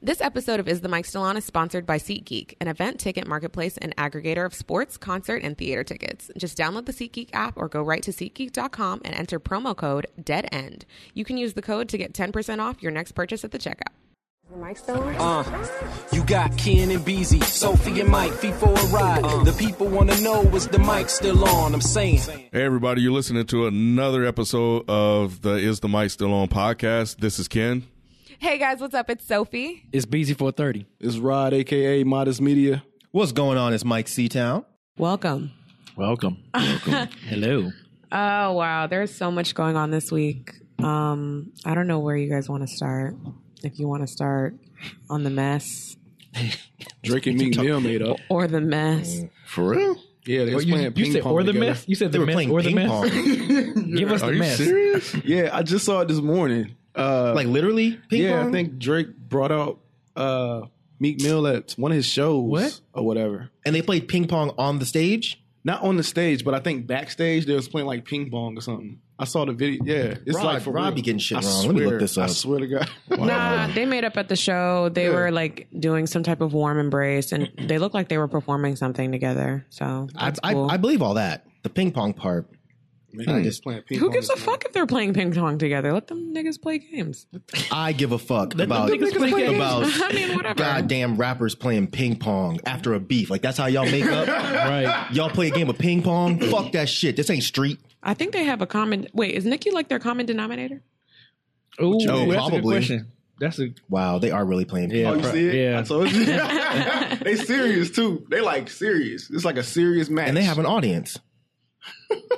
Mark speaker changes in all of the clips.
Speaker 1: This episode of Is the Mic Still On is sponsored by SeatGeek, an event ticket marketplace and aggregator of sports, concert, and theater tickets. Just download the SeatGeek app or go right to SeatGeek.com and enter promo code DEADEND. You can use the code to get 10% off your next purchase at the checkout.
Speaker 2: Uh, you got Ken and Beezy, Sophie and Mike, feet for a ride. the people wanna know is the mic still on? I'm saying.
Speaker 3: Hey, everybody, you're listening to another episode of the Is the Mic Still On podcast. This is Ken.
Speaker 1: Hey guys, what's up? It's Sophie.
Speaker 4: It's BZ four thirty.
Speaker 5: It's Rod, aka Modest Media.
Speaker 6: What's going on? It's Mike Seatown.
Speaker 1: Welcome.
Speaker 4: Welcome. Welcome. Hello.
Speaker 1: Oh, wow. There's so much going on this week. Um, I don't know where you guys want to start. If you want to start on the mess
Speaker 5: Drake and Meek Mill made
Speaker 6: Oh,
Speaker 5: up.
Speaker 1: or the mess.
Speaker 7: For real?
Speaker 5: Yeah, they was
Speaker 4: you,
Speaker 5: playing
Speaker 4: you
Speaker 5: ping
Speaker 4: said
Speaker 5: pong
Speaker 4: or the
Speaker 5: together.
Speaker 4: mess. You said
Speaker 6: They
Speaker 4: the
Speaker 6: were
Speaker 4: mess
Speaker 6: playing
Speaker 4: or the
Speaker 6: ping
Speaker 4: mess.
Speaker 6: pong.
Speaker 4: Give us
Speaker 3: Are
Speaker 4: the
Speaker 3: you
Speaker 4: mess.
Speaker 3: serious?
Speaker 5: Yeah, I just saw it this morning. Uh,
Speaker 6: like literally ping
Speaker 5: yeah,
Speaker 6: pong.
Speaker 5: I think Drake brought out uh, Meek Mill at one of his shows
Speaker 6: What?
Speaker 5: or whatever.
Speaker 6: and they played ping pong on the stage.
Speaker 5: Not on the stage, but I think backstage they was playing like ping pong or something. I saw the video. Yeah, it's
Speaker 6: Rob-
Speaker 5: like for
Speaker 6: Rob
Speaker 5: real.
Speaker 6: be getting shit
Speaker 5: I
Speaker 6: wrong. Let me look
Speaker 5: swear-
Speaker 6: this
Speaker 5: I
Speaker 6: up.
Speaker 5: swear to God.
Speaker 1: Nah, they made up at the show. They were like doing some type of warm embrace, and they looked like they were performing something together. So
Speaker 6: I,
Speaker 1: that's
Speaker 6: I,
Speaker 1: cool.
Speaker 6: I believe all that. The ping pong part.
Speaker 5: Man,
Speaker 6: Hmm.
Speaker 5: I just playing ping
Speaker 1: Who
Speaker 5: pong
Speaker 1: gives a
Speaker 5: this morning.
Speaker 1: fuck if they're playing ping pong together? Let them niggas play games.
Speaker 6: I give a fuck about
Speaker 4: niggas play games.
Speaker 6: about
Speaker 1: I mean, whatever.
Speaker 6: goddamn rappers playing ping pong after a beef. Like that's how y'all make up.
Speaker 4: Right.
Speaker 6: y'all play a game of ping pong. fuck that shit. This ain't street.
Speaker 1: I think they have a common. Wait, is Nikki like their common denominator?
Speaker 4: Ooh,
Speaker 6: mean?
Speaker 4: that's a good
Speaker 6: Probably.
Speaker 4: question. That's a
Speaker 6: Wow, they are really playing.
Speaker 4: Yeah.
Speaker 5: Oh,
Speaker 6: Ping pong.
Speaker 5: you see it?
Speaker 4: Yeah.
Speaker 5: I told you. they serious too. They like serious. It's like a serious match.
Speaker 6: And they have an audience.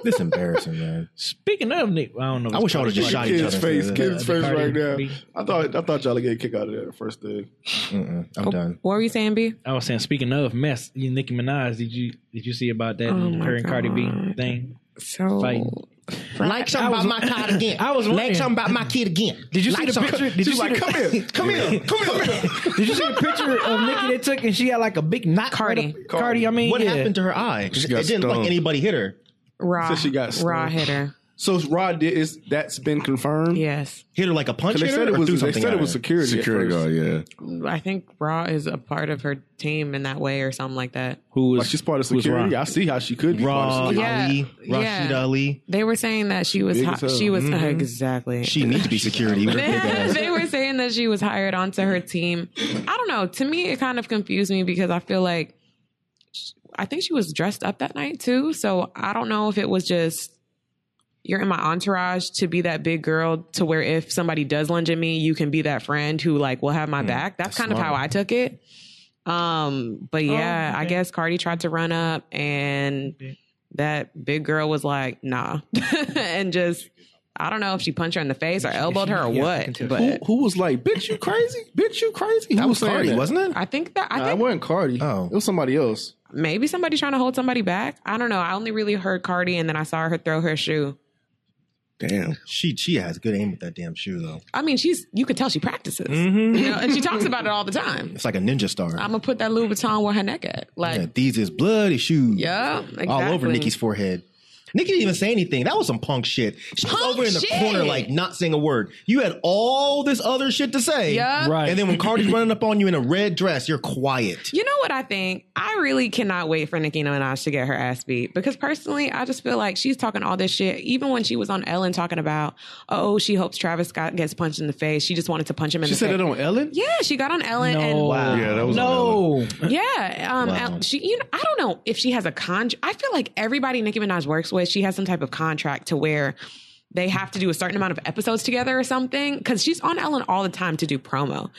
Speaker 6: this embarrassing, man.
Speaker 4: speaking of Nick. I don't know.
Speaker 6: I wish I would have just shot each
Speaker 5: Kid's
Speaker 6: other.
Speaker 5: face,
Speaker 6: Yeah.
Speaker 5: kid's face
Speaker 4: Cardi
Speaker 5: right there.
Speaker 4: B.
Speaker 5: I thought I thought y'all would get a kick out of that first thing.
Speaker 6: Mm-mm, I'm done.
Speaker 1: What were you saying, B?
Speaker 4: I was saying. Speaking of mess, you, Nicki Minaj. Did you did you see about that
Speaker 1: Oh my
Speaker 4: her and Cardi B
Speaker 1: God.
Speaker 4: thing?
Speaker 1: So
Speaker 4: Fighting.
Speaker 6: Like something
Speaker 4: I was-
Speaker 6: about my card again.
Speaker 4: I was wondering.
Speaker 6: like something about my kid again.
Speaker 4: Did you
Speaker 6: like
Speaker 4: see the
Speaker 6: something-
Speaker 4: picture? Did you
Speaker 5: She's
Speaker 4: see
Speaker 5: like,
Speaker 4: the,
Speaker 5: come here, come here, come here.
Speaker 4: Did you see the picture of Nicki they took and she had like a big knot?
Speaker 1: Cardi.
Speaker 4: Cardi. Cardi. I mean,
Speaker 6: What
Speaker 4: yeah.
Speaker 6: happened to her eye? It
Speaker 3: got
Speaker 6: didn't look
Speaker 3: stung.
Speaker 6: like anybody hit her.
Speaker 1: raw,
Speaker 5: Said she got
Speaker 1: raw
Speaker 5: stung.
Speaker 1: hitter.
Speaker 5: So Rod did is that's been confirmed.
Speaker 1: Yes,
Speaker 6: Hit her like a punch.
Speaker 5: 'Cause they
Speaker 6: Hit
Speaker 5: said
Speaker 6: her,
Speaker 5: it
Speaker 6: or
Speaker 5: was
Speaker 6: threw
Speaker 5: they
Speaker 6: something
Speaker 5: said
Speaker 6: at
Speaker 5: it was
Speaker 6: her?
Speaker 5: security. at
Speaker 3: Security
Speaker 5: first.
Speaker 3: guard, yeah.
Speaker 1: I think raw is a part of her team in that way or something like that.
Speaker 4: Who was
Speaker 5: Like she's part of
Speaker 4: who was Ron?
Speaker 5: security. I see how she could be
Speaker 6: Raw
Speaker 5: part of security.
Speaker 1: Yeah.
Speaker 6: Ali,
Speaker 1: Yeah.
Speaker 6: Rashid Ali.
Speaker 1: They were saying that she was
Speaker 5: Big
Speaker 1: hi-
Speaker 5: as hell.
Speaker 1: she was exactly
Speaker 6: She needs to be security. with her big
Speaker 1: they,
Speaker 6: ass.
Speaker 1: they were saying that she was hired onto her team. I don't know. To me, it kind of confused me because I feel like I think she was dressed up that night too. So I don't know if it was just you're in my entourage to be that big girl to where if somebody does lunge at me, you can be that friend who like will have my back. Mm. That's, kind of how I took it. Um, but yeah, I guess Cardi tried to run up and that big girl was like, nah, and just. I don't know if she punched her in the face or elbowed her or
Speaker 4: yeah, I can
Speaker 1: what,
Speaker 4: tell.
Speaker 1: but
Speaker 5: Who, who was like, bitch, you crazy? Bitch, you crazy? Who
Speaker 6: That was
Speaker 5: saying
Speaker 6: Cardi,
Speaker 5: that?
Speaker 6: wasn't it?
Speaker 1: I think that I
Speaker 5: Nah,
Speaker 1: think
Speaker 5: it wasn't Cardi.
Speaker 6: Oh.
Speaker 5: It was somebody else.
Speaker 1: maybe somebody's trying to hold somebody back. I don't know. I only really heard Cardi, and then I saw her throw her shoe.
Speaker 3: Damn.
Speaker 6: She she has good aim with that damn shoe though.
Speaker 1: I mean, she's you could tell she practices, you know, and she talks about it all the time.
Speaker 6: It's like a ninja star.
Speaker 1: I'm gonna put that Louis Vuitton where her neck at,
Speaker 6: Yeah,
Speaker 1: like
Speaker 6: these is bloody shoes.
Speaker 1: yeah, exactly.
Speaker 6: All over Nikki's forehead. Nikki didn't even say anything. That was some punk shit. She
Speaker 1: Punk
Speaker 6: was over in the
Speaker 1: shit.
Speaker 6: corner, like not saying a word. You had all this other shit to say.
Speaker 1: Yeah.
Speaker 4: Right.
Speaker 6: And then when Cardi's running up on you in a red dress, you're quiet.
Speaker 1: You know what I think? I really cannot wait for Nicki Minaj to get her ass beat because personally, I just feel like she's talking all this shit. Even when she was on Ellen talking about, oh, she hopes Travis Scott gets punched in the face. She just wanted to punch him in
Speaker 5: She
Speaker 1: the
Speaker 5: said
Speaker 1: face.
Speaker 5: it on Ellen.
Speaker 1: yeah, she got on Ellen and
Speaker 4: No.
Speaker 3: Yeah, that was
Speaker 4: No.
Speaker 1: Yeah, um,
Speaker 6: Wow.
Speaker 1: Al- she. You know, I don't know if she has a con. I feel like everybody Nicki Minaj works with, she has some type of contract to where they have to do a certain amount of episodes together or something. Because she's on Ellen all the time to do promo,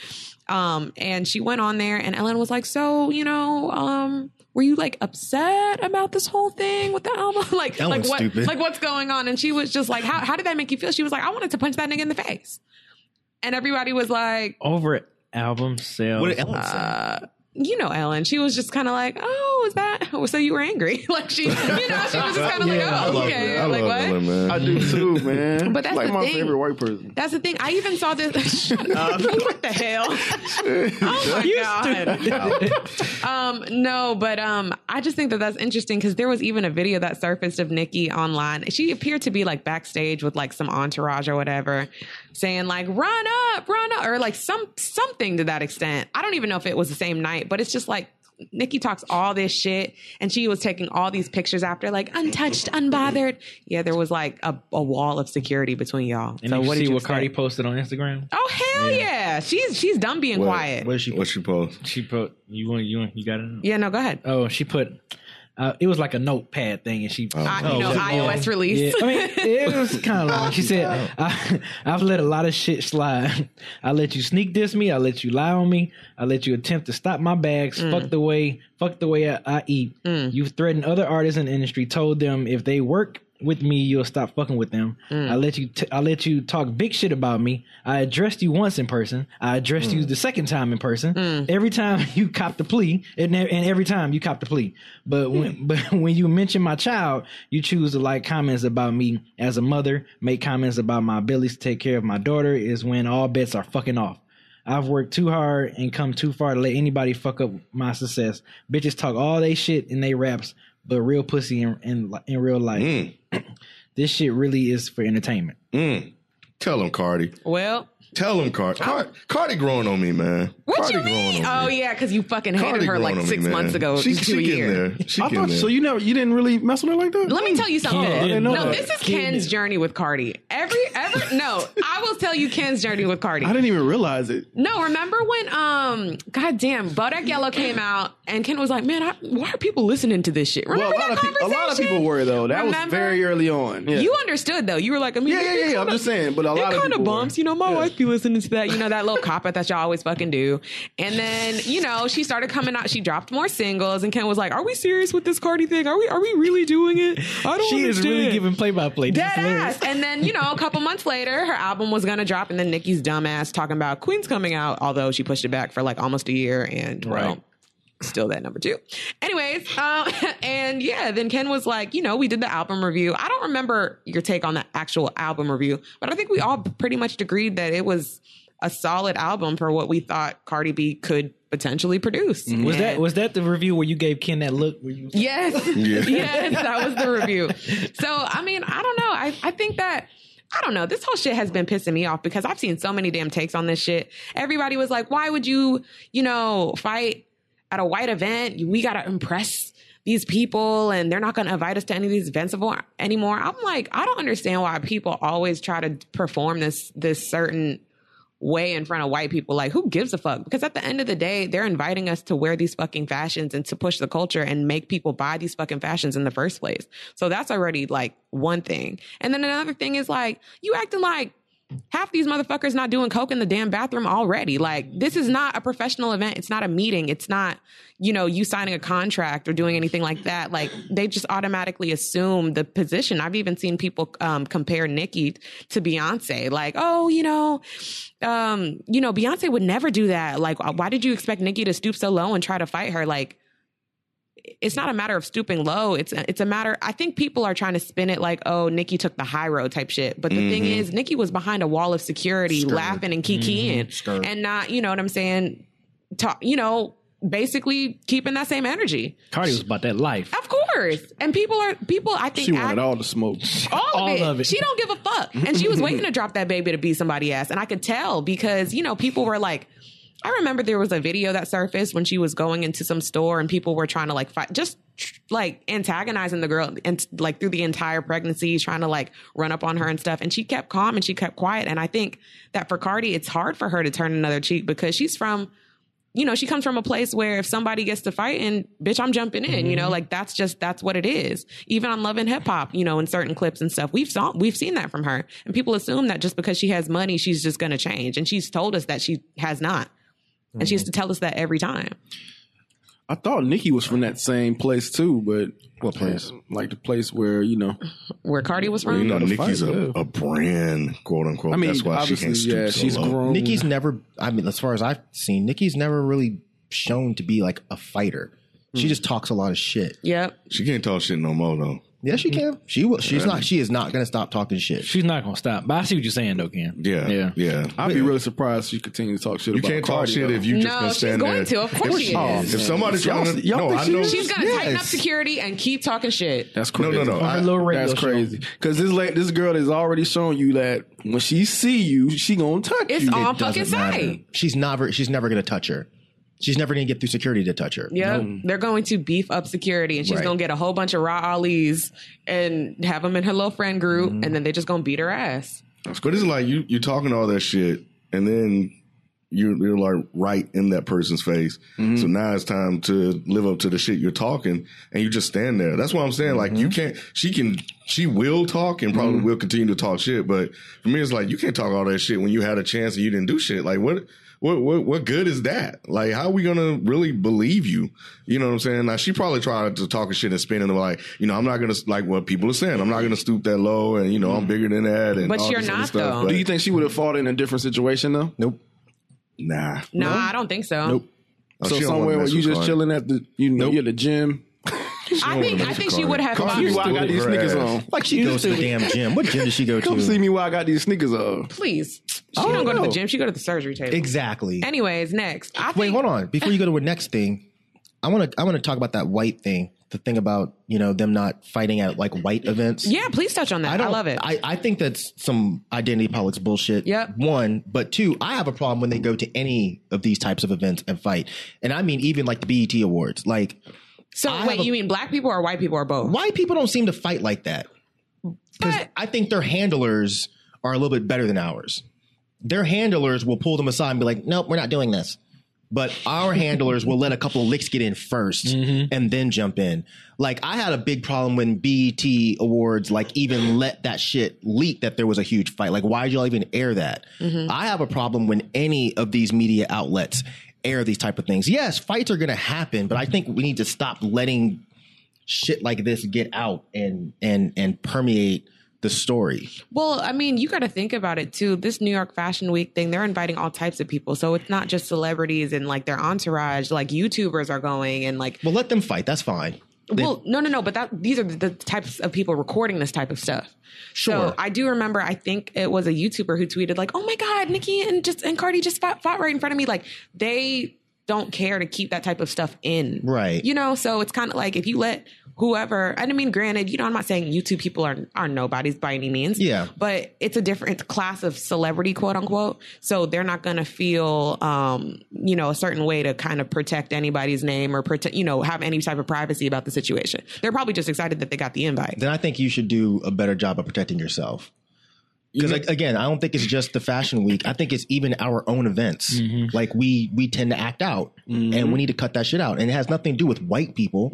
Speaker 1: um, and she went on there, and Ellen was like, "So, you know, um, were you like upset about this whole thing with the album? like, like
Speaker 6: Ellen's
Speaker 1: what?
Speaker 6: stupid.
Speaker 1: Like what's going on?" And she was just like, "How how did that make you feel?" She was like, "I wanted to punch that nigga in the face," and everybody was like.
Speaker 4: Over it. Album sale.
Speaker 1: Uh,
Speaker 6: What did Ellen say?
Speaker 1: you know, Ellen, she was just kind of like, oh, is that? So you were angry. like she, you know, she was just kind of
Speaker 7: I
Speaker 1: like, oh,
Speaker 7: love
Speaker 1: okay.
Speaker 7: it. I
Speaker 1: like
Speaker 7: love
Speaker 1: what?
Speaker 7: it, man.
Speaker 5: I do too, man.
Speaker 1: But that's
Speaker 5: like
Speaker 1: the
Speaker 5: my
Speaker 1: thing.
Speaker 5: favorite white person.
Speaker 1: That's the thing. I even saw this. what the hell? Oh my god. um, no, but um, I just think that that's interesting because there was even a video that surfaced of Nikki online. She appeared to be like backstage with like some entourage or whatever, saying like "run up, run up" or like some something to that extent. I don't even know if it was the same night, but it's just like. Nikki talks all this shit and she was taking all these pictures after like untouched, unbothered. Yeah, there was like a, a wall of security between y'all. so
Speaker 4: And did you
Speaker 1: what
Speaker 4: see
Speaker 1: did you
Speaker 4: what Cardi
Speaker 1: expect?
Speaker 4: posted on Instagram?
Speaker 1: Oh hell yeah. She's she's done being quiet.
Speaker 6: Where's she?
Speaker 7: What she post?
Speaker 4: She put you want you want you got it.
Speaker 1: yeah, no, go ahead.
Speaker 4: Oh, she put. Uh, it was like a notepad thing, and she.
Speaker 1: I, you know,
Speaker 4: Oh,
Speaker 1: iOS release. Oh,
Speaker 4: Yeah, I mean, it was kind of like she said, I, "I've let a lot of shit slide. I let you sneak diss me. I let you lie on me. I let you attempt to stop my bags.
Speaker 1: Mm.
Speaker 4: Fuck the way, fuck the way I, I eat. You've threatened other artists in the industry. Told them if they work with me, you'll stop fucking with them.
Speaker 1: Mm.
Speaker 4: I let you. T- I let you talk big shit about me. I addressed you once in person. I addressed you the second time in person. Every time you copped the plea, and, e- and every time you copped the plea. But when but when you mention my child, you choose to like comments about me as a mother. Make comments about my abilities to take care of my daughter. Is when all bets are fucking off. I've worked too hard and come too far to let anybody fuck up my success. Bitches talk all they shit in they raps, but real pussy in in, in real life. this shit really is for entertainment.
Speaker 7: Tell him, Cardi.
Speaker 1: Well,
Speaker 7: Tell him, Cardi. Car- Cardi growing on me, man.
Speaker 1: what
Speaker 7: Cardi
Speaker 1: you mean?
Speaker 7: growing on
Speaker 1: Oh
Speaker 7: me.
Speaker 1: yeah, because you fucking hated
Speaker 7: Cardi
Speaker 1: her
Speaker 7: growing
Speaker 1: like
Speaker 7: on me,
Speaker 1: six
Speaker 7: man.
Speaker 1: months ago
Speaker 7: She,
Speaker 1: to
Speaker 7: she
Speaker 1: a
Speaker 7: getting
Speaker 1: year.
Speaker 7: there. She
Speaker 5: I
Speaker 7: getting
Speaker 5: thought
Speaker 7: there.
Speaker 5: so. You never, you didn't really mess with her like that.
Speaker 1: Let me tell you something.
Speaker 5: didn't know
Speaker 1: no,
Speaker 5: that.
Speaker 1: this is Ken's journey with Cardi. Every every no, I will tell you Ken's journey with Cardi.
Speaker 5: I didn't even realize it.
Speaker 1: No, remember when um goddamn Bodak Yellow
Speaker 5: Mm-hmm.
Speaker 1: came out and Ken was like, Man, I, why are people listening to this shit? Remember
Speaker 5: Well, a lot
Speaker 1: that
Speaker 5: of people, a lot of
Speaker 1: conversation?
Speaker 5: people were though. That was
Speaker 1: Remember?
Speaker 5: very early on. Yeah.
Speaker 1: You understood though. You were like, I mean,
Speaker 5: Yeah, yeah,
Speaker 1: it
Speaker 5: yeah, yeah. I'm
Speaker 1: kinda-
Speaker 5: just saying, but a lot
Speaker 1: it
Speaker 5: of
Speaker 1: kind
Speaker 5: people
Speaker 1: of
Speaker 5: were.
Speaker 1: bumps. You know, my wife be listening to that. You know that little cop out that y'all always fucking do. And then you know she started coming out. She dropped more singles, and Ken was like, "Are we serious with this Cardi thing? Are we are we really doing it? I don't
Speaker 4: She is
Speaker 1: understand."
Speaker 4: really giving play by play.
Speaker 1: Dead ass. And then, you know, a couple months later, her album was going to drop. And then Nikki's dumbass talking about Queen's coming out, although she pushed it back for like almost a year. And, well,
Speaker 4: Right.
Speaker 1: still that number two. Anyways, um, and yeah, then Ken was like, you know, we did the album review. I don't remember your take on the actual album review, but I think we all pretty much agreed that it was a solid album for what we thought Cardi B could potentially produce.
Speaker 4: Mm-hmm. Was that
Speaker 1: And-
Speaker 4: was that the review where you gave Ken that look? Where you
Speaker 1: Yes. yes, that was the review. So, I mean, I don't know. I, I think that, I don't know. This whole shit has been pissing me off because I've seen so many damn takes on this shit. Everybody was like, why would you, you know, fight at a white event? We got to impress these people and they're not going to invite us to any of these events avo- anymore. I'm like, I don't understand why people always try to perform this, this certain way in front of white people. Like, who gives a fuck? Because at the end of the day, they're inviting us to wear these fucking fashions and to push the culture and make people buy these fucking fashions in the first place. So that's already like one thing. And then another thing is like, you acting like half these motherfuckers not doing coke in the damn bathroom already. Like, this is not a professional event. It's not a meeting. It's not, you know, you signing a contract or doing anything like that. Like, they just automatically assume the position. I've even seen people um, compare Nikki to Beyonce. Like, oh, you know, um, you know, Beyonce would never do that. Like, why did you expect Nikki to stoop so low and try to fight her? Like, it's not a matter of stooping low. It's it's a matter. I think people are trying to spin it like, oh, Nikki took the high road type shit. But the thing
Speaker 5: Mm-hmm.
Speaker 1: is, Nikki was behind a wall of security, laughing and
Speaker 5: Mm-hmm.
Speaker 1: kikiing,
Speaker 6: Skirt.
Speaker 1: and not, you know what I'm saying? Talk, you know, basically keeping that same energy.
Speaker 4: Cardi was about that life.
Speaker 1: Of course, and people are people. I think
Speaker 5: She
Speaker 1: act-
Speaker 5: wanted all the smoke.
Speaker 1: all, of,
Speaker 4: All
Speaker 1: it.
Speaker 4: of it.
Speaker 1: She don't give a fuck. And she was waiting to drop that baby to be somebody ass. And I could tell because, you know, people were like, I remember there was a video that surfaced when she was going into some store and people were trying to like fight, just tr- like antagonizing the girl and like through the entire pregnancy, trying to like run up on her and stuff. And she kept calm and she kept quiet. And I think that for Cardi, it's hard for her to turn another cheek because she's from you know, she comes from a place where if somebody gets to fight and bitch, I'm jumping in, you know, like that's just that's what it is. Even on Love and Hip Hop, you know, in certain clips and stuff, we've saw we've seen that from her. And people assume that just because she has money, she's just gonna change. And she's told us that she has not. And she has to tell us that every time.
Speaker 5: I thought Nikki was from that same place too, but
Speaker 6: What place?
Speaker 5: Like the place where you know.
Speaker 1: Where Cardi was from.
Speaker 7: You know,
Speaker 5: Gotta
Speaker 7: Nikki's
Speaker 5: fight,
Speaker 7: a,
Speaker 5: yeah.
Speaker 7: a brand, quote unquote.
Speaker 5: I mean,
Speaker 7: That's why she
Speaker 5: obviously,
Speaker 7: can't stoop
Speaker 5: yeah,
Speaker 7: so
Speaker 5: she's
Speaker 7: low.
Speaker 5: grown.
Speaker 6: Nikki's never. I mean, as far as I've seen, Nikki's never really shown to be like a fighter. She just talks a lot of shit.
Speaker 1: Yep.
Speaker 7: She can't talk shit no more though.
Speaker 6: Yeah, she can. She will. She's not. She is not gonna stop talking shit.
Speaker 4: She's not gonna stop. But I see what you're saying though, Ken.
Speaker 7: Yeah, yeah.
Speaker 4: Yeah.
Speaker 5: I'd be really surprised if you continue to talk shit
Speaker 7: You
Speaker 5: about
Speaker 7: can't talk
Speaker 5: Cardi,
Speaker 7: shit
Speaker 5: though.
Speaker 7: if you just
Speaker 1: No,
Speaker 7: gonna
Speaker 1: she's
Speaker 7: stand
Speaker 1: going
Speaker 7: there.
Speaker 1: to. Of course
Speaker 7: if,
Speaker 1: she is.
Speaker 7: If somebody's
Speaker 5: Y'all-
Speaker 7: trying to,
Speaker 5: y'all
Speaker 7: no,
Speaker 5: think
Speaker 7: I
Speaker 5: she
Speaker 7: know.
Speaker 5: is?
Speaker 1: She's gonna tighten up
Speaker 6: Yes.
Speaker 1: security and keep talking shit.
Speaker 5: That's
Speaker 7: No,
Speaker 5: crazy.
Speaker 7: no, no. I-
Speaker 4: Her little radio
Speaker 5: That's
Speaker 4: show.
Speaker 5: crazy. Because this la- this girl is already showing you that when she see you, she gonna touch
Speaker 1: It's
Speaker 5: you.
Speaker 1: all
Speaker 6: It doesn't
Speaker 1: fucking
Speaker 6: matter.
Speaker 1: say.
Speaker 6: She's never. She's never gonna touch her. She's never gonna get through security to touch her.
Speaker 1: Yep. They're going to beef up security and she's
Speaker 6: Right.
Speaker 1: going to get a whole bunch of raw Ollie's and have them in her little friend group and then they just going to beat her ass.
Speaker 7: But it's like you you talking all that shit, and then you you're like right in that person's face.
Speaker 1: Mm-hmm.
Speaker 7: So now it's time to live up to the shit you're talking, and you just stand there. That's what I'm saying. Like you
Speaker 1: Mm-hmm.
Speaker 7: can't. She can. She will talk and probably will continue to talk shit. But for me, it's like you can't talk all that shit when you had a chance and you didn't do shit. Like what. What, what what good is that? Like, how are we gonna really believe you? You know what I'm saying? Now she probably tried to talk shit and spin and like, you know, I'm not gonna like what people are saying. I'm not gonna stoop that low, and you know, I'm bigger than that. And
Speaker 1: Mm. But
Speaker 7: all
Speaker 1: you're
Speaker 7: this other
Speaker 1: not,
Speaker 7: stuff.
Speaker 1: though.
Speaker 7: But-
Speaker 5: Do you think she would have fought in a different situation though?
Speaker 6: Nope.
Speaker 7: Nah.
Speaker 1: No, I don't think so.
Speaker 6: Nope.
Speaker 7: Oh,
Speaker 5: so
Speaker 7: she don't wanna
Speaker 5: somewhere where
Speaker 7: mess
Speaker 5: you
Speaker 7: with
Speaker 5: just
Speaker 7: Cardi.
Speaker 5: chilling at the you know
Speaker 7: Nope.
Speaker 5: you're at the gym.
Speaker 1: I think I think she would have
Speaker 7: Cardi
Speaker 1: fought.
Speaker 7: was
Speaker 5: Why I got
Speaker 7: stupid
Speaker 5: these
Speaker 7: for her
Speaker 5: sneakers
Speaker 7: ass.
Speaker 5: on.
Speaker 6: Like she goes to the damn gym. What gym does she go to?
Speaker 5: Come see me while I got these sneakers on.
Speaker 1: Please. She
Speaker 5: don't
Speaker 1: don't, go to
Speaker 5: know.
Speaker 1: the gym. She go to the surgery table.
Speaker 6: Exactly.
Speaker 1: Anyways, next. I think,
Speaker 6: Oh. Wait, hold on. Before you go to the next thing, I want to I want to talk about that white thing. The thing about you know them not fighting at like white events.
Speaker 1: Yeah, please touch on that. I,
Speaker 6: don't-
Speaker 1: love it.
Speaker 6: I, I think that's some identity politics bullshit.
Speaker 1: Yep.
Speaker 6: One, but two, I have a problem when they go to any of these types of events and fight. And I mean, even like the BET Awards. Like,
Speaker 1: so
Speaker 6: I
Speaker 1: wait,
Speaker 6: have a-
Speaker 1: you mean black people or white people or both?
Speaker 6: why people don't seem to fight like that? Because
Speaker 1: But-
Speaker 6: I think their handlers are a little bit better than ours. Their handlers will pull them aside and be like, nope, we're not doing this. But our handlers will let a couple of licks get in 1st and then jump in. Like I had a big problem when BET awards like even let that shit leak that there was a huge fight. Like why did y'all even air that? I have a problem when any of these media outlets air these type of things. Yes, fights are going to happen, but I think we need to stop letting shit like this get out and and and permeate the story.
Speaker 1: Well, I mean, you got to think about it too. This New York Fashion Week thing, they're inviting all types of people. So it's not just celebrities and like their entourage, like YouTubers are going and like
Speaker 6: Well, let them fight. That's fine. They-
Speaker 1: well, no, no, no. But that these are the types of people recording this type of stuff.
Speaker 6: Sure.
Speaker 1: So I do remember. I think it was a YouTuber who tweeted like, "Oh my God, Nikki and just and Cardi just fought, fought right in front of me." Like they don't care to keep that type of stuff in,
Speaker 6: Right.
Speaker 1: You know. So it's kind of like if you let whoever. And I mean, granted, you know, I'm not saying YouTube people are are nobodies by any means.
Speaker 6: Yeah.
Speaker 1: But it's a different class of celebrity, quote unquote. So they're not going to feel, um, you know, a certain way to kind of protect anybody's name or protect, you know, have any type of privacy about the situation. They're probably just excited that they got the invite.
Speaker 6: then I think you should do a better job of protecting yourself. Because like, again, I don't think it's just the fashion week. I think it's even our own events. Like we we tend to act out, and we need to cut that shit out. And it has nothing to do with white people.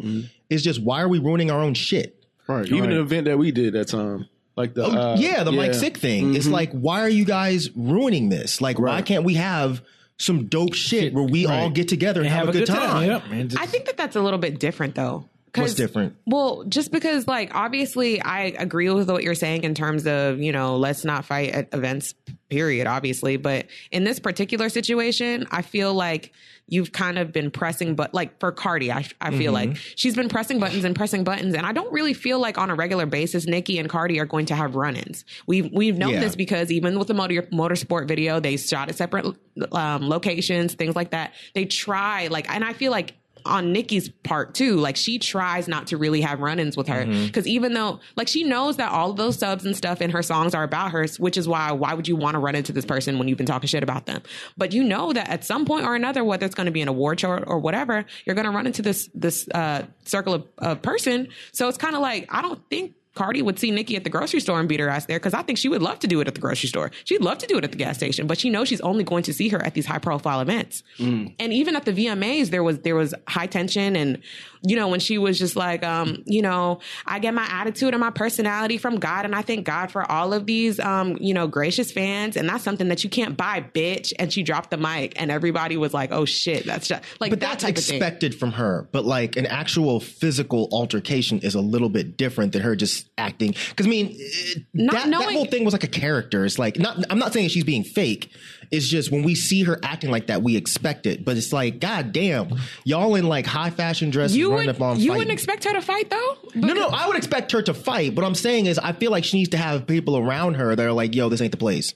Speaker 6: It's just why are we ruining our own shit?
Speaker 5: Right. Even an event that we did that time. Like the uh,
Speaker 6: Oh, yeah, Mm-hmm. the Mike Sick thing. It's like, why are you guys ruining this? Like, why can't we have some dope shit where we all get together and, have, a good, time?
Speaker 4: Yep, man. Just-
Speaker 1: I think that that's a little bit different though. 'Cause-
Speaker 6: What's different?
Speaker 1: Well, just because, like, obviously, I agree with what you're saying in terms of, you know, let's not fight at events, period, obviously. But in this particular situation, I feel like you've kind of been pressing, but like for Cardi, I, I feel like she's been pressing buttons and pressing buttons. And I don't really feel like on a regular basis, Nikki and Cardi are going to have run ins. We've, we've known
Speaker 6: Yeah.
Speaker 1: this because even with the motor, motorsport video, they shot at separate um, locations, things like that. They try, like, and I feel like on Nikki's part too. Like she tries not to really have run-ins with her because even though like she knows that all of those subs and stuff in her songs are about her, which is why why would you want to run into this person when you've been talking shit about them? But you know that at some point or another, whether it's going to be an award show or, or whatever, you're going to run into this this uh, circle of, of person. So it's kind of like I don't think. Cardi would see Nikki at the grocery store and beat her ass there because I think she would love to do it at the grocery store. She'd love to do it at the gas station, but she knows she's only going to see her at these high profile events.
Speaker 6: Mm.
Speaker 1: And even at the VMAs, there was there was high tension, and you know when she was just like, um, you know, I get my attitude and my personality from God, and I thank God for all of these, um, you know, gracious fans, and that's something that you can't buy, bitch. And she dropped the mic, and everybody was like, oh shit, that's just, like
Speaker 6: But
Speaker 1: that
Speaker 6: that's
Speaker 1: type of thing.
Speaker 6: expected from her. But like an actual physical altercation is a little bit different than her just just acting. Because I mean, it-
Speaker 1: Not
Speaker 6: that, that
Speaker 1: knowing-
Speaker 6: whole thing was like a character. It's like not. I'm not saying she's being fake. It's just when we see her acting like that, we expect it. But it's like, god damn, y'all in like high fashion dresses
Speaker 1: You
Speaker 6: running
Speaker 1: would
Speaker 6: up on
Speaker 1: you
Speaker 6: fighting.
Speaker 1: wouldn't expect her to fight though.
Speaker 6: No, no, I would expect her to fight. What I'm saying is, I feel like she needs to have people around her that are like, yo, this ain't the place.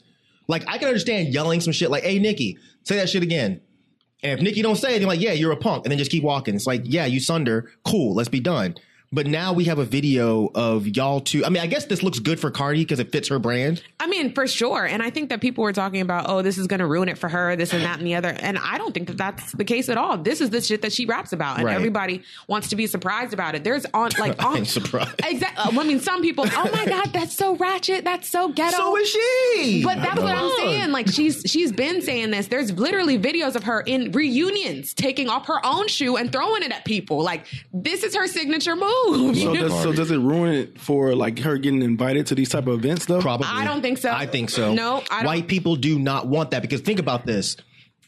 Speaker 6: Like, I can understand yelling some shit like, hey, Nikki, say that shit again. And if Nikki don't say it, you're like, yeah, you're a punk. And then just keep walking. It's like, yeah, you sunder. Cool, let's be done. But now we have a video of y'all two. I mean, I guess this looks good for Cardi because it fits her brand.
Speaker 1: I mean, for sure. And I think that people were talking about, oh, this is going to ruin it for her, this and that and the other. And I don't think that that's the case at all. This is the shit that she raps about, and
Speaker 6: Right.
Speaker 1: everybody wants to be surprised about it. There's on like on
Speaker 6: ain't surprised.
Speaker 1: Exactly. I mean, some people. Oh my god, that's so ratchet. That's so ghetto.
Speaker 6: So is she.
Speaker 1: But that's what I'm
Speaker 6: Come on.
Speaker 1: saying. Like she's she's been saying this. There's literally videos of her in reunions taking off her own shoe and throwing it at people. Like this is her signature move.
Speaker 5: So does, so does it ruin it for like her getting invited to these type of events though?
Speaker 6: Probably.
Speaker 1: I don't think so.
Speaker 6: I think so.
Speaker 1: No, I don't-
Speaker 6: White people do not want that because think about this.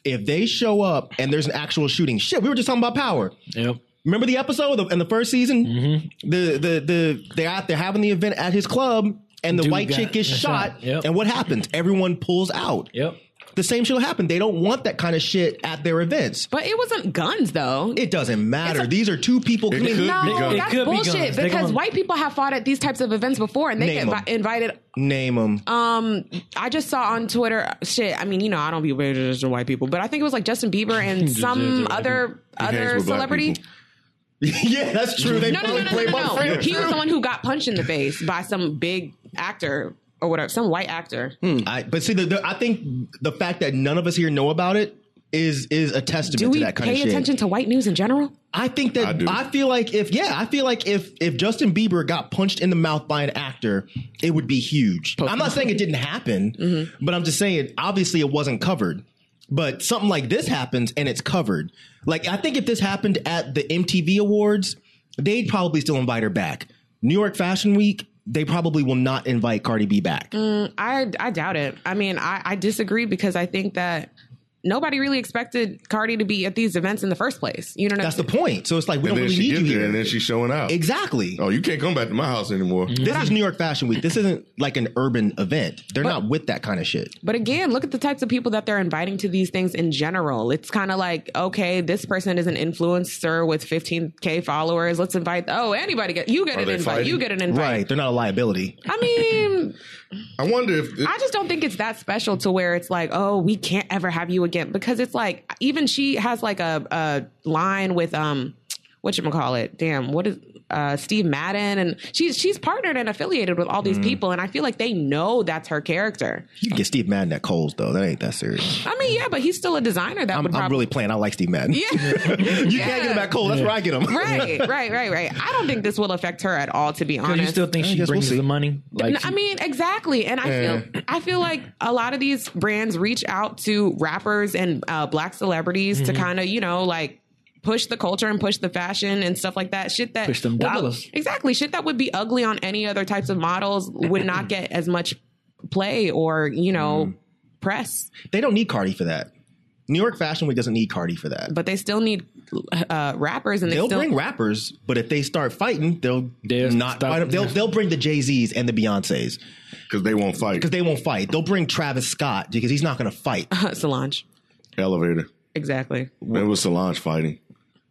Speaker 6: If they show up and there's an actual shooting, shit, we were just talking about power.
Speaker 4: Yep.
Speaker 6: Remember the episode of, in the first season? Mm-hmm. The, the, the, they're out there having the event at his club and the
Speaker 4: Dude
Speaker 6: white
Speaker 4: got
Speaker 6: chick is shot.
Speaker 4: shot. Yep.
Speaker 6: And what happens? Everyone pulls out.
Speaker 4: Yep.
Speaker 6: The same shit will happen. They don't want that kind of shit at their events.
Speaker 1: but it wasn't guns though.
Speaker 6: It doesn't matter.
Speaker 1: a-
Speaker 6: These are two people. I mean,
Speaker 7: could be
Speaker 1: no,
Speaker 7: guns.
Speaker 1: that's
Speaker 4: It could be guns.
Speaker 1: bullshit.
Speaker 4: They
Speaker 1: because
Speaker 4: gonna-
Speaker 1: white people have fought at these types of events before, and they
Speaker 6: Name
Speaker 1: get
Speaker 6: 'em.
Speaker 1: vi- invited. Um,
Speaker 6: Name them.
Speaker 1: I just saw on Twitter shit. I mean, you know, I don't be very judged of which white people, but I think it was like Justin Bieber and some other
Speaker 7: hangs
Speaker 1: other
Speaker 7: with black
Speaker 1: celebrity.
Speaker 7: people.
Speaker 6: yeah, that's true. They
Speaker 1: No, no,
Speaker 6: probably
Speaker 1: no, no,
Speaker 6: play
Speaker 1: no,
Speaker 6: both
Speaker 1: no, no.
Speaker 6: friends.
Speaker 1: He was the one who got punched in the face by some big actor or whatever, some white actor.
Speaker 6: I, but see, the, the, I think the fact that none of us here know about it is is a testament
Speaker 1: Do
Speaker 6: to
Speaker 1: we
Speaker 6: that kind
Speaker 1: pay
Speaker 6: of shit.
Speaker 1: attention to white news in general?
Speaker 6: I think
Speaker 7: I
Speaker 6: that
Speaker 7: do.
Speaker 6: I, feel like if yeah, I feel like if if Justin Bieber got punched in the mouth by an actor, it would be huge. I'm not saying it didn't happen,
Speaker 1: Mm-hmm.
Speaker 6: but I'm just saying obviously it wasn't covered. But something like this happens and it's covered. Like I think if this happened at the MTV Awards, they'd probably still invite her back. New York Fashion Week, they probably will not invite Cardi B back.
Speaker 1: I I doubt it. I mean, I, I disagree because I think that nobody really expected Cardi to be at these events in the first place. You know what
Speaker 6: That's
Speaker 1: I
Speaker 6: the point. So it's like we
Speaker 7: And
Speaker 6: don't
Speaker 7: then
Speaker 6: really
Speaker 7: she
Speaker 6: need you
Speaker 7: gets
Speaker 6: here.
Speaker 7: there and then she's showing out.
Speaker 6: Exactly.
Speaker 7: Oh, you can't come back to my house anymore.
Speaker 6: This is New York Fashion Week. This isn't like an urban event. They're
Speaker 1: But-
Speaker 6: not with that kind of shit.
Speaker 1: But again, look at the types of people that they're inviting to these things in general. It's kind of like, okay, this person is an influencer with 15k followers. Let's invite. Oh, anybody get you get
Speaker 7: Are
Speaker 1: an
Speaker 7: they
Speaker 1: invite.
Speaker 7: fighting?
Speaker 1: You get an invite.
Speaker 6: Right. They're not a liability.
Speaker 1: I mean,
Speaker 7: I wonder if
Speaker 1: I just don't think it's that special to where it's like, oh, we can't ever have you again because it's like even she has like a, a line with um, what you call it? Damn, what is uh, Steve Madden and she's she's partnered and affiliated with all
Speaker 6: Mm.
Speaker 1: these people and I feel like they know that's her character.
Speaker 6: You can get Steve Madden at Kohl's though. That ain't that serious.
Speaker 1: I mean, yeah, but he's still a designer. That
Speaker 6: I'm,
Speaker 1: would
Speaker 6: I'm
Speaker 1: probably
Speaker 6: really playing. I like Steve Madden.
Speaker 1: yeah.
Speaker 6: you can't get him at Kohl's. That's where I get him.
Speaker 1: right, right, right, right. I don't think this will affect her at all. To be
Speaker 4: But
Speaker 1: honest,
Speaker 4: you still think
Speaker 6: I
Speaker 4: she
Speaker 6: guess we'll
Speaker 4: brings
Speaker 6: see.
Speaker 4: the money? Like
Speaker 1: No, I mean, exactly. And I feel I feel like a lot of these brands reach out to rappers and uh, black celebrities
Speaker 4: Mm-hmm.
Speaker 1: to kind of you know like push the culture and push the fashion and stuff like that. Shit that
Speaker 4: Push them
Speaker 1: would look-
Speaker 4: dollars.
Speaker 1: exactly. Shit that would be ugly on any other types of models would not get as much play or you know
Speaker 4: Mm.
Speaker 1: press,
Speaker 6: They don't need Cardi for that. New York Fashion Week doesn't need Cardi for that.
Speaker 1: but they still need uh, rappers and they
Speaker 6: They'll
Speaker 1: still
Speaker 6: bring rappers, but if they start fighting, they'll
Speaker 4: They'll
Speaker 6: not
Speaker 4: stop-
Speaker 6: fight 'em. They'll they'll bring the Jay Z's and the Beyonces
Speaker 7: because they won't fight.
Speaker 6: because they won't fight. They'll bring Travis Scott because he's not going to fight.
Speaker 1: Solange.
Speaker 7: Elevator.
Speaker 1: Exactly.
Speaker 7: It was Solange fighting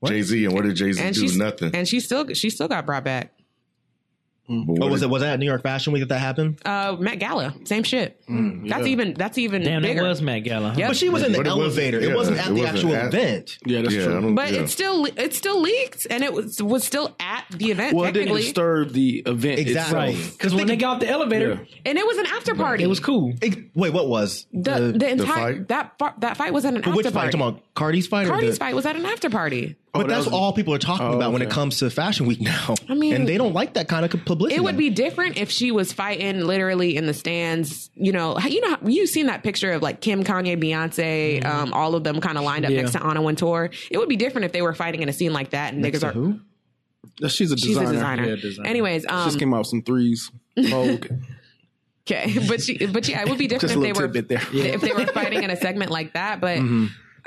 Speaker 7: Jay Z, and what did Jay Z
Speaker 1: And
Speaker 7: do?
Speaker 1: she's
Speaker 7: Nothing.
Speaker 1: And she still she still got brought back.
Speaker 7: But what
Speaker 6: Oh, was
Speaker 7: did-
Speaker 6: it was that at New York Fashion Week that that happened?
Speaker 1: Uh, Met Gala, same shit. That's even that's even
Speaker 4: damn, that
Speaker 1: bigger.
Speaker 4: was Matt Gala.
Speaker 1: Yep.
Speaker 6: but she was in the
Speaker 7: But it wasn't-
Speaker 6: elevator.
Speaker 7: yeah,
Speaker 6: it wasn't at
Speaker 7: it
Speaker 6: the
Speaker 7: wasn't
Speaker 6: actual
Speaker 7: at-
Speaker 6: event.
Speaker 5: Yeah, that's
Speaker 7: yeah, I
Speaker 5: true.
Speaker 7: don't,
Speaker 1: But
Speaker 7: yeah.
Speaker 1: it's still it still leaked, and it was was still at the event
Speaker 5: Well, it didn't
Speaker 1: technically,
Speaker 5: disturb the event
Speaker 6: Exactly.
Speaker 5: itself.
Speaker 4: Because when they got off the elevator,
Speaker 1: and it was an after party.
Speaker 4: it was cool.
Speaker 6: Ex- Wait, what was
Speaker 1: The, the entire
Speaker 7: fight?
Speaker 1: that fa- that fight was at an after
Speaker 6: which
Speaker 1: party.
Speaker 6: fight? Come on, Cardi's fight. or
Speaker 1: Cardi's
Speaker 6: the-
Speaker 1: fight was at an after party.
Speaker 7: Oh,
Speaker 6: But
Speaker 5: that
Speaker 6: that's
Speaker 5: was-
Speaker 6: all people are talking about when it
Speaker 5: okay.
Speaker 6: comes to Fashion Week now. I
Speaker 1: mean-
Speaker 6: and they don't like that kind of publicity.
Speaker 1: It would be different if she was fighting literally in the stands. You know, you know, you've seen that picture of like Kim, Kanye, Beyonce, um, all of them kind of lined up
Speaker 4: Mm-hmm. Yeah.
Speaker 1: next to Anna Wintour. It would be different if they were fighting in a scene like that. And niggas are
Speaker 6: who?
Speaker 5: That She's a
Speaker 1: she's
Speaker 5: designer.
Speaker 1: a designer. Anyways, um,
Speaker 5: Just came out with some threes. Oh, Vogue.
Speaker 1: Okay, but she, but yeah, it would be different
Speaker 5: Just a
Speaker 1: if they
Speaker 5: little
Speaker 1: were
Speaker 5: tidbit there.
Speaker 1: if they were fighting in a segment like that. But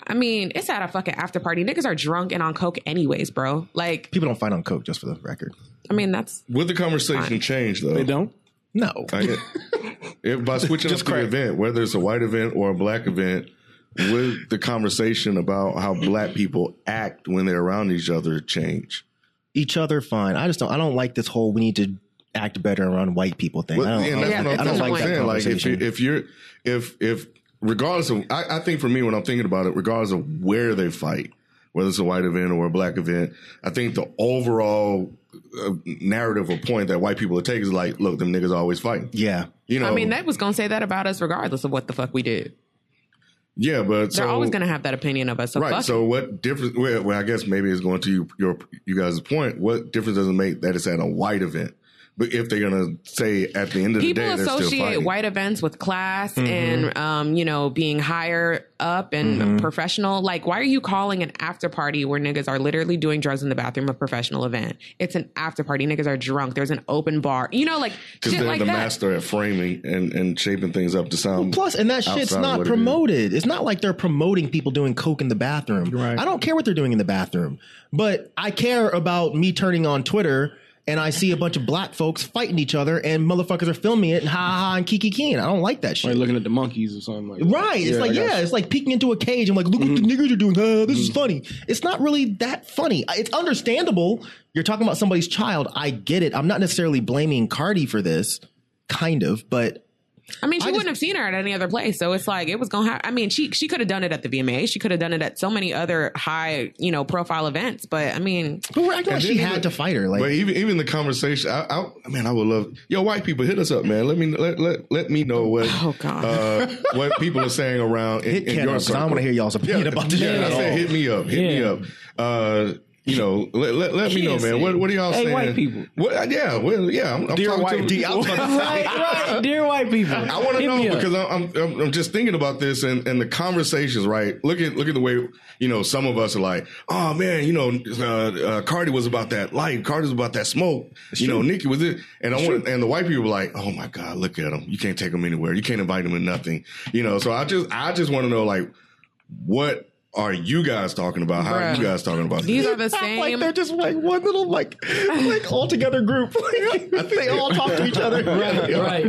Speaker 1: I mean, it's at a fucking after party. Niggas are drunk and on coke anyways, bro. Like,
Speaker 6: People don't fight on coke, just for the record.
Speaker 1: I mean, that's
Speaker 7: Would the conversation change though?
Speaker 5: They don't.
Speaker 6: No,
Speaker 7: I, if by switching up to the event, whether it's a white event or a black event, would the conversation about how black people act when they're around each other change?
Speaker 6: each other fine. I just don't. I don't like this whole we need to act better around white people thing.
Speaker 7: Well,
Speaker 6: I
Speaker 7: and
Speaker 6: don't,
Speaker 7: that's
Speaker 1: Yeah,
Speaker 7: what
Speaker 6: I
Speaker 7: I'm,
Speaker 6: don't
Speaker 7: that's
Speaker 6: like
Speaker 7: what I'm
Speaker 6: that
Speaker 7: saying. Like if you
Speaker 6: conversation.
Speaker 7: if you're if if regardless of I, I think for me when I'm thinking about it, regardless of where they fight, whether it's a white event or a black event, I think the overall uh, narrative or point that white people are taking is like, look, them niggas always fighting.
Speaker 6: yeah,
Speaker 7: You know,
Speaker 1: I mean, they was gonna say that about us regardless of what the fuck we did.
Speaker 7: yeah, but
Speaker 1: They're
Speaker 7: so,
Speaker 1: always gonna have that opinion of us. So
Speaker 7: Right.
Speaker 1: fuck
Speaker 7: So
Speaker 1: it.
Speaker 7: what difference? Well, well, I guess maybe it's going to you, your you guys' point. What difference does it make that it's at a white event? But if they're gonna say at the end of
Speaker 1: people
Speaker 7: the day, they're still
Speaker 1: associate
Speaker 7: fighting. Mm-hmm.
Speaker 1: white events with class and um, you know being higher up and
Speaker 7: Mm-hmm.
Speaker 1: professional. Like, why are you calling an after party where niggas are literally doing drugs in the bathroom a professional event? It's an after party. Niggas are drunk. There's an open bar. You know, like
Speaker 7: because
Speaker 1: shit
Speaker 7: they're
Speaker 1: like
Speaker 7: the
Speaker 1: that.
Speaker 7: master at framing and, and shaping things up to sound.
Speaker 6: Plus, and that shit's
Speaker 7: outside of
Speaker 6: not
Speaker 7: what it is.
Speaker 6: promoted. it's not like they're promoting people doing coke in the bathroom.
Speaker 5: Right.
Speaker 6: I don't care what they're doing in the bathroom, but I care about me turning on Twitter and I see a bunch of black folks fighting each other and motherfuckers are filming it and ha ha ha and kiki keen. I don't like that shit.
Speaker 5: Like looking at the monkeys or something like. that.
Speaker 6: Right. It's like,
Speaker 5: I got
Speaker 6: yeah,
Speaker 5: you.
Speaker 6: it's like peeking into a cage. I'm like, look
Speaker 7: Mm-hmm.
Speaker 6: what the niggers are doing. Ah, this is funny. It's not really that funny. I- It's understandable. You're talking about somebody's child. I get it. I'm not necessarily blaming Cardi for this, kind of, but
Speaker 1: I mean, she
Speaker 6: I just-
Speaker 1: wouldn't have seen her at any other place. So it's like it was gonna. Ha- I mean, she she could have done it at the VMA. She could have done it at so many other high you know profile events. But I mean,
Speaker 6: but we're acting like she
Speaker 7: then
Speaker 6: had
Speaker 7: the-
Speaker 6: to fight her. Like,
Speaker 7: But even even the conversation, I, I man, I would love yo white people hit us up, man. Let me let let, let me know what
Speaker 1: Oh, God.
Speaker 7: uh, what people are saying around in,
Speaker 6: Hit
Speaker 7: in
Speaker 6: Ken
Speaker 7: your
Speaker 6: up, 'cause I
Speaker 7: circle.
Speaker 6: wanna hear y'all's opinion about this
Speaker 7: Yeah,
Speaker 6: shit
Speaker 7: I
Speaker 6: at
Speaker 7: said
Speaker 6: all.
Speaker 7: hit me up, hit me
Speaker 4: Yeah.
Speaker 7: up. Uh, you know, let let, let me know,
Speaker 4: Kids
Speaker 7: man.
Speaker 4: and-
Speaker 7: What what are y'all
Speaker 4: Hey,
Speaker 7: saying?
Speaker 4: white people.
Speaker 7: What, yeah, well, yeah. I'm, I'm
Speaker 5: Dear
Speaker 7: talking
Speaker 5: white
Speaker 7: to
Speaker 5: people.
Speaker 7: I was about to say.
Speaker 4: right, right. Dear white people,
Speaker 7: I want to
Speaker 4: hit me
Speaker 7: know
Speaker 4: up.
Speaker 7: because I'm, I'm- I'm I'm just thinking about this and, and the conversations. Right, look at look at the way you know some of us are like, oh man, you know, uh, uh, Cardi was about that life, Cardi was about that smoke, you know, Nicki was it, and I want and the white people were like, oh my god, look at them, you can't take them anywhere, you can't invite them to nothing, you know. So I just I just want to know like, what are you guys talking about? How are
Speaker 1: Bruh.
Speaker 7: you guys talking about?
Speaker 1: these
Speaker 7: this?
Speaker 1: are the
Speaker 6: act like
Speaker 1: same.
Speaker 6: they're just like one little like like all together group. they all talk to each other.
Speaker 4: right,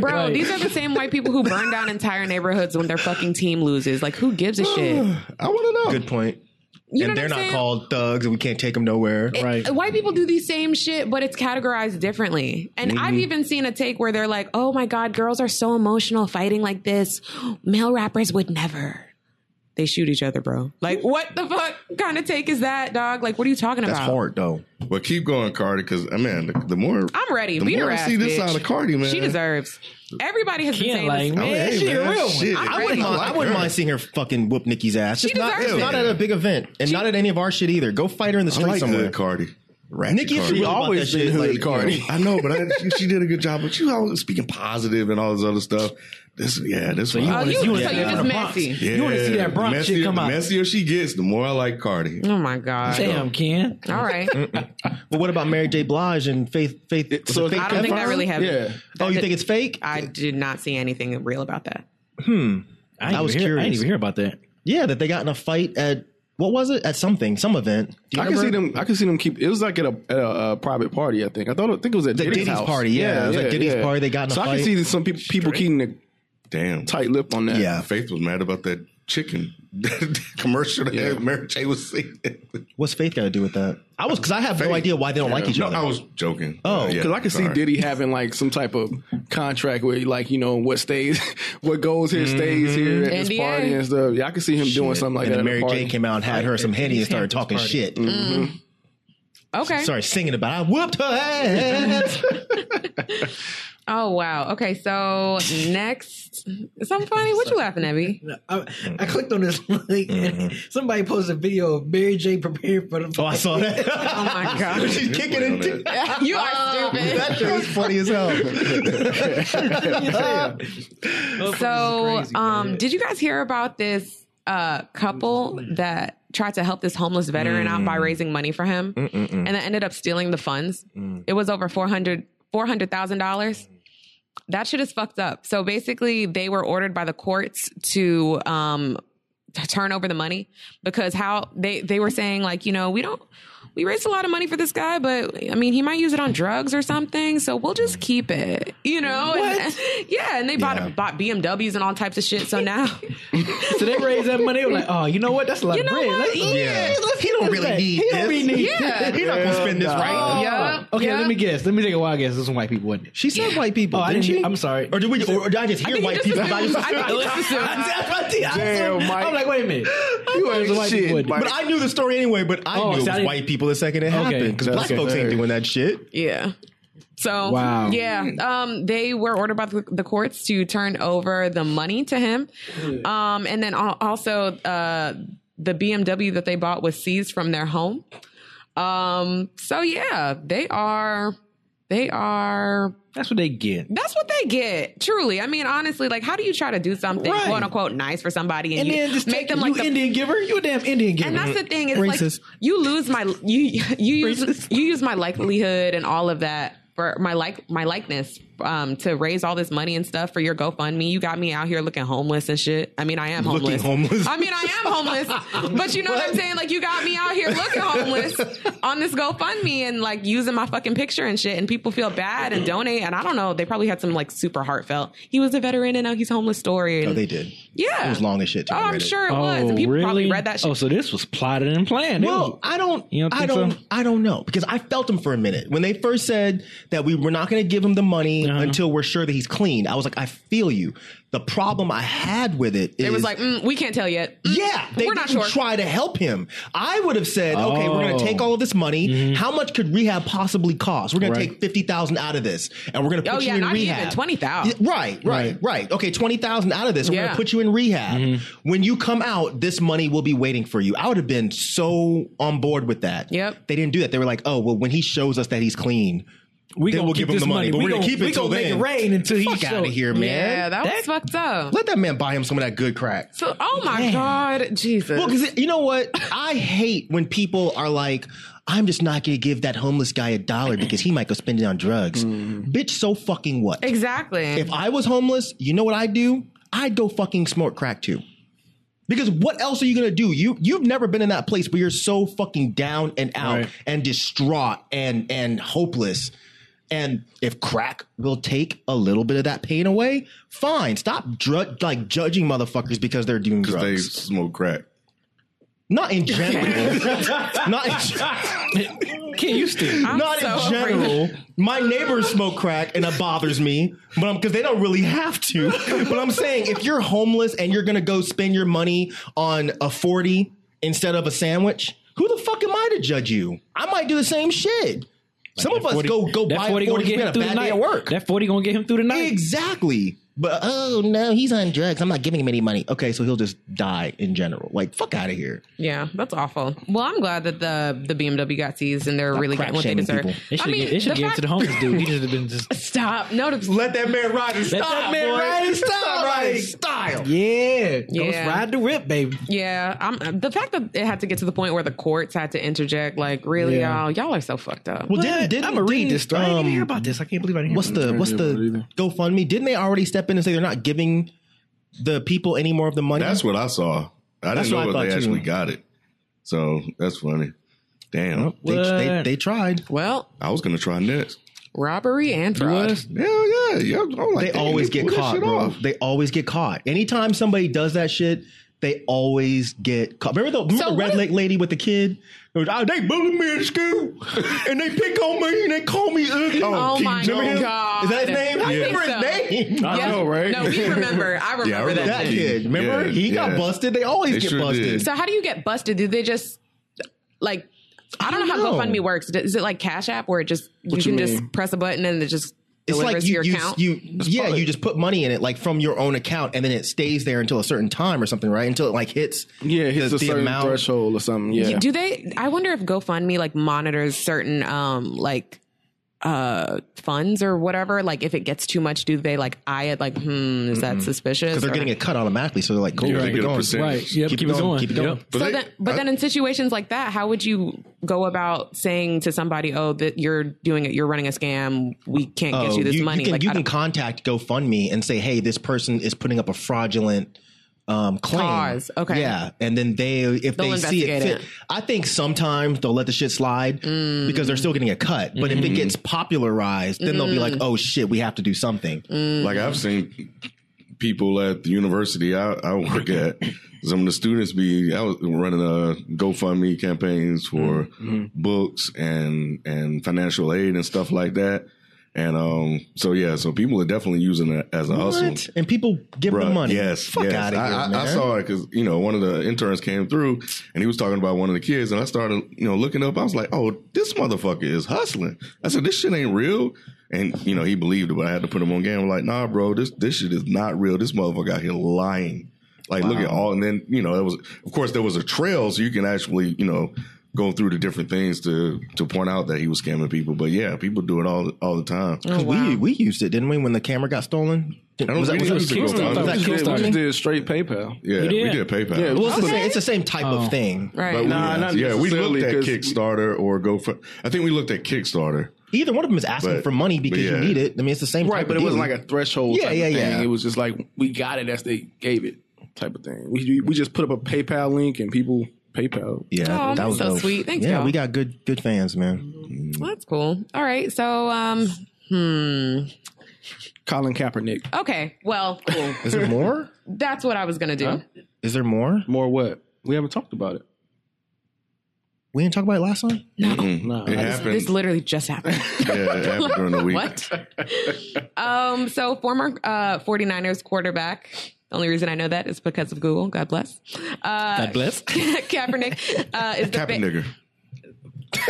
Speaker 1: Bro,
Speaker 4: right.
Speaker 1: these are the same white people who burn down entire neighborhoods when their fucking team loses. Like, who gives a shit? You
Speaker 7: I want to know.
Speaker 6: Good point.
Speaker 1: know
Speaker 6: and
Speaker 1: what
Speaker 6: they're
Speaker 1: I'm
Speaker 6: not
Speaker 1: saying?
Speaker 6: called thugs, and we can't take them nowhere.
Speaker 4: Right.
Speaker 1: White people do the same shit, but it's categorized differently. And I've even seen a take where they're like, "Oh my god, girls are so emotional fighting like this. Male rappers would never." They shoot each other, bro. Like, what the fuck kind of take is that, dog? Like, what are you talking
Speaker 6: That's
Speaker 1: about?
Speaker 6: hard though.
Speaker 7: But keep going, Cardi, because man, the, the more
Speaker 1: I'm ready.
Speaker 7: the
Speaker 1: Beat
Speaker 7: more
Speaker 1: her
Speaker 7: I
Speaker 1: ass,
Speaker 7: see this
Speaker 1: bitch.
Speaker 7: side of Cardi, man,
Speaker 1: She deserves. Everybody has been
Speaker 4: Ken,
Speaker 1: saying
Speaker 4: like,
Speaker 1: this.
Speaker 4: man,
Speaker 7: hey,
Speaker 4: she a
Speaker 7: man,
Speaker 4: real
Speaker 7: shit.
Speaker 4: one.
Speaker 6: I
Speaker 7: Right.
Speaker 6: wouldn't,
Speaker 7: I
Speaker 6: mind,
Speaker 7: like
Speaker 6: I wouldn't
Speaker 7: her.
Speaker 6: mind seeing her fucking whoop Nikki's ass. Just not,
Speaker 1: deserves
Speaker 6: it's
Speaker 1: it.
Speaker 6: not at a big event and not at any of our shit either. Go fight her in the
Speaker 7: I
Speaker 6: street
Speaker 7: like
Speaker 6: somewhere.
Speaker 7: hood Cardi. Ratchet
Speaker 6: Nikki, if
Speaker 7: Cardi.
Speaker 6: you really
Speaker 5: always
Speaker 6: always
Speaker 5: been
Speaker 6: that shit,
Speaker 5: hood
Speaker 6: like,
Speaker 5: Cardi.
Speaker 6: you know,
Speaker 7: I know, but I, she, she did a good job. But you always speaking positive and all this other stuff. This, yeah, this one.
Speaker 1: Oh,
Speaker 4: wanna-
Speaker 1: you,
Speaker 4: you wanna
Speaker 1: so
Speaker 4: see
Speaker 1: you just
Speaker 4: that in the Bronx.
Speaker 1: messy.
Speaker 7: yeah,
Speaker 4: you wanna see that Bronx
Speaker 7: messier,
Speaker 4: shit come out.
Speaker 7: The messier she gets, the more I like Cardi.
Speaker 1: Oh my god.
Speaker 4: Damn, Ken.
Speaker 1: All right.
Speaker 6: But what about Mary J. Blige and Faith? Faith? was
Speaker 5: so
Speaker 6: it Faith
Speaker 1: I don't think that
Speaker 6: Dunbar?
Speaker 1: really happened.
Speaker 5: Yeah.
Speaker 1: That
Speaker 6: Oh, you
Speaker 1: did-
Speaker 6: think it's fake?
Speaker 1: I did not see anything real about that.
Speaker 4: I, ain't
Speaker 6: I was
Speaker 4: even hear, I didn't
Speaker 6: curious.
Speaker 4: even hear about that.
Speaker 6: yeah, that they got in a fight at what was it? At something, some event. Do you
Speaker 5: I can see
Speaker 6: remember?
Speaker 5: them. I can see them keep. It was like at a, at a uh, private party. I think. I thought. I think it was at
Speaker 6: The
Speaker 5: Diddy's,
Speaker 6: Diddy's
Speaker 5: house.
Speaker 6: party, yeah. It was at Diddy's party, they got in a
Speaker 5: so I
Speaker 6: fight.
Speaker 5: can see that some people people keeping a
Speaker 7: Damn.
Speaker 5: tight lip on that.
Speaker 6: Yeah.
Speaker 7: Faith was mad about that chicken commercial that
Speaker 5: Yeah.
Speaker 7: Mary J was seeing.
Speaker 6: What's Faith got to do with that? I was because I have no
Speaker 7: Faith.
Speaker 6: idea why they don't like each
Speaker 7: no,
Speaker 6: other.
Speaker 7: I was joking.
Speaker 6: Oh,
Speaker 7: yeah,
Speaker 5: Because I can see
Speaker 7: sorry.
Speaker 5: Diddy having like some type of contract where, like, you know, what stays, what goes here stays here at this
Speaker 1: NDA.
Speaker 5: party and stuff. Yeah, I can see him doing something like
Speaker 6: Mm-hmm. and
Speaker 5: that.
Speaker 6: then
Speaker 5: at a
Speaker 6: Mary
Speaker 5: party.
Speaker 6: J. came out and had her some henny and started talking shit.
Speaker 1: Okay.
Speaker 6: Sorry, singing about. I whooped her ass.
Speaker 1: Oh wow. Okay. So next, something funny. What you laughing at, B?
Speaker 4: I, I clicked on this link and somebody posted a video of Mary J preparing for the
Speaker 6: oh, I saw that.
Speaker 1: Oh my god. Oh.
Speaker 6: She's kicking
Speaker 7: Wait on
Speaker 6: it.
Speaker 7: that.
Speaker 1: you are stupid.
Speaker 6: That shit was funny as hell.
Speaker 1: So, um, did you guys hear about this uh couple that tried to help this homeless veteran out by raising money for him, and that ended up stealing the funds? It was over four hundred four hundred thousand dollars. That shit is fucked up. So basically, they were ordered by the courts to um turn over the money because how they they were saying like you know we don't we raised a lot of money for this guy but i mean he might use it on drugs or something so we'll just keep it you know And- yeah and they bought
Speaker 6: Yeah.
Speaker 1: bought bmws and all types of shit so now
Speaker 4: So they raised that money. They were like, oh, you know what? That's a lot
Speaker 1: You
Speaker 4: of
Speaker 1: know
Speaker 4: bread.
Speaker 1: what?
Speaker 4: Let's-
Speaker 6: Yeah.
Speaker 4: let's-
Speaker 6: He don't
Speaker 4: let's
Speaker 6: really
Speaker 4: like-
Speaker 6: need
Speaker 4: He don't
Speaker 6: this.
Speaker 4: really need
Speaker 1: Yeah.
Speaker 4: this.
Speaker 6: He's not gonna spend this right.
Speaker 1: Yeah.
Speaker 4: Okay,
Speaker 1: Yeah.
Speaker 4: let me guess. Let me take a wild guess. This is white people, wasn't it?
Speaker 6: She said white people.
Speaker 4: Oh, I
Speaker 6: didn't
Speaker 4: didn't-
Speaker 6: she?
Speaker 4: I'm sorry.
Speaker 6: Or did we? Or, or did I just hear
Speaker 1: think you
Speaker 6: white
Speaker 1: just
Speaker 6: people?
Speaker 1: assumed-
Speaker 6: I just
Speaker 1: I
Speaker 6: assumed-
Speaker 1: just assumed.
Speaker 5: Damn, Mike.
Speaker 4: I'm like, wait a minute.
Speaker 5: You
Speaker 4: It was
Speaker 5: ain't
Speaker 4: a white
Speaker 5: shit,
Speaker 4: people, wasn't it?
Speaker 5: Mike.
Speaker 6: But I knew the story anyway. But I
Speaker 4: Oh, so I
Speaker 6: knew it was
Speaker 4: didn't-
Speaker 6: white people the second it happened because
Speaker 4: that's
Speaker 6: black
Speaker 4: okay.
Speaker 6: folks ain't doing that shit.
Speaker 1: Yeah. So
Speaker 4: Wow.
Speaker 1: yeah, um, they were ordered by the the courts to turn over the money to him, um, and then al- also uh, the BMW that they bought was seized from their home. Um, so yeah, they are, they are.
Speaker 4: That's what they get.
Speaker 1: That's what they get. Truly, I mean, honestly, like, how do you try to do something
Speaker 4: Right.
Speaker 1: quote unquote nice for somebody and,
Speaker 4: And
Speaker 1: you
Speaker 4: then just
Speaker 1: make them like
Speaker 4: you
Speaker 1: the
Speaker 4: Indian giver. You a damn Indian giver.
Speaker 1: and that's the thing. It's
Speaker 6: Mm-hmm. Racist.
Speaker 1: like you lose my you you use you use my likelihood and all of that for my like my likeness um to raise all this money and stuff for your GoFundMe. You got me out here looking homeless and shit. I mean, I am
Speaker 6: Looking
Speaker 1: homeless.
Speaker 6: homeless.
Speaker 1: I mean, I am homeless. but you know what? I'm saying? Like you got me out here looking homeless on this GoFundMe and like using my fucking picture and shit and people feel bad and donate and I don't know, they probably had some like super heartfelt. He was a veteran and now he's homeless story.
Speaker 6: Oh,
Speaker 1: And,
Speaker 6: they did.
Speaker 1: yeah.
Speaker 6: It was long as shit. too,
Speaker 1: Oh,
Speaker 6: I
Speaker 1: I'm
Speaker 6: read it.
Speaker 1: sure it
Speaker 4: oh,
Speaker 1: was. And people
Speaker 4: really?
Speaker 1: probably read that shit.
Speaker 4: Oh, so this was plotted and planned. It
Speaker 6: Well,
Speaker 4: was-
Speaker 6: I don't.
Speaker 4: You don't
Speaker 6: I
Speaker 4: think
Speaker 6: don't.
Speaker 4: so?
Speaker 6: I don't know because I felt him for a minute when they first said that we were not going to give him the money
Speaker 4: Uh-huh.
Speaker 6: until we're sure that he's clean. I was like, I feel you. The problem I had with it is
Speaker 1: It was like, mm, we can't tell yet. Mm,
Speaker 6: Yeah, they
Speaker 1: we're
Speaker 6: didn't
Speaker 1: not sure.
Speaker 6: try to help him. I would have said, okay, we're going
Speaker 4: Oh. Mm-hmm.
Speaker 6: to take all of this money. How much could rehab possibly cost? We're going
Speaker 4: Right.
Speaker 6: to take fifty thousand out of this, and we're going to put
Speaker 1: Oh,
Speaker 6: you
Speaker 1: yeah,
Speaker 6: in
Speaker 1: not
Speaker 6: rehab.
Speaker 1: even 20,000.
Speaker 6: Yeah, Right, right, right. Okay, twenty thousand out of this. We're
Speaker 1: Yeah.
Speaker 6: going to put you in rehab.
Speaker 4: Mm-hmm.
Speaker 6: When you come out, this money will be waiting for you. I would have been so on board with that.
Speaker 1: Yep.
Speaker 6: They didn't do that. They were like, oh, well, when he shows us that he's clean,
Speaker 4: we
Speaker 6: then
Speaker 4: gonna
Speaker 6: we'll
Speaker 4: keep
Speaker 6: give him
Speaker 4: this
Speaker 6: the money, but
Speaker 4: We
Speaker 6: we're gonna
Speaker 4: gonna-
Speaker 6: keep it
Speaker 4: We
Speaker 6: till
Speaker 4: gonna make it
Speaker 6: then.
Speaker 4: rain until he
Speaker 6: fuck out
Speaker 4: shows-
Speaker 6: of here, man.
Speaker 1: Yeah, that was
Speaker 4: That-
Speaker 1: fucked up.
Speaker 6: Let that man buy him some of that good crack.
Speaker 1: So, oh my
Speaker 4: Damn.
Speaker 1: God, Jesus.
Speaker 6: Well, because you know what? I hate when people are like, I'm just not going to give that homeless guy a dollar because he might go spend it on drugs. Bitch, so fucking what?
Speaker 1: exactly.
Speaker 6: If I was homeless, you know what I'd do? I'd go fucking snort crack too. Because what else are you gonna do? You you've never been in that place where you're so fucking down and out
Speaker 4: Right.
Speaker 6: and distraught and and hopeless. And if crack will take a little bit of that pain away, fine. Stop drug like judging motherfuckers because they're doing drugs.
Speaker 7: They smoke crack.
Speaker 6: Not in general. not in,
Speaker 4: Can you still?
Speaker 1: I'm
Speaker 6: not
Speaker 1: so
Speaker 6: in general. My neighbors smoke crack, and it bothers me. But I'm because they don't really have to. But I'm saying if you're homeless and you're gonna go spend your money on a forty instead of a sandwich, who the fuck am I to judge you? I might do the same shit. Some of us go go
Speaker 4: That
Speaker 6: buy
Speaker 4: 40
Speaker 6: a
Speaker 4: gonna
Speaker 6: forty.
Speaker 4: get
Speaker 6: We had
Speaker 4: him
Speaker 6: a
Speaker 4: through the
Speaker 6: bad day
Speaker 4: night.
Speaker 6: at work.
Speaker 4: That 40 gonna get him through the night.
Speaker 6: Exactly. But oh no, he's on drugs. I'm not giving him any money. Okay, so he'll just die in general. Like fuck out of here.
Speaker 1: yeah, that's awful. Well, I'm glad that the, the BMW got seized and they're really
Speaker 6: crack
Speaker 1: getting what they
Speaker 6: shaming
Speaker 1: deserve.
Speaker 6: people.
Speaker 1: I
Speaker 4: They should
Speaker 1: mean,
Speaker 4: get, it should
Speaker 1: the
Speaker 4: give it
Speaker 1: fact-
Speaker 4: to the homeless dude. He should have been just.
Speaker 1: Stop. No, to-
Speaker 6: Let that man ride in style.
Speaker 4: that man
Speaker 6: boy.
Speaker 4: ride in style,
Speaker 6: Style ride in
Speaker 4: like-
Speaker 6: style.
Speaker 4: Yeah,
Speaker 1: Yeah.
Speaker 4: Ghost ride the rip, baby.
Speaker 1: yeah. I'm, the fact that it had to get to the point where the courts had to interject, like, really,
Speaker 4: Yeah.
Speaker 1: y'all, y'all are so fucked up.
Speaker 6: Well, didn't, didn't
Speaker 4: I'm gonna read
Speaker 6: didn't,
Speaker 4: this story. I didn't even hear
Speaker 6: Um,
Speaker 4: about this. I can't believe I didn't.
Speaker 6: what's
Speaker 4: hear about
Speaker 6: the
Speaker 5: hear
Speaker 6: what's
Speaker 5: about it
Speaker 6: the
Speaker 5: either.
Speaker 6: GoFundMe? Didn't they already step in and say they're not giving the people any more of the money?
Speaker 7: That's what I saw. I
Speaker 6: That's
Speaker 7: didn't
Speaker 6: what
Speaker 7: know
Speaker 6: I
Speaker 7: if they
Speaker 6: thought, too.
Speaker 7: actually got it. So that's funny. Damn.
Speaker 6: they, they,
Speaker 4: What?
Speaker 6: they tried.
Speaker 1: Well,
Speaker 7: I was gonna try next.
Speaker 1: robbery and
Speaker 4: it.
Speaker 1: fraud.
Speaker 4: What?
Speaker 7: Hell yeah. yeah I'm like,
Speaker 6: They
Speaker 7: damn,
Speaker 6: always
Speaker 7: pull
Speaker 6: get
Speaker 7: that
Speaker 6: caught,
Speaker 7: shit
Speaker 6: bro.
Speaker 7: off.
Speaker 6: They always get caught. Anytime somebody does that shit, they always get caught. Remember the, remember
Speaker 1: So
Speaker 6: the
Speaker 1: what
Speaker 6: red
Speaker 1: if-
Speaker 6: leg lady with the kid? It was, "Oh, they bully me in school, and they pick on me, and they call me ugly.
Speaker 1: Oh,
Speaker 7: Keith
Speaker 1: my
Speaker 7: Jones.
Speaker 1: God.
Speaker 6: Is that his name?
Speaker 1: I
Speaker 6: I
Speaker 1: think
Speaker 6: remember
Speaker 1: so.
Speaker 6: his name.
Speaker 5: I
Speaker 1: Yeah.
Speaker 5: know, right?
Speaker 1: No, we remember. I remember,
Speaker 7: Yeah, I
Speaker 1: that.
Speaker 7: remember
Speaker 6: that
Speaker 7: Yeah.
Speaker 6: kid. Remember?
Speaker 7: Yeah,
Speaker 6: he got
Speaker 7: yeah.
Speaker 6: busted. They always
Speaker 7: They
Speaker 6: get
Speaker 7: sure
Speaker 6: busted.
Speaker 7: did.
Speaker 1: So how do you get busted? Do they just like I don't know how
Speaker 6: don't know.
Speaker 1: GoFundMe works. Is it like Cash App where it just you
Speaker 5: What
Speaker 1: can
Speaker 5: you mean?
Speaker 1: just press a button and it just
Speaker 6: It's
Speaker 1: delivers
Speaker 6: like
Speaker 1: to
Speaker 6: you,
Speaker 1: your
Speaker 6: you,
Speaker 1: account?
Speaker 6: you yeah, you just put money in it like from your own account, and then it stays there until a certain time or something, right? Until it like hits,
Speaker 5: Yeah, it hits a certain threshold or something. Yeah.
Speaker 1: Do they I wonder if GoFundMe like monitors certain um like uh funds or whatever like if it gets too much do they like eye it like hmm is that suspicious
Speaker 6: because they're
Speaker 1: Or-
Speaker 6: getting it cut automatically. So they're like, cool,
Speaker 7: Yeah, they
Speaker 6: keep
Speaker 7: get
Speaker 6: it
Speaker 7: a
Speaker 6: going,
Speaker 7: percentage.
Speaker 4: Right. Yep. Keep, it going.
Speaker 6: keep it going.
Speaker 4: Yep.
Speaker 7: But
Speaker 1: so
Speaker 7: they-
Speaker 1: then, but then in situations like that, how would you go about saying to somebody, "Oh, that you're doing it, you're running a scam. We can't get
Speaker 6: Oh,
Speaker 1: you this money."
Speaker 6: can,
Speaker 1: like,
Speaker 6: you
Speaker 1: I
Speaker 6: can
Speaker 1: don't-
Speaker 6: contact GoFundMe and say, hey, this person is putting up a fraudulent um, claim.
Speaker 1: Cause, okay.
Speaker 6: Yeah, and then they if
Speaker 1: They'll
Speaker 6: they see it,
Speaker 1: investigate
Speaker 6: fit,
Speaker 1: it. Mm.
Speaker 6: I think sometimes they'll let the shit slide because they're still getting a cut. But
Speaker 1: Mm-hmm.
Speaker 6: if it gets popularized, then they'll be like,
Speaker 1: Mm.
Speaker 6: oh shit, we have to do something.
Speaker 7: Like I've seen people at the university I, I work at, some of the students be I was running a GoFundMe campaigns for
Speaker 6: Mm-hmm.
Speaker 7: books and and financial aid and stuff like that. And um, so yeah, so people are definitely using it as a hustle.
Speaker 6: What? And people give
Speaker 7: Bruh,
Speaker 6: them money.
Speaker 7: Yes,
Speaker 6: fuck
Speaker 7: yes.
Speaker 6: out of
Speaker 7: I,
Speaker 6: here,
Speaker 7: I,
Speaker 6: man.
Speaker 7: I saw it because you know one of the interns came through and he was talking about one of the kids, and I started you know looking up. I was like, oh, this motherfucker is hustling. I said, this shit ain't real. And you know he believed it, but I had to put him on game. I'm like, nah, bro, this this shit is not real. This motherfucker out here lying. Like, look at all, and then you know it was. Of course, there was a trail, so you can actually you know go through the different things to to point out that he was scamming people. But yeah, people do it all all the time.
Speaker 1: Oh,
Speaker 6: 'Cause we we used it, didn't we? When the camera got stolen,
Speaker 7: don't
Speaker 6: was that,
Speaker 7: think
Speaker 6: was
Speaker 7: we used
Speaker 6: that-
Speaker 7: it.
Speaker 6: was
Speaker 7: Kickstarter.
Speaker 6: that
Speaker 5: We just
Speaker 6: Kickstarter?
Speaker 5: did straight PayPal.
Speaker 7: Yeah, we
Speaker 4: did?
Speaker 7: did PayPal.
Speaker 5: Yeah,
Speaker 6: Well, it's, the same, it's the same type of thing.
Speaker 1: Right.
Speaker 7: But
Speaker 5: Nah,
Speaker 7: we,
Speaker 5: not
Speaker 7: yeah, we
Speaker 5: necessarily,
Speaker 7: looked at
Speaker 5: 'cause-
Speaker 7: Kickstarter or GoFund. I think we looked at Kickstarter.
Speaker 6: Either one of them is asking
Speaker 7: But-
Speaker 6: for money because
Speaker 7: but yeah.
Speaker 6: you need it. I mean, it's the same.
Speaker 5: Right,
Speaker 6: type
Speaker 5: but it
Speaker 6: of
Speaker 5: wasn't
Speaker 6: deal.
Speaker 5: like a threshold.
Speaker 6: Yeah,
Speaker 5: type
Speaker 6: yeah,
Speaker 5: of thing.
Speaker 6: yeah.
Speaker 5: It was just like we got it as they gave it type of thing. We we just put up a PayPal link and people PayPal.
Speaker 6: Yeah,
Speaker 1: Oh, that's so
Speaker 6: dope.
Speaker 1: sweet. Thanks,
Speaker 6: Yeah,
Speaker 1: y'all.
Speaker 6: we got good good fans, man.
Speaker 1: Well, that's cool. All right. So, um, hmm.
Speaker 5: Colin Kaepernick.
Speaker 1: Okay. Well, cool.
Speaker 6: Is there more?
Speaker 1: that's what I was gonna do.
Speaker 6: Is there more?
Speaker 5: More what? We haven't talked about it.
Speaker 6: We didn't talk about it last time.
Speaker 5: No,
Speaker 7: It
Speaker 5: I just-
Speaker 7: happened.
Speaker 1: This literally just happened.
Speaker 7: yeah, it happened during the week.
Speaker 1: What? um, so former uh 49ers quarterback. The only reason I know that is because of Google. God bless. Uh, God
Speaker 6: bless.
Speaker 1: Kaepernick uh, is the
Speaker 7: Happy
Speaker 1: fa-
Speaker 7: nigger.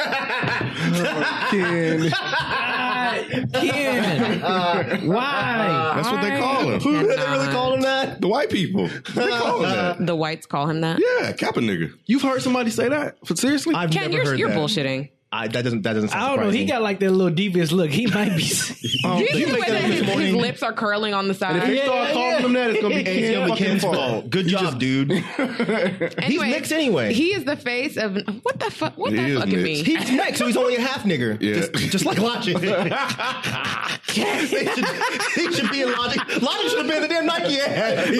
Speaker 4: Uh, Why?
Speaker 7: That's what they call him.
Speaker 1: Who-
Speaker 6: Did they really call him that?
Speaker 7: The white people. They call him that.
Speaker 1: the whites call him that.
Speaker 7: Yeah, Kappa nigger.
Speaker 5: You've heard somebody say that? For seriously?
Speaker 6: I've
Speaker 1: Ken,
Speaker 6: never
Speaker 1: you're
Speaker 6: heard
Speaker 1: you're
Speaker 6: that.
Speaker 1: bullshitting.
Speaker 6: I, that doesn't that doesn't. Sound
Speaker 4: I don't know. Oh, He
Speaker 6: surprising.
Speaker 4: got like that little devious look. He might
Speaker 1: Do
Speaker 4: be.
Speaker 1: you see the way that his,
Speaker 6: morning.
Speaker 1: his lips are curling on the side?
Speaker 5: if you start calling him that, it's gonna be
Speaker 6: It's gonna
Speaker 5: Ken's fucking
Speaker 6: be Ken's
Speaker 5: fault.
Speaker 6: fault. Good job, dude.
Speaker 1: Anyway,
Speaker 6: mixed anyway.
Speaker 1: He is the face of what the fuck? What
Speaker 7: He
Speaker 1: that
Speaker 7: is
Speaker 1: fucking
Speaker 7: mixed.
Speaker 1: mean?
Speaker 6: He's next, so he's only a half nigger.
Speaker 7: Yeah.
Speaker 6: Just, just like Logic. he, should, he should be in Logic. Logic should have been in the damn Nike ad.
Speaker 7: He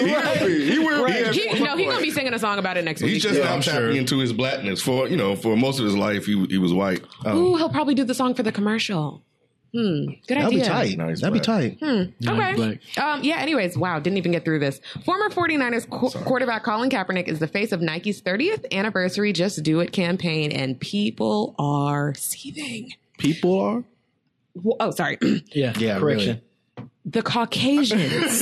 Speaker 7: will be.
Speaker 1: He, no, he's gonna be singing a song about it next week.
Speaker 7: He's just now tapping into his blackness. For you know, for most of his life, he he was white.
Speaker 1: Ooh, he'll probably do the song for the commercial. Hmm. Good
Speaker 6: That'd
Speaker 1: idea. Hmm.
Speaker 6: be tight.
Speaker 7: Nice
Speaker 6: That'd be
Speaker 7: black.
Speaker 6: tight.
Speaker 1: Okay. Um, yeah, anyways, wow, didn't even get through this. Former 49ers qu- quarterback Colin Kaepernick is the face of Nike's 30th anniversary Just Do It campaign, and people are seething.
Speaker 5: People are?
Speaker 1: Wh- Oh, sorry.
Speaker 4: Yeah.
Speaker 6: Yeah,
Speaker 4: Correction.
Speaker 1: The Caucasians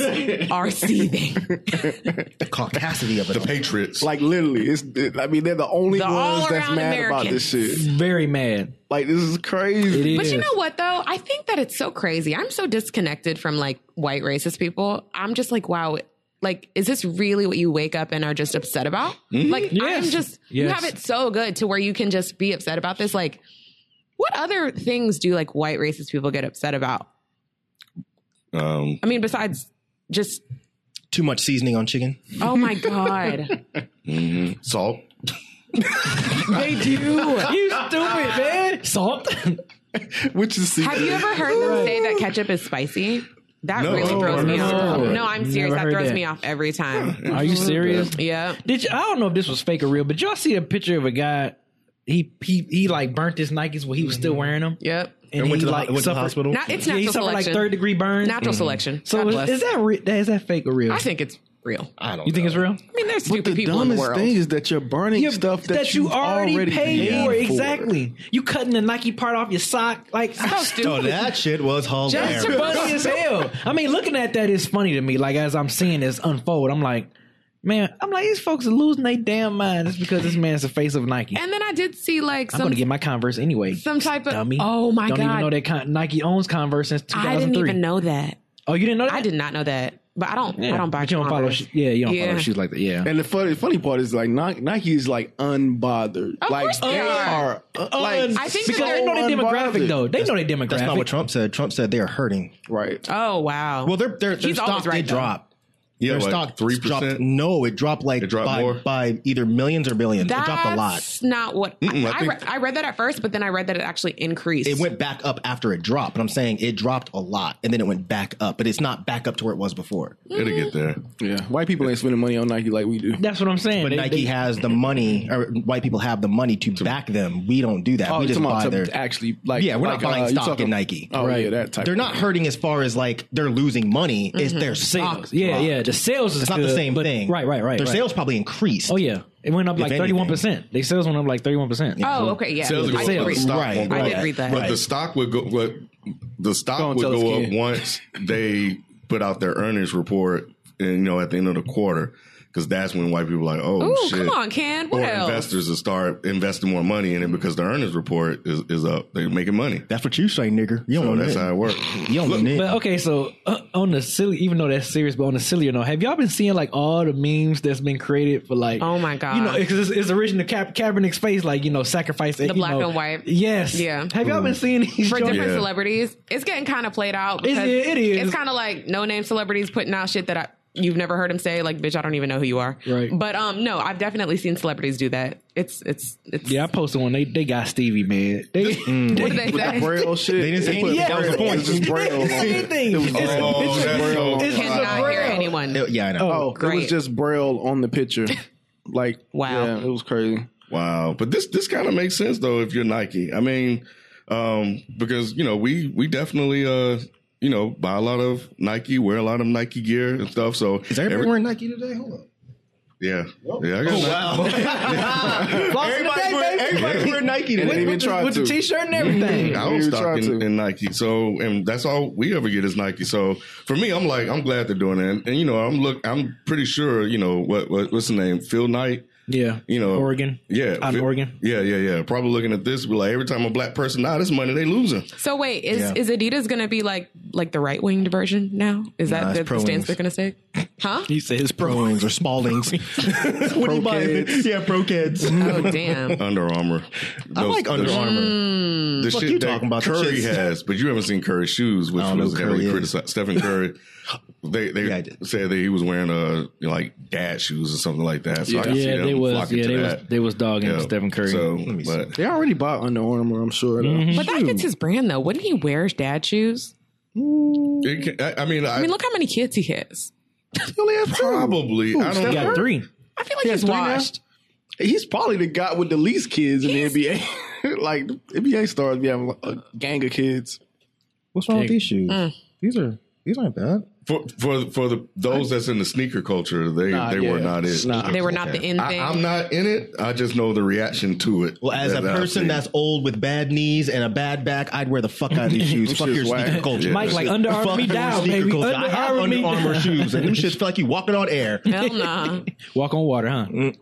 Speaker 1: are seething.
Speaker 6: The caucasity of it.
Speaker 7: The
Speaker 6: all.
Speaker 7: Patriots.
Speaker 5: Like literally, it's. It, I mean, they're the only
Speaker 1: The
Speaker 5: ones that's
Speaker 1: all-around
Speaker 5: mad about this shit.
Speaker 4: Very mad.
Speaker 5: Like this is
Speaker 4: It
Speaker 5: crazy.
Speaker 4: is.
Speaker 1: But you know what though? I think that it's so crazy. I'm so disconnected from like white racist people. I'm just like, wow, like is this really what you wake up and are just upset about? Like I'm
Speaker 4: Mm-hmm. Yes.
Speaker 1: just you
Speaker 4: Yes.
Speaker 1: have it so good to where you can just be upset about this. Like, what other things do like white racist people get upset about?
Speaker 7: Um,
Speaker 1: I mean, besides just
Speaker 6: Too much seasoning on chicken.
Speaker 1: oh my god,
Speaker 7: salt.
Speaker 4: They do. you stupid man. Salt.
Speaker 5: Which is
Speaker 1: have you ever heard them say that ketchup is spicy? That
Speaker 7: No.
Speaker 1: really throws me off.
Speaker 7: No.
Speaker 1: No, I'm serious. That
Speaker 4: heard
Speaker 1: throws
Speaker 4: that.
Speaker 1: me off every time.
Speaker 4: Are you serious?
Speaker 1: Yeah.
Speaker 4: Did you, I don't know if this was fake or real, but y'all see a picture of a guy. He he he like burnt his Nikes while he was still wearing them,
Speaker 1: Yep.
Speaker 4: Mm-hmm. and,
Speaker 6: And went
Speaker 4: he
Speaker 6: to the-
Speaker 4: like
Speaker 6: went to the
Speaker 4: suffered-
Speaker 6: hospital?
Speaker 1: Not, it's
Speaker 4: Yeah,
Speaker 1: natural
Speaker 4: he suffered like
Speaker 1: selection.
Speaker 4: third degree burns.
Speaker 1: Natural selection.
Speaker 4: Mm-hmm. So
Speaker 1: God
Speaker 4: is,
Speaker 1: bless.
Speaker 4: is that re- that- is that fake or real?
Speaker 1: I think it's real. I
Speaker 6: I don't.
Speaker 4: you think
Speaker 6: know.
Speaker 4: it's real?
Speaker 1: mean, there's
Speaker 5: But
Speaker 1: stupid
Speaker 5: the
Speaker 1: people in the
Speaker 5: dumbest
Speaker 1: world.
Speaker 5: thing is that you're burning stuff that,
Speaker 4: you already, paid, for.
Speaker 5: for.
Speaker 4: Exactly. You cutting the Nike part off your sock like
Speaker 1: so
Speaker 6: Oh,
Speaker 1: stupid.
Speaker 6: that shit was
Speaker 4: That's
Speaker 6: hilarious.
Speaker 4: funny as hell. I mean, looking at that is funny to me. Like as I'm seeing this unfold, I'm like, man, I'm like these folks are losing their damn mind. It's because this man's the face of Nike.
Speaker 1: and then I did see like
Speaker 4: I'm
Speaker 1: some
Speaker 4: gonna get my Converse anyway.
Speaker 1: some type of
Speaker 4: Dummy.
Speaker 1: oh my
Speaker 4: Don't even know
Speaker 1: god.
Speaker 4: that Con- Nike owns Converse since
Speaker 1: I
Speaker 4: 2003.
Speaker 1: didn't even know that.
Speaker 4: Oh, you didn't know that?
Speaker 1: I did not know that. But I don't. I don't buy.
Speaker 4: But you don't follow.
Speaker 1: Converse.
Speaker 4: Sh- yeah, you don't
Speaker 1: Yeah.
Speaker 4: follow shoes like that. Yeah.
Speaker 5: And the funny, funny part is like Ni- Nike is like unbothered.
Speaker 1: Of
Speaker 5: like
Speaker 1: course they are.
Speaker 5: uh, like
Speaker 1: I think that
Speaker 5: so
Speaker 4: because they know their demographic
Speaker 5: unbothered.
Speaker 4: though. They know their demographic.
Speaker 6: That's not what Trump said. Trump said they are hurting.
Speaker 5: Right.
Speaker 1: Oh wow.
Speaker 6: Well, their their, their
Speaker 1: He's always
Speaker 6: stock
Speaker 1: right,
Speaker 6: did
Speaker 1: though.
Speaker 6: drop.
Speaker 7: Yeah,
Speaker 6: Their
Speaker 7: like
Speaker 6: stock
Speaker 7: 3%?
Speaker 6: dropped. No, it dropped like
Speaker 7: It dropped
Speaker 6: by,
Speaker 7: more?
Speaker 6: by either millions or billions.
Speaker 1: That's
Speaker 6: it dropped a lot.
Speaker 1: not what I-
Speaker 7: Mm-mm, I
Speaker 1: I,
Speaker 7: think-
Speaker 1: re- I read that at first, but then I read that it actually increased.
Speaker 6: It went back up after it dropped, but I'm saying it dropped a lot and then it went back up, but it's not back up to where it was before.
Speaker 7: It'll get there.
Speaker 5: Yeah, white people ain't spending money on Nike like we do.
Speaker 4: That's what I'm saying.
Speaker 6: But
Speaker 4: They-
Speaker 6: Nike
Speaker 4: they-
Speaker 6: has the money, or white people have the money to, back them. We don't do that.
Speaker 5: Oh,
Speaker 6: we
Speaker 5: you
Speaker 6: just
Speaker 5: talking
Speaker 6: buy
Speaker 5: about
Speaker 6: their.
Speaker 5: to actually like
Speaker 6: Yeah, we're
Speaker 5: like,
Speaker 6: not buying
Speaker 5: uh, you
Speaker 6: stock
Speaker 5: talking-
Speaker 6: in Nike.
Speaker 5: Oh yeah, that type.
Speaker 6: They're
Speaker 5: of-
Speaker 6: not hurting as far as like they're losing money. It's their
Speaker 4: Mm-hmm. sales.
Speaker 6: sales.
Speaker 4: Yeah, yeah. The sales is
Speaker 6: It's not
Speaker 4: good,
Speaker 6: the same
Speaker 4: but-
Speaker 6: thing.
Speaker 4: Right, right, right.
Speaker 6: Their
Speaker 4: right.
Speaker 6: sales probably increased.
Speaker 4: Oh yeah, it went up like
Speaker 6: anything.
Speaker 4: thirty one percent. They sales went up like thirty one percent.
Speaker 1: oh, okay, yeah.
Speaker 7: Sales are
Speaker 1: I
Speaker 7: going
Speaker 1: did
Speaker 7: up,
Speaker 1: read
Speaker 7: the stock
Speaker 1: that.
Speaker 6: Right,
Speaker 7: won't go
Speaker 1: I
Speaker 7: up.
Speaker 1: did read that.
Speaker 7: But the stock would go. But the
Speaker 5: Go
Speaker 7: stock
Speaker 5: on,
Speaker 7: would
Speaker 5: tell us,
Speaker 7: go up
Speaker 5: kid.
Speaker 7: once they put out their earnings report, and you know at the end of the quarter, because that's when white people are like, oh
Speaker 1: Ooh,
Speaker 7: shit.
Speaker 1: come on, Ken.
Speaker 7: Or
Speaker 1: What else?
Speaker 7: investors will start investing more money in it because the earnings report is, is up. They're making money.
Speaker 6: That's what you say, nigger. You don't
Speaker 7: So
Speaker 6: know
Speaker 7: that's
Speaker 6: that.
Speaker 7: how it works.
Speaker 6: You don't know that.
Speaker 4: But okay, so uh, on the silly, even though that's serious, but on the sillier note, have y'all been seeing like all the memes that's been created for like?
Speaker 1: Oh, my God.
Speaker 4: You know, because it's, it's original Cap Kaepernick's face, like you know, sacrifice the
Speaker 1: black and white.
Speaker 4: Yes,
Speaker 1: Yeah.
Speaker 4: Have y'all been seeing these?
Speaker 1: for
Speaker 4: joints?
Speaker 1: different
Speaker 7: Yeah.
Speaker 1: celebrities, it's getting kind of played out.
Speaker 4: It's-
Speaker 1: because
Speaker 4: it is.
Speaker 1: It's kind of like no name celebrities putting out shit that I, you've never heard them say. Like, bitch, I don't even know who you are.
Speaker 4: Right.
Speaker 1: But um, no, I've definitely seen celebrities do that. It's it's it's.
Speaker 4: Yeah, I posted one. They they got Stevie man. They,
Speaker 1: What do they say?
Speaker 5: braille shit.
Speaker 6: They didn't say
Speaker 5: put-
Speaker 6: anything.
Speaker 5: that was
Speaker 6: Yeah.
Speaker 5: the point. It's just braille.
Speaker 4: It's anything. It's-
Speaker 7: Oh,
Speaker 4: it's-
Speaker 7: that's so
Speaker 4: it's
Speaker 7: funny.
Speaker 4: just
Speaker 1: Cannot hear
Speaker 4: braille.
Speaker 1: anyone.
Speaker 6: It- yeah, I know.
Speaker 5: Oh, it
Speaker 1: Great.
Speaker 5: was just braille on the picture. Like
Speaker 1: Wow.
Speaker 5: yeah, it was crazy.
Speaker 7: Wow, but this this kind of makes sense though if you're Nike. I mean, um, because you know we we definitely uh you know buy a lot of Nike, wear a lot of Nike gear and stuff. So
Speaker 6: Is everybody wearing Nike today? Hold up.
Speaker 7: yeah, yeah.
Speaker 5: Oh,
Speaker 7: I got Nike.
Speaker 6: everybody's, wearing, everybody's wearing Nike
Speaker 5: They didn't
Speaker 6: today.
Speaker 5: even try
Speaker 4: with the
Speaker 5: to.
Speaker 4: t-shirt and everything.
Speaker 7: I
Speaker 5: We
Speaker 7: don't
Speaker 5: would
Speaker 7: stock
Speaker 5: try
Speaker 7: in,
Speaker 5: to.
Speaker 7: in Nike. So, and that's all we ever get is Nike. So, for me, I'm like, I'm glad they're doing that. And, and, you know, I'm look, I'm pretty sure, you know, what, what what's the name, Phil Knight.
Speaker 4: Yeah,
Speaker 7: You know,
Speaker 4: Oregon.
Speaker 7: Yeah,
Speaker 4: out of
Speaker 7: Phil-
Speaker 4: Oregon.
Speaker 7: Yeah, yeah, yeah. Probably looking at this, be like, every time a black person, nah, this money they losing.
Speaker 1: So wait, is
Speaker 6: Yeah.
Speaker 1: is Adidas gonna be like like the right winged version now? Is
Speaker 6: Nah,
Speaker 1: that
Speaker 6: it's
Speaker 1: the, the
Speaker 6: pro-wings.
Speaker 1: stance they're gonna take? Huh?
Speaker 4: He said his pro.
Speaker 6: Bruins or Spaldings. what do you buy?
Speaker 5: kids.
Speaker 6: Yeah, pro kids.
Speaker 1: Oh damn.
Speaker 7: Under Armour.
Speaker 6: I
Speaker 7: Those-
Speaker 6: like Under
Speaker 7: those-
Speaker 6: Armour.
Speaker 7: The
Speaker 6: Fuck
Speaker 7: shit
Speaker 6: you
Speaker 7: that
Speaker 6: talking about, them
Speaker 7: Curry
Speaker 6: shits.
Speaker 7: has, but you haven't seen Curry's shoes, which
Speaker 6: I don't know
Speaker 7: was
Speaker 6: who
Speaker 7: heavily
Speaker 6: Curry is.
Speaker 7: criticized. Stephen Curry, they they
Speaker 6: Yeah, I did.
Speaker 7: said that he was wearing uh you know, like dad shoes or something like that. So I can see
Speaker 4: Yeah,
Speaker 7: them
Speaker 4: they was.
Speaker 7: flocking
Speaker 4: Yeah,
Speaker 7: to
Speaker 4: they was.
Speaker 7: that.
Speaker 4: They was dogging
Speaker 7: Yeah.
Speaker 4: Stephen Curry.
Speaker 7: So,
Speaker 6: me
Speaker 7: but
Speaker 5: They already bought Under Armour. I'm sure. though.
Speaker 1: But that gets his brand though. Wouldn't he wear dad shoes?
Speaker 7: it can, I, I mean, I,
Speaker 1: I mean, look how many kids he has.
Speaker 7: probably. I don't
Speaker 4: he got
Speaker 7: know.
Speaker 4: three.
Speaker 1: I feel like
Speaker 5: He has
Speaker 1: he's
Speaker 5: three now?
Speaker 1: washed.
Speaker 5: He's probably the guy with the least kids in the NBA. like NBA stars, be having a gang of kids.
Speaker 6: What's wrong with these shoes?
Speaker 1: Mm.
Speaker 6: These are these aren't bad.
Speaker 7: For for for the those that's in the sneaker culture, they
Speaker 5: Nah,
Speaker 7: they were
Speaker 5: yeah.
Speaker 7: not it.
Speaker 5: Nah.
Speaker 1: They were not the in
Speaker 7: I,
Speaker 1: thing.
Speaker 7: I'm not in it. I just know the reaction to it.
Speaker 6: Well, as a
Speaker 7: that I've
Speaker 6: person
Speaker 7: seen.
Speaker 6: that's old with bad knees and a bad back, I'd wear the fuck out of these shoes. fuck
Speaker 5: shit's
Speaker 6: your
Speaker 5: whack.
Speaker 6: sneaker culture.
Speaker 7: Mike,
Speaker 6: That
Speaker 4: like,
Speaker 6: shit-
Speaker 4: Under Armour
Speaker 6: fuck
Speaker 4: me
Speaker 6: your
Speaker 4: down,
Speaker 6: sneaker
Speaker 4: baby.
Speaker 6: culture.
Speaker 4: Under
Speaker 6: I have
Speaker 4: Armour me
Speaker 6: Under Armour
Speaker 4: down.
Speaker 6: shoes, and them shits feel like you walking on air.
Speaker 1: Hell nah.
Speaker 4: Walk on water, huh?
Speaker 7: Mm.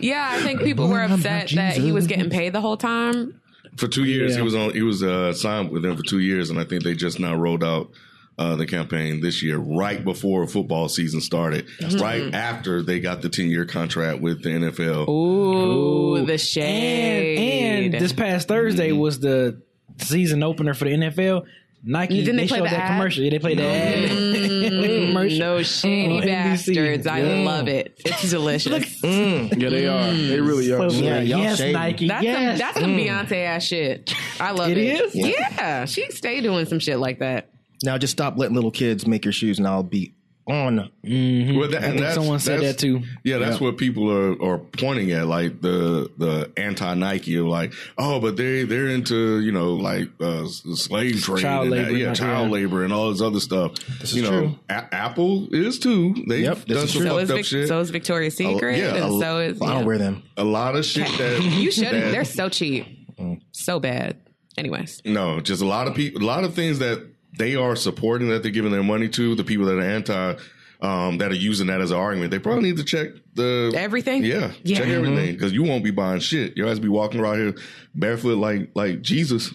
Speaker 1: Yeah, I think people were upset that he was getting paid the whole time.
Speaker 7: for two years. He was on. He was uh, signed with them for two years, and I think they just now rolled out uh, the campaign this year, right before football season started, right after they got the ten year contract with the NFL.
Speaker 1: Oh, Ooh, the
Speaker 4: And,
Speaker 1: shade.
Speaker 4: and this past Thursday
Speaker 7: Mm-hmm.
Speaker 4: was the season opener for the NFL. Nike.
Speaker 1: Didn't
Speaker 4: they,
Speaker 1: they play
Speaker 4: showed
Speaker 1: the Mm-hmm.
Speaker 4: that
Speaker 1: ad?
Speaker 4: commercial. Yeah, they played the ad. commercial.
Speaker 1: no shady
Speaker 4: on NBC.
Speaker 1: bastards. I
Speaker 4: Yeah.
Speaker 1: love it. It's delicious.
Speaker 5: Yeah, they are.
Speaker 1: Mm.
Speaker 5: They really are.
Speaker 4: So,
Speaker 6: Yeah, y'all
Speaker 4: yes,
Speaker 6: shady.
Speaker 4: Nike.
Speaker 1: That's
Speaker 4: yes. Mm.
Speaker 1: some, that's some Beyonce ass shit. I love
Speaker 4: It
Speaker 1: it.
Speaker 4: is?
Speaker 1: Yeah, she stay doing some shit like that.
Speaker 6: Now just stop letting little kids make your shoes, and I'll be on.
Speaker 7: Well, that- and that's-
Speaker 4: someone said
Speaker 7: that's-
Speaker 4: that too.
Speaker 7: Yeah, that's what people are, are pointing at, like the the anti Nike of like, oh, but they they're into you know like uh, s- slave trade,
Speaker 4: Child
Speaker 7: and that-
Speaker 4: labor,
Speaker 7: yeah,
Speaker 4: not-
Speaker 7: child
Speaker 4: yeah.
Speaker 7: labor, and all this other stuff.
Speaker 6: is
Speaker 7: you know,
Speaker 6: true.
Speaker 7: A- Apple is too. They've
Speaker 6: Yep, this
Speaker 7: done
Speaker 6: is
Speaker 7: some
Speaker 6: true.
Speaker 1: So
Speaker 7: fucked
Speaker 1: is,
Speaker 7: up
Speaker 1: Vic,
Speaker 7: shit.
Speaker 1: so is Victoria's Secret.
Speaker 7: yeah,
Speaker 1: and
Speaker 7: a-
Speaker 1: so is
Speaker 6: I don't
Speaker 1: yeah.
Speaker 6: wear them.
Speaker 7: a lot of shit that
Speaker 1: You shouldn't.
Speaker 7: that-
Speaker 1: They're so cheap,
Speaker 4: Mm.
Speaker 1: so bad. Anyways,
Speaker 7: No, just a lot of people, a lot of things that they are supporting that they're giving their money to. The people that are anti, um, that are using that as an argument, they probably need to check the
Speaker 1: Everything?
Speaker 7: Yeah,
Speaker 1: Yeah.
Speaker 7: check
Speaker 6: Mm-hmm.
Speaker 7: everything because you won't be buying shit. Your ass be walking around here barefoot like like Jesus.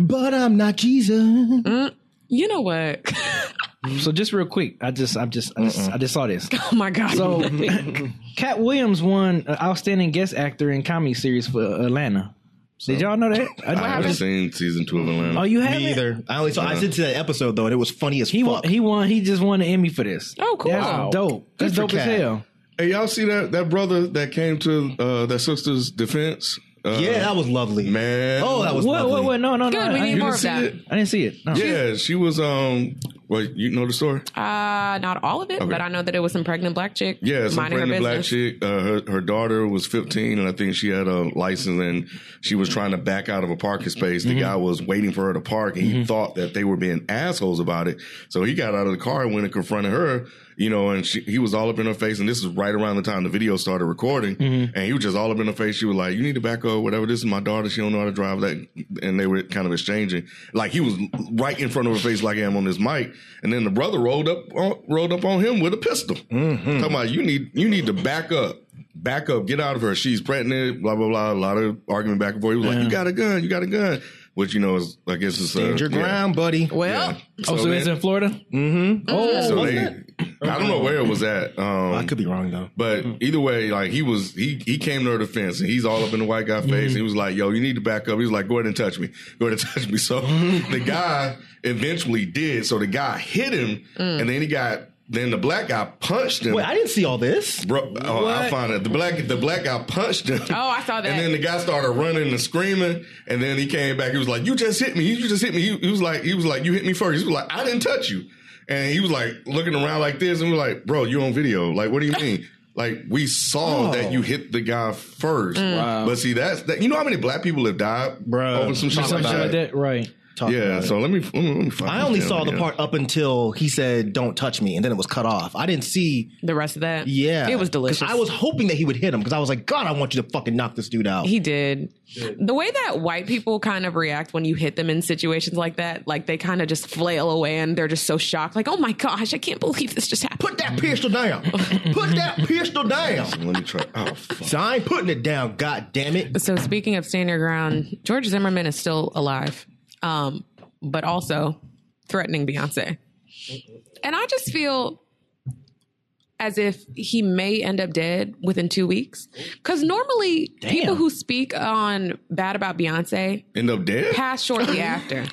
Speaker 6: But I'm not Jesus.
Speaker 1: you know what?
Speaker 4: So just real quick, I just, I just, I just, I just saw this.
Speaker 1: oh my god.
Speaker 4: So, Cat Williams won uh, Outstanding Guest Actor in Comedy Series for Atlanta.
Speaker 3: So,
Speaker 4: Did y'all know that? I- I
Speaker 7: I haven't
Speaker 4: just-
Speaker 7: seen season two of Atlanta.
Speaker 4: oh, you haven't?
Speaker 6: Me either. I only saw. I sent to that episode though, and it was funny as
Speaker 4: He won.
Speaker 6: fuck.
Speaker 4: He won. He just won an Emmy for this.
Speaker 1: Oh, cool.
Speaker 4: That's
Speaker 1: Wow.
Speaker 4: dope. That's
Speaker 6: for
Speaker 4: dope as
Speaker 6: Cat.
Speaker 4: hell.
Speaker 7: Hey, y'all see that that brother that came to uh, that sister's defense? Uh,
Speaker 6: yeah, that was lovely,
Speaker 7: man.
Speaker 6: Oh, that was
Speaker 4: What?
Speaker 6: lovely.
Speaker 4: What? What? No, no,
Speaker 1: Good,
Speaker 4: no.
Speaker 1: we
Speaker 4: I,
Speaker 1: need
Speaker 4: didn't-
Speaker 1: more of
Speaker 7: see
Speaker 1: that.
Speaker 7: it?
Speaker 4: I didn't see it. No.
Speaker 7: Yeah, she was. Um, well, you know the story.
Speaker 1: Uh, not all of it, but I know that it was some pregnant black chick.
Speaker 7: Yeah, some
Speaker 1: minding her
Speaker 7: pregnant black
Speaker 1: business.
Speaker 7: chick. Uh, her her daughter was 15, and I think she had a license, and she was trying to back out of a parking space.
Speaker 1: Mm-hmm.
Speaker 7: The guy was waiting for her to park, and he thought that they were being assholes about it. So he got out of the car and went and confronted her. You know, and she, he was all up in her face, and this is right around the time the video started recording,
Speaker 1: Mm-hmm.
Speaker 7: and he was just all up in her face. She was like, "You need to back up, whatever. Oh, This is my daughter. She don't know how to drive." That, and they were kind of exchanging, like he was right in front of her face, like I am on this mic. And then the brother rolled up, on, rolled up on him with a pistol.
Speaker 4: Mm-hmm.
Speaker 7: Talking about you need, you need to back up, back up, get out of her. She's pregnant. Blah blah blah. A lot of argument back and forth. He was like, "You got a gun. You got a gun." Which you know is, I guess, is
Speaker 6: Stand your ground, buddy.
Speaker 1: Well,
Speaker 4: Oh, so it's
Speaker 7: then-
Speaker 4: in Florida.
Speaker 7: so they, I don't know where it was at. Um,
Speaker 6: I could be wrong though.
Speaker 7: but either way, like he was, he he came to her defense, and he's all up in the white guy face. And he was like, "Yo, you need to back up." He was like, "Go ahead and touch me. Go ahead and touch me." So
Speaker 6: Mm-hmm.
Speaker 7: the guy eventually did. So the guy hit him, and then he got. Then the black guy punched him.
Speaker 6: Mm. Wait, I didn't see all this.
Speaker 7: Bro, oh, I found it. The black, the black guy punched him.
Speaker 1: Oh, I saw that.
Speaker 7: And then the guy started running and screaming. And then he came back. He was like, "You just hit me. You just hit me." He, he was like, "He was like, you hit me first. He was like, "I didn't touch you." And he was like looking around like this, and we are like, "Bro, you on video? Like, what do you mean?" Like we
Speaker 6: Oh.
Speaker 7: saw that you hit the guy first,
Speaker 1: Mm.
Speaker 7: but see that's that. You know how many black people have died
Speaker 6: Bruh.
Speaker 7: over some shit,
Speaker 4: Something
Speaker 7: like,
Speaker 4: like
Speaker 7: that?
Speaker 4: that, right?
Speaker 6: Talk
Speaker 7: Yeah.
Speaker 6: about it.
Speaker 7: So let me. Let me, let me find
Speaker 6: I only
Speaker 7: this
Speaker 6: saw the
Speaker 7: video.
Speaker 6: part up until he said, "Don't touch me," and then it was cut off. I didn't see.
Speaker 1: the rest of that.
Speaker 6: Yeah,
Speaker 1: It was
Speaker 6: 'Cause
Speaker 1: delicious.
Speaker 6: I was hoping that he would hit him because I was like, "God, I want you to fucking knock this dude out."
Speaker 1: He did. The way that white people kind of react when you hit them in situations like that, like they kind of just flail away and they're just so shocked, like, oh my gosh, I can't believe this just happened.
Speaker 6: Put that pistol down. Put that pistol down.
Speaker 7: Let me try. Oh, fuck.
Speaker 6: So I ain't putting it down. God damn it.
Speaker 1: So, speaking of stand your ground, George Zimmerman is still alive, um, but also threatening Beyonce. And I just feel as if he may end up dead within two weeks. Because normally, people who speak on bad about Beyonce
Speaker 7: End up dead.
Speaker 1: pass shortly after.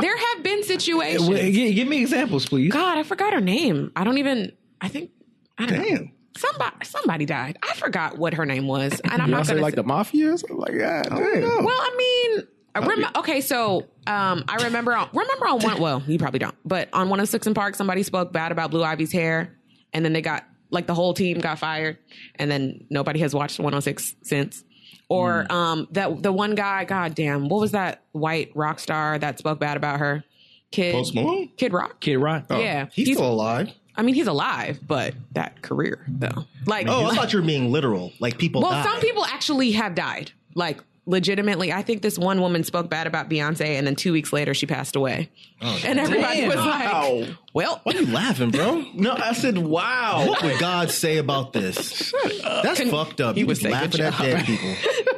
Speaker 1: There have been situations.
Speaker 4: Well, gi- give me examples, please.
Speaker 1: God, I forgot her name. I don't even. I think. I don't know.
Speaker 7: Damn.
Speaker 1: Somebody, somebody died. I forgot what her name was, and I'm
Speaker 5: I
Speaker 1: not
Speaker 5: say
Speaker 1: gonna.
Speaker 5: like
Speaker 1: say-
Speaker 5: the mafia or something like that.
Speaker 7: Damn.
Speaker 1: well, I mean, I rem- okay, so um, I remember on, remember on one. Well, you probably don't, but on 106 and Park, somebody spoke bad about Blue Ivy's hair, and then they got like the whole team got fired, and then nobody has watched 106 since. Or um, that the one guy, goddamn, what was that white rock star that spoke bad about her? Kid
Speaker 7: Post Malone?
Speaker 1: Kid Rock.
Speaker 4: Kid Rock.
Speaker 1: yeah,
Speaker 6: He's, still alive.
Speaker 1: I mean, he's alive, but that career though, like,
Speaker 6: Oh, I thought you were being literal. Like people.
Speaker 1: well,
Speaker 6: die.
Speaker 1: some people actually have died, like legitimately. I think this one woman spoke bad about Beyonce, and then two weeks later, she passed away, and everybody was like, "Well,
Speaker 6: Why are you laughing, bro? No, I said, wow. What would God say about this? That's fucked up. He was
Speaker 1: say,
Speaker 6: laughing
Speaker 1: good
Speaker 6: at dead people.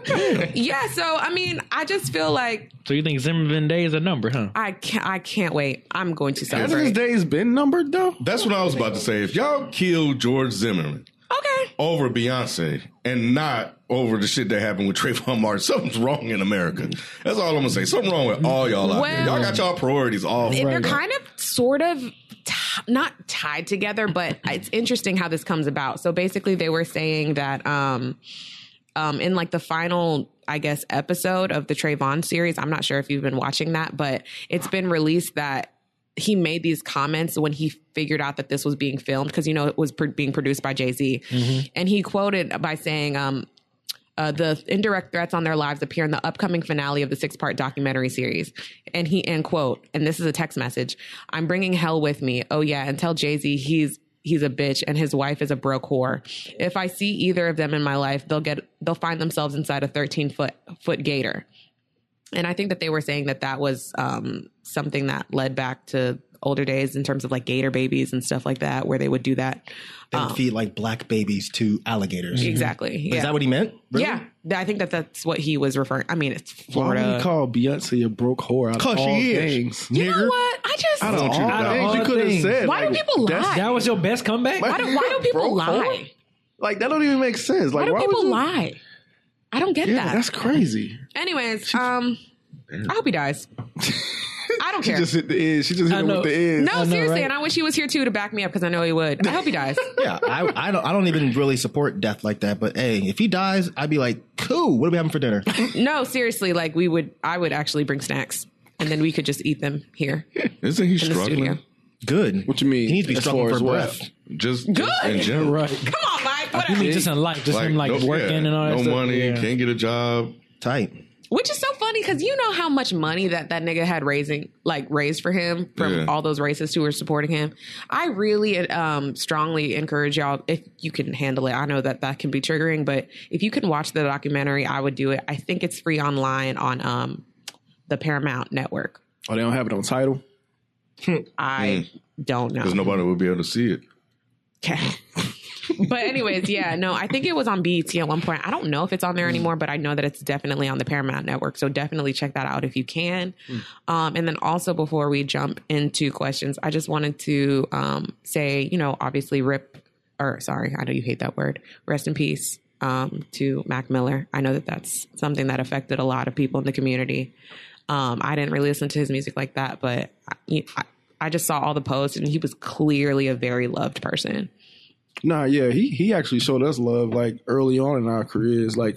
Speaker 1: yeah." So, I mean, I just feel like
Speaker 4: So you think Zimmerman Day is a number, huh?
Speaker 1: I can't, I can't wait. I'm going to
Speaker 5: Hasn't his
Speaker 1: celebrate.
Speaker 5: days been numbered though?
Speaker 7: That's what I was about to say. If y'all kill George Zimmerman,
Speaker 1: Okay,
Speaker 7: over Beyonce and not over the shit that happened with Trayvon Martin. Something's wrong in America. That's all I'm gonna say. Something wrong with all y'all out there.
Speaker 1: Well-
Speaker 7: Y'all got y'all priorities all
Speaker 1: and they're
Speaker 7: fucked up.
Speaker 1: kind of, sort of. T- not tied together, but it's interesting how this comes about. So basically, they were saying that um, um, in like the final, I guess, episode of the Trayvon series. I'm not sure if you've been watching that, but it's been released that he made these comments when he figured out that this was being filmed because you know it was pr- being produced by Jay Z, and he quoted by saying. Um, uh, the indirect threats on their lives appear in the upcoming finale of the six-part documentary series, and he end quote. And this is a text message: "I'm bringing hell with me. Oh yeah, and tell Jay Z he's he's a bitch and his wife is a broke whore. If I see either of them in my life, they'll get they'll find themselves inside a 13 foot foot gator. And I think that they were saying that that was um, something that led back to older days in terms of like gator babies and stuff like that, where they would do that.
Speaker 6: And feed like black babies to alligators.
Speaker 1: Um, Exactly. Yeah.
Speaker 6: Mm-hmm. Is that what he meant? Really?
Speaker 1: yeah, Th- I think that that's what he was referring. I mean, it's
Speaker 5: Why do
Speaker 1: Florida.
Speaker 5: you call Beyonce a broke whore? Out of
Speaker 6: Cause Oh, she
Speaker 5: all
Speaker 6: is.
Speaker 5: things?
Speaker 1: you know what? I just
Speaker 7: I don't you
Speaker 5: All
Speaker 7: know.
Speaker 5: things
Speaker 4: all
Speaker 5: you could have
Speaker 4: things.
Speaker 5: said.
Speaker 1: Why do
Speaker 5: like,
Speaker 1: people
Speaker 5: that's-
Speaker 1: lie?
Speaker 4: That was your best comeback.
Speaker 1: why do why do people
Speaker 5: Broke
Speaker 1: lie?
Speaker 5: hole? Like that don't even make sense.
Speaker 1: Why
Speaker 5: Like
Speaker 1: do
Speaker 5: why would
Speaker 1: people
Speaker 5: you-
Speaker 1: lie? I don't get
Speaker 5: Yeah,
Speaker 1: that.
Speaker 5: that's crazy.
Speaker 1: Anyways, um, I hope he dies. I don't
Speaker 5: She
Speaker 1: care.
Speaker 5: just hit the edge. She just hit him
Speaker 4: know.
Speaker 5: with the edge.
Speaker 1: no,
Speaker 4: know,
Speaker 1: seriously,
Speaker 4: right?
Speaker 1: and I wish he was here too to back me up because I know he would. I hope he dies.
Speaker 6: Yeah, I, I don't I don't even really support death like that. But hey, if he dies, I'd be like, cool. What are we having for dinner?
Speaker 1: no, seriously, like we would, I would actually bring snacks and then we could just eat them here in
Speaker 3: Isn't he
Speaker 1: the studio.
Speaker 3: struggling?
Speaker 6: Good.
Speaker 5: What you mean?
Speaker 6: He needs to be
Speaker 5: As
Speaker 6: struggling
Speaker 5: far
Speaker 6: for
Speaker 5: as
Speaker 6: breath.
Speaker 5: what?
Speaker 3: Just, just in
Speaker 1: Good.
Speaker 3: general.
Speaker 4: Right.
Speaker 1: Come on, Mike.
Speaker 5: Uh,
Speaker 4: You mean
Speaker 1: Whatever.
Speaker 4: just in life, just him like
Speaker 3: no-
Speaker 4: working
Speaker 3: yeah,
Speaker 4: and all that
Speaker 3: No
Speaker 4: stuff.
Speaker 3: money,
Speaker 4: Yeah.
Speaker 3: can't get a job.
Speaker 6: Tight.
Speaker 1: Which is so funny because you know how much money that that nigga had raising, like raised for him from
Speaker 3: Yeah.
Speaker 1: all those racists who were supporting him. I really um, strongly encourage y'all if you can handle it. I know that that can be triggering, but if you can watch the documentary, I would do it. I think it's free online on um, the Paramount Network.
Speaker 5: Oh, they don't have it on title.
Speaker 1: I don't know.
Speaker 3: Because nobody would be able to see it.
Speaker 1: Okay. but anyways, yeah, no, I think it was on BET at one point. I don't know if it's on there anymore, but I know that it's definitely on the Paramount Network. So definitely check that out if you can. Um, and then also before we jump into questions, I just wanted to um, say, you know, obviously rip or sorry, I know you hate that word. Rest in peace um, to Mac Miller. I know that that's something that affected a lot of people in the community. Um, I didn't really listen to his music like that, but I, I, I just saw all the posts, and he was clearly a very loved person.
Speaker 5: Nah, yeah, he he actually showed us love like early on in our careers, like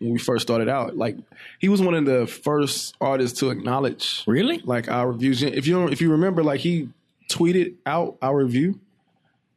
Speaker 5: when we first started out. Like he was one of the first artists to acknowledge
Speaker 4: Really?
Speaker 5: like our reviews. If you don't- if you remember, like he tweeted out our review,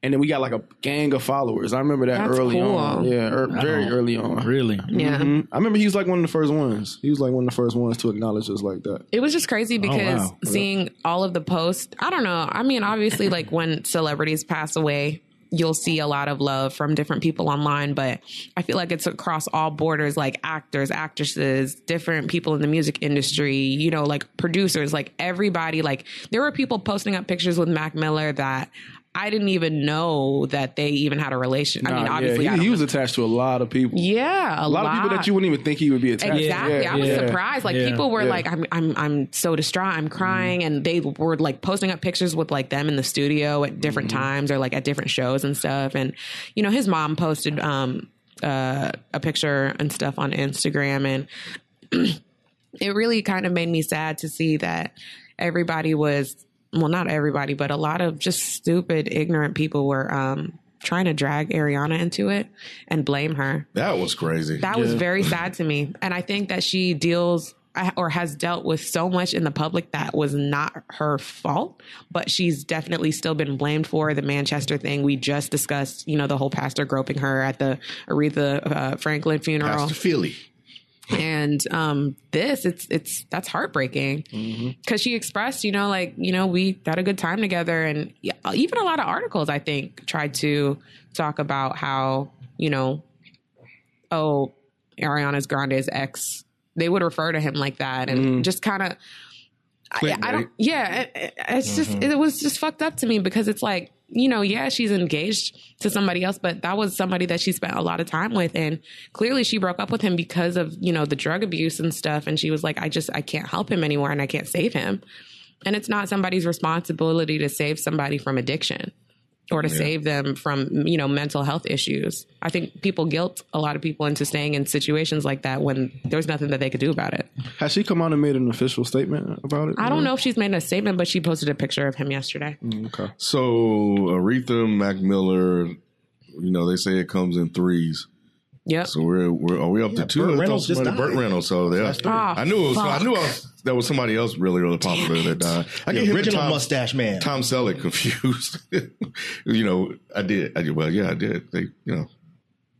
Speaker 5: and then we got like a gang of followers. I remember that
Speaker 1: That's
Speaker 5: early
Speaker 1: cool.
Speaker 5: on, yeah, er, very early on.
Speaker 4: Really?
Speaker 1: Yeah.
Speaker 5: Mhm. I remember he was like one of the first ones. He was like one of the first ones to acknowledge us like that.
Speaker 1: It was just crazy
Speaker 5: Oh,
Speaker 1: because
Speaker 4: wow.
Speaker 1: seeing all of the posts, I don't know. I mean, obviously, like when celebrities pass away, you'll see a lot of love from different people online, but I feel like it's across all borders like actors, actresses, different people in the music industry, you know, like producers, like everybody. Like there were people posting up pictures with Mac Miller that I didn't even know that they even had a relation. I mean,
Speaker 5: Nah,
Speaker 1: obviously,
Speaker 5: yeah,
Speaker 1: I
Speaker 5: he,
Speaker 1: don't
Speaker 5: he was attached to a lot of people.
Speaker 1: Yeah, a,
Speaker 5: A lot, of people that you wouldn't even think he would be attached. to.
Speaker 1: Exactly.
Speaker 5: Yeah,
Speaker 1: I was
Speaker 5: yeah.
Speaker 1: surprised. Like
Speaker 4: yeah,
Speaker 1: people were
Speaker 5: yeah. Mm-hmm.
Speaker 1: like, I'm I'm I'm so distraught, I'm crying. And they were like posting up pictures with like them in the studio at different
Speaker 5: Mm-hmm.
Speaker 1: times or like at different shows and stuff. And you know, his mom posted um uh a picture and stuff on Instagram and it really kind of made me sad to see that everybody was well not everybody but a lot of just stupid ignorant people were um trying to drag ariana into it and blame her
Speaker 7: That was crazy.
Speaker 1: that was very sad to me. And I think that she deals I- or has dealt with so much in the public that was not her fault, but she's definitely still been blamed for the Manchester thing we just discussed, you know, the whole pastor groping her at the Aretha uh, Franklin funeral.
Speaker 7: Pastor Philly.
Speaker 1: And um, this, it's, it's, that's heartbreaking because she expressed, you know, like, you know, we had a good time together. And yeah, even a lot of articles, I think, tried to talk about how, you know, oh, Ariana's Grande's ex. They would refer to him like that and just kind of. I, I don't. Yeah, it- it- it's just it was just fucked up to me because it's like you know, yeah, she's engaged to somebody else, but that was somebody that she spent a lot of time with, and clearly she broke up with him because of you know the drug abuse and stuff, and she was like, I just I can't help him anymore, and I can't save him, and it's not somebody's responsibility to save somebody from addiction or to save them from you know mental health issues. I think people guilt a lot of people into staying in situations like that when there's nothing that they could do about it.
Speaker 5: Has she come out and made an official statement about it?
Speaker 1: I
Speaker 6: Mm-hmm.
Speaker 1: don't know if she's made a statement, but she posted a picture of him yesterday.
Speaker 6: Mm.
Speaker 3: So Aretha Mac Miller, you know, they say it comes in threes.
Speaker 1: Yep.
Speaker 3: So we're, we're are we up to two?
Speaker 6: Burt
Speaker 3: I thought
Speaker 6: Reynolds just
Speaker 3: somebody-
Speaker 6: died.
Speaker 3: Burt Reynolds. So they
Speaker 1: Ah,
Speaker 3: I knew it was. I
Speaker 1: fuck.
Speaker 3: knew I was, there was somebody else really really popular that died. I get
Speaker 6: The
Speaker 3: him and
Speaker 6: original
Speaker 3: Tom-
Speaker 6: mustache man.
Speaker 3: Tom Selleck confused. you know, I did. I did. Well, yeah, I did. They, you know,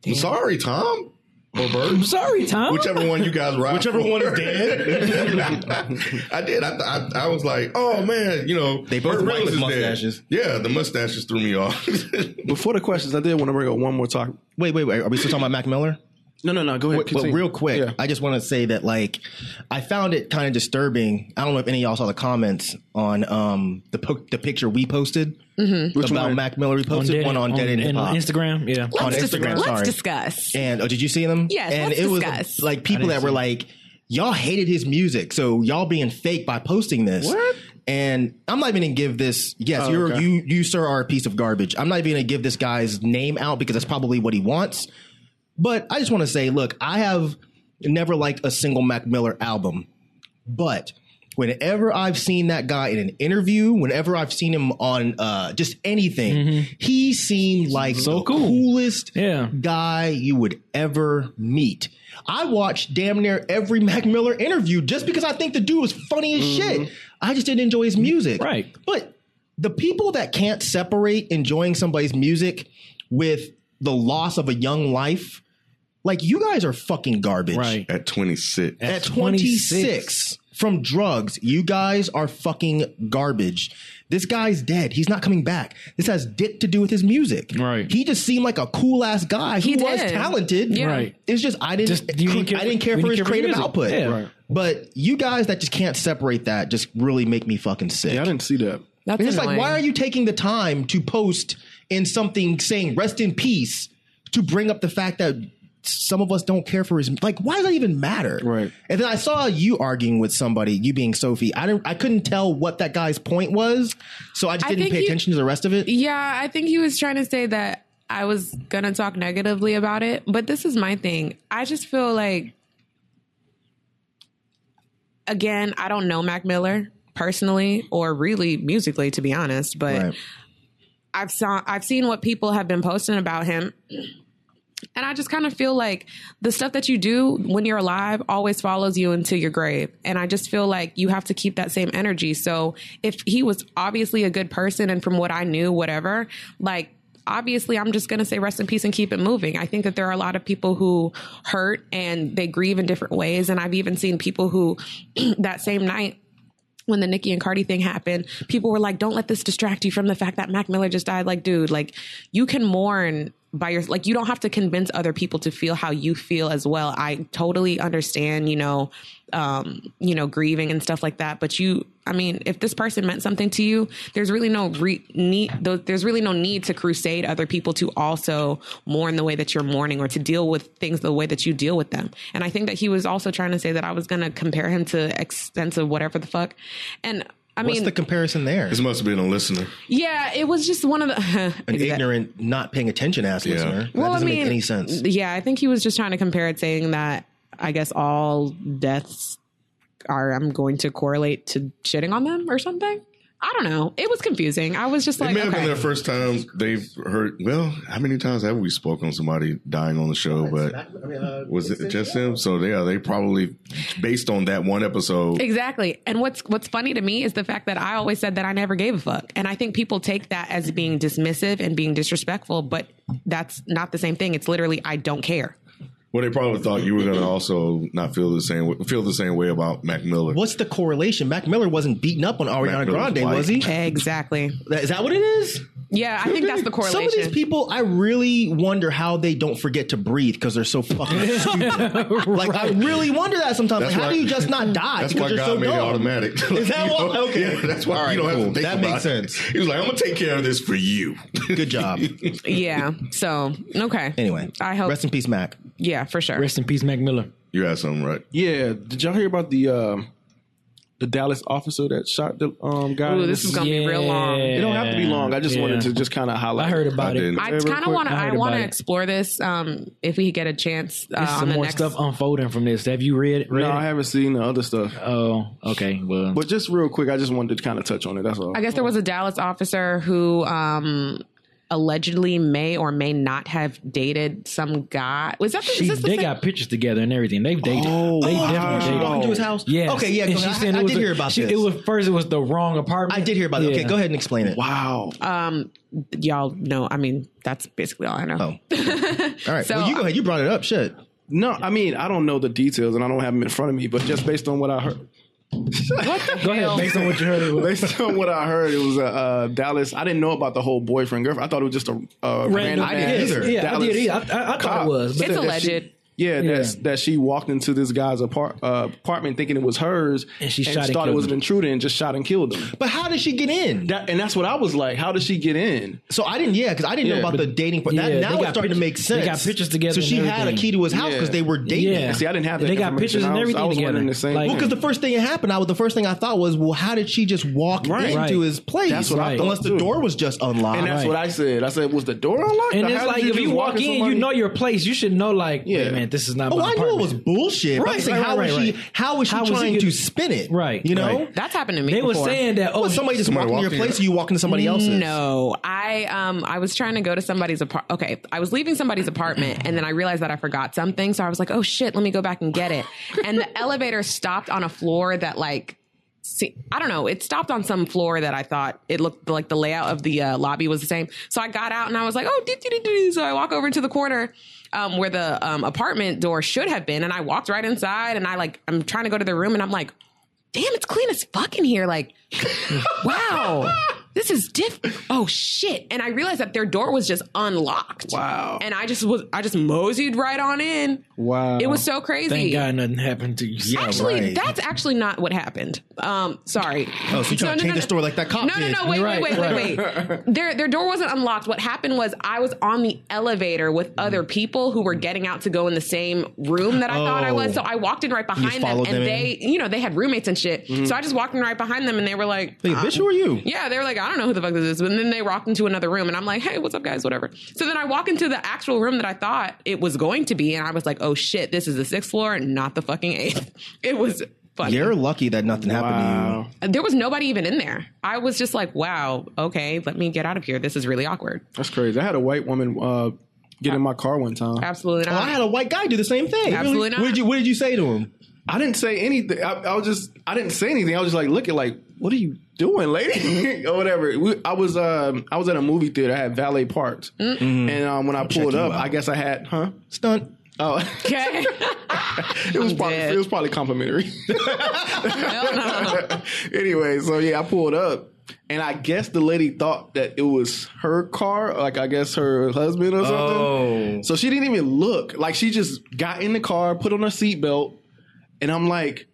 Speaker 3: I'm sorry, Tom or Bert.
Speaker 4: I'm sorry, Tom.
Speaker 3: Whichever one you guys ride.
Speaker 6: Whichever
Speaker 3: for.
Speaker 6: one is dead.
Speaker 3: I did. I, I, I was like, oh man, you know,
Speaker 6: They both
Speaker 3: Burt
Speaker 6: white
Speaker 3: Reynolds
Speaker 6: with
Speaker 3: is dead.
Speaker 6: mustaches.
Speaker 3: Yeah, the mustaches threw me off.
Speaker 5: Before the questions, I did want to bring up one more talk.
Speaker 6: wait, wait, wait. Are we still talking about Mac Miller?
Speaker 5: No, no, no. Go ahead.
Speaker 6: But
Speaker 5: continue.
Speaker 6: real quick,
Speaker 5: Yeah.
Speaker 6: I just want to say that like I found it kind of disturbing. I don't know if any of y'all saw the comments on um the po- the picture we posted about
Speaker 5: one?
Speaker 6: Mac Miller. We posted one Mm-hmm. on Dead End Hip Hop.
Speaker 4: on Instagram. Yeah.
Speaker 6: on
Speaker 1: Let's,
Speaker 6: Instagram,
Speaker 1: dis-
Speaker 6: sorry.
Speaker 1: let's discuss.
Speaker 6: And oh, did you see them?
Speaker 1: Yes,
Speaker 6: And
Speaker 1: let's
Speaker 6: it was
Speaker 1: discuss.
Speaker 6: like people that were like, y'all hated his music, so y'all being fake by posting this.
Speaker 5: What?
Speaker 6: And I'm not even gonna give this. Yes,
Speaker 4: Oh,
Speaker 6: you're
Speaker 5: okay.
Speaker 6: you you sir are a piece of garbage. I'm not even gonna give this guy's name out because that's probably what he wants. But I just want to say, look, I have never liked a single Mac Miller album. But whenever I've seen that guy in an interview, whenever I've seen him on uh, just anything, he seemed like the
Speaker 4: Mm-hmm. cool.
Speaker 6: coolest
Speaker 4: Yeah.
Speaker 6: guy you would ever meet. I watched damn near every Mac Miller interview just because I think the dude was funny as shit. I just didn't enjoy his music.
Speaker 4: Mm-hmm. Right.
Speaker 6: But the people that can't separate enjoying somebody's music with the loss of a young life, like you guys are fucking garbage
Speaker 4: Right.
Speaker 7: at 26.
Speaker 6: at
Speaker 4: 26.
Speaker 6: 26 from drugs. You guys are fucking garbage. This guy's dead. He's not coming back. This has dick to do with his music.
Speaker 4: Right.
Speaker 6: He just seemed like a cool ass guy. He,
Speaker 1: He
Speaker 6: was
Speaker 1: did.
Speaker 6: talented.
Speaker 1: Yeah.
Speaker 4: Right.
Speaker 6: It's just I didn't.
Speaker 4: Just, you didn't care-
Speaker 6: I didn't care
Speaker 4: we
Speaker 6: for
Speaker 4: didn't care
Speaker 6: his
Speaker 4: for
Speaker 6: creative
Speaker 4: music.
Speaker 6: output.
Speaker 4: Yeah. Right.
Speaker 6: But you guys that just can't separate that just really make me fucking sick.
Speaker 5: Yeah, I didn't see that.
Speaker 1: That's
Speaker 6: It's just like,
Speaker 1: annoying.
Speaker 6: why are you taking the time to post in something saying "rest in peace" to bring up the fact that some of us don't care for his like? Why does that even matter?
Speaker 5: Right.
Speaker 6: And then I saw you arguing with somebody, you being Sophie. I didn't, I couldn't tell what that guy's point was, so I just
Speaker 1: I
Speaker 6: didn't
Speaker 1: think
Speaker 6: pay
Speaker 1: you-
Speaker 6: attention to the rest of it.
Speaker 1: Yeah, I think he was trying to say that I was going to talk negatively about it, but this is my thing. I just feel like, again, I don't know Mac Miller personally or really musically, to be honest, but
Speaker 6: Right.
Speaker 1: I've saw I've seen what people have been posting about him. And I just kind of feel like the stuff that you do when you're alive always follows you into your grave. And I just feel like you have to keep that same energy. So if he was obviously a good person and from what I knew, whatever, like obviously I'm just going to say rest in peace and keep it moving. I think that there are a lot of people who hurt and they grieve in different ways. And I've even seen people who that same night when the Nicki and Cardi thing happened, people were like, "Don't let this distract you from the fact that Mac Miller just died." Like, dude, like you can mourn by your like you don't have to convince other people to feel how you feel as well. I totally understand, you know, um, you know, grieving and stuff like that, but you I mean, if this person meant something to you, there's really no re- need tho- there's really no need to crusade other people to also mourn the way that you're mourning or to deal with things the way that you deal with them. And I think that he was also trying to say that I was going to compare him to extensive whatever the fuck. And I
Speaker 6: What's
Speaker 1: mean,
Speaker 6: the comparison there?
Speaker 7: This must have been a listener.
Speaker 1: yeah, it was just one of the
Speaker 6: An
Speaker 1: Exact-
Speaker 6: ignorant, not paying attention ass listener. That doesn't make any sense.
Speaker 1: Yeah, I think he was just trying to compare it, saying that I guess all deaths are I'm going to correlate to shitting on them or something. I don't know. It was confusing. I was just
Speaker 7: It
Speaker 1: like,
Speaker 7: may have
Speaker 1: okay.
Speaker 7: been their first time they've heard. Well, how many times have we spoke on somebody dying on the show? But was it just them? So they are. They probably based on that one episode.
Speaker 1: Exactly. And what's what's funny to me is the fact that I always said that I never gave a fuck. And I think people take that as being dismissive and being disrespectful, but that's not the same thing. It's literally I don't care.
Speaker 7: Well, they probably thought you were going to also not feel the same w- feel the same way about Mac Miller.
Speaker 6: What's the correlation? Mac Miller wasn't beating up on Ariana
Speaker 7: Mac Miller's
Speaker 6: Grande,
Speaker 7: white.
Speaker 6: was he?
Speaker 1: Exactly.
Speaker 6: Is that what it is?
Speaker 1: Yeah, I think that's the correlation.
Speaker 6: Some of these people, I really wonder how they don't forget to breathe because they're so fucking stupid. Like I really wonder that sometimes. Like,
Speaker 7: That's
Speaker 6: how
Speaker 7: why-
Speaker 6: do you just not die?
Speaker 7: That's
Speaker 6: because
Speaker 7: why
Speaker 6: you're
Speaker 7: God
Speaker 6: so
Speaker 7: made
Speaker 6: dumb.
Speaker 7: it automatic.
Speaker 6: Is that
Speaker 7: You
Speaker 6: why?
Speaker 7: know?
Speaker 6: Okay.
Speaker 7: Yeah, that's why
Speaker 6: All right,
Speaker 7: you don't have
Speaker 6: cool.
Speaker 7: to think
Speaker 6: That
Speaker 7: about
Speaker 6: makes
Speaker 7: it.
Speaker 6: sense.
Speaker 7: He was like, "I'm gonna take care of this for you."
Speaker 6: Good job.
Speaker 1: yeah. So okay.
Speaker 6: Anyway,
Speaker 1: I hope.
Speaker 6: Rest in peace, Mac.
Speaker 1: yeah, for sure.
Speaker 4: Rest in peace, Mac Miller.
Speaker 7: you had something right.
Speaker 5: Yeah, did y'all hear about the um the Dallas officer that shot the um guy?
Speaker 1: Ooh, this is gonna be real long.
Speaker 5: It don't have to be long. I just
Speaker 4: Yeah.
Speaker 5: wanted to just kind of highlight.
Speaker 4: I heard about
Speaker 7: I
Speaker 4: it.
Speaker 7: didn't.
Speaker 1: I
Speaker 5: real
Speaker 1: kind of
Speaker 5: quick,
Speaker 1: want to.
Speaker 4: I heard
Speaker 1: I want
Speaker 4: about
Speaker 1: to
Speaker 4: it.
Speaker 1: explore this um, if we get a chance uh,
Speaker 4: There's
Speaker 1: on
Speaker 4: some
Speaker 1: the
Speaker 4: more
Speaker 1: next.
Speaker 4: stuff unfolding from this. Have you read, read
Speaker 5: No, I
Speaker 4: it?
Speaker 5: haven't seen the other stuff.
Speaker 4: oh, okay. Well,
Speaker 5: But just real quick, I just wanted to kind of touch on it. That's all.
Speaker 1: I guess there was a Dallas officer who um, allegedly may or may not have dated some guy. Was that the,
Speaker 4: she,
Speaker 1: is this the
Speaker 4: they
Speaker 1: same-
Speaker 4: got pictures together and everything. They've dated.
Speaker 5: Oh,
Speaker 4: they
Speaker 5: wow.
Speaker 4: definitely
Speaker 5: She
Speaker 4: dated.
Speaker 5: walked
Speaker 6: into his house?
Speaker 4: Yes.
Speaker 6: Okay, yeah,
Speaker 4: And
Speaker 6: 'cause
Speaker 4: she
Speaker 6: I-
Speaker 4: said
Speaker 6: I
Speaker 4: it was
Speaker 6: did
Speaker 4: a-
Speaker 6: hear about
Speaker 4: she-
Speaker 6: this.
Speaker 4: It was first. It was the wrong apartment.
Speaker 6: I did hear about it. Okay,
Speaker 4: Yeah.
Speaker 6: go ahead and explain it.
Speaker 5: wow.
Speaker 1: um, y'all know. I mean, that's basically all I know.
Speaker 6: Oh. All right.
Speaker 1: So-
Speaker 6: well, you go ahead. You brought it up. Shit.
Speaker 5: No, I mean I don't know the details and I don't have them in front of me, but just based on what I heard,
Speaker 4: Go ahead. Based on what you heard, it was.
Speaker 5: based on what I heard, it was a uh, Dallas. I didn't know about the whole boyfriend girlfriend. I thought it was just a uh, random.
Speaker 6: I didn't
Speaker 5: ass
Speaker 6: either.
Speaker 4: Yeah, I did
Speaker 5: Dallas-
Speaker 4: either. I, I, I thought
Speaker 5: cop
Speaker 4: it was. But
Speaker 1: It's
Speaker 5: said that she-
Speaker 1: alleged.
Speaker 5: yeah, that's
Speaker 4: Yeah.
Speaker 5: that she walked into this guy's apart, uh, apartment thinking it was hers,
Speaker 4: And she shot and
Speaker 5: thought it
Speaker 4: killed
Speaker 5: was an
Speaker 4: him.
Speaker 5: intruder and just shot and killed him.
Speaker 6: But how did she get in?
Speaker 5: That, and that's what I was like. How did she get in?
Speaker 6: so I didn't. Yeah, because I didn't know
Speaker 5: Yeah,
Speaker 6: about
Speaker 5: but-
Speaker 6: the dating part.
Speaker 4: yeah,
Speaker 6: That, now
Speaker 4: they
Speaker 6: it's
Speaker 4: got
Speaker 6: starting to
Speaker 4: pic-
Speaker 6: make
Speaker 4: they
Speaker 6: sense.
Speaker 4: got pictures together
Speaker 6: So
Speaker 4: and
Speaker 6: she had a
Speaker 4: everything.
Speaker 6: key to his house because
Speaker 5: Yeah.
Speaker 6: they were dating.
Speaker 4: Yeah.
Speaker 5: See, I didn't have that.
Speaker 4: They got
Speaker 5: information.
Speaker 4: pictures
Speaker 5: I
Speaker 4: and
Speaker 5: was-
Speaker 4: everything
Speaker 5: I was wondering
Speaker 4: together.
Speaker 5: the same.
Speaker 4: Like-
Speaker 5: thing.
Speaker 6: Well, because the first thing that happened, I was the first thing I thought was, well, how did she just walk
Speaker 5: Right.
Speaker 6: into
Speaker 5: Right.
Speaker 6: his place?
Speaker 5: That's what
Speaker 4: I Right. thought,
Speaker 6: Unless the
Speaker 5: too.
Speaker 6: door was just unlocked.
Speaker 5: and that's
Speaker 4: Right.
Speaker 5: what I said. I said, was the door unlocked?
Speaker 4: And
Speaker 5: How
Speaker 4: it's
Speaker 5: did
Speaker 4: like if
Speaker 5: just
Speaker 4: you walk in,
Speaker 5: somebody-
Speaker 4: you know your place. You should know, like, yeah,
Speaker 5: Yeah.
Speaker 4: man, that this is not.
Speaker 6: Oh,
Speaker 4: my
Speaker 6: I knew it
Speaker 4: apartment.
Speaker 6: was bullshit. Right, but I'm
Speaker 4: Right,
Speaker 6: saying,
Speaker 4: right,
Speaker 6: how
Speaker 4: right,
Speaker 6: was
Speaker 4: right,
Speaker 6: she? How was she
Speaker 4: How was he
Speaker 6: trying
Speaker 4: getting-
Speaker 6: to spin it?
Speaker 4: Right.
Speaker 6: You know,
Speaker 1: That's happened to me.
Speaker 4: They were
Speaker 1: before.
Speaker 4: saying that. Oh,
Speaker 6: Well, somebody just
Speaker 7: Somebody
Speaker 6: walked in your
Speaker 7: walked in.
Speaker 6: place, and you walk into somebody else's.
Speaker 1: No, I um I was trying to go to somebody's apartment. Okay, I was leaving somebody's apartment and then I realized that I forgot something, so I was like, "Oh shit, let me go back and get it." and the elevator stopped on a floor that like see, I don't know, it stopped on some floor that I thought it looked like the layout of the uh, lobby was the same. So I got out and I was like, "Oh, doo, doo, doo, doo." so I walk over to the corner um, where the um, apartment door should have been and I walked right inside and I like I'm trying to go to the room and I'm like, damn, it's clean as fuck in here. Like, wow, this is diff. Oh shit! And I realized that their door was just unlocked. Wow. And I just was, I just moseyed right on in.
Speaker 5: Wow.
Speaker 1: It was so crazy.
Speaker 4: Thank God nothing happened to you.
Speaker 1: Actually,
Speaker 6: right.
Speaker 1: that's actually not what happened. Um, sorry.
Speaker 6: Oh, so you trying to change the story like that cop
Speaker 1: No, no,
Speaker 6: did.
Speaker 1: no. Wait,
Speaker 4: Right,
Speaker 1: wait, wait, wait, wait. their their door wasn't unlocked. What happened was I was on the elevator with
Speaker 6: Mm.
Speaker 1: other people who were getting out to go in the same room that I thought I was. So I walked in right behind them,
Speaker 6: Oh. followed
Speaker 1: and
Speaker 6: them in? Mm.
Speaker 1: they, you know, they had roommates and shit. So I just walked in right behind them, and they were like,
Speaker 6: Hey, bitch, who are you?
Speaker 1: yeah, they were like, I don't know who the fuck this is. And then they walked into another room, and I'm like, hey, what's up, guys? Whatever. So then I walk into the actual room that I thought it was going to be, and I was like, oh shit, this is the sixth floor, and not the fucking eighth. It was funny.
Speaker 6: You're lucky that nothing happened
Speaker 1: there was nobody even in there. I was just like, wow, okay, let me get out of here. This is really awkward.
Speaker 5: That's crazy. I had a white woman uh, get in my car one time.
Speaker 1: Absolutely
Speaker 6: to you.
Speaker 1: not.
Speaker 6: Well, Oh, I had a white guy do the same thing.
Speaker 1: Absolutely not.
Speaker 6: What did you What did you say to him?
Speaker 5: I didn't say anything. I, I was just I didn't say anything. I was just like looking like, what are you doing, lady, or whatever. We, I was um I was at a movie theater. I had valet parked,
Speaker 4: Mm-hmm.
Speaker 5: and um, when I pulled up, I guess I had huh.
Speaker 6: Stunt.
Speaker 5: Oh,
Speaker 1: okay.
Speaker 5: it was probably
Speaker 1: dead.
Speaker 5: it was probably complimentary.
Speaker 1: Hell no.
Speaker 5: anyway, so yeah, I pulled up. And I guess the lady thought that it was her car, like I guess her husband or something.
Speaker 6: Oh.
Speaker 5: So she didn't even look. Like she just got in the car, put on her seatbelt, and I'm like,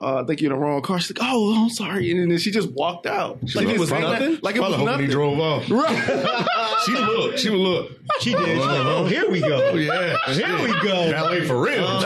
Speaker 5: uh, I think you're in the wrong car. She's like, Oh, I'm sorry. And then she just walked out. She
Speaker 6: Like it
Speaker 5: just
Speaker 6: was
Speaker 5: ain't
Speaker 6: nothing?
Speaker 5: Like it was
Speaker 7: hoping he
Speaker 5: nothing.
Speaker 7: drove off.
Speaker 5: Right.
Speaker 7: She looked. She would look.
Speaker 6: She did. She's like, oh, here we
Speaker 7: Oh,
Speaker 6: go.
Speaker 7: yeah.
Speaker 6: Here we go. Uh-huh.
Speaker 7: Ballet for real.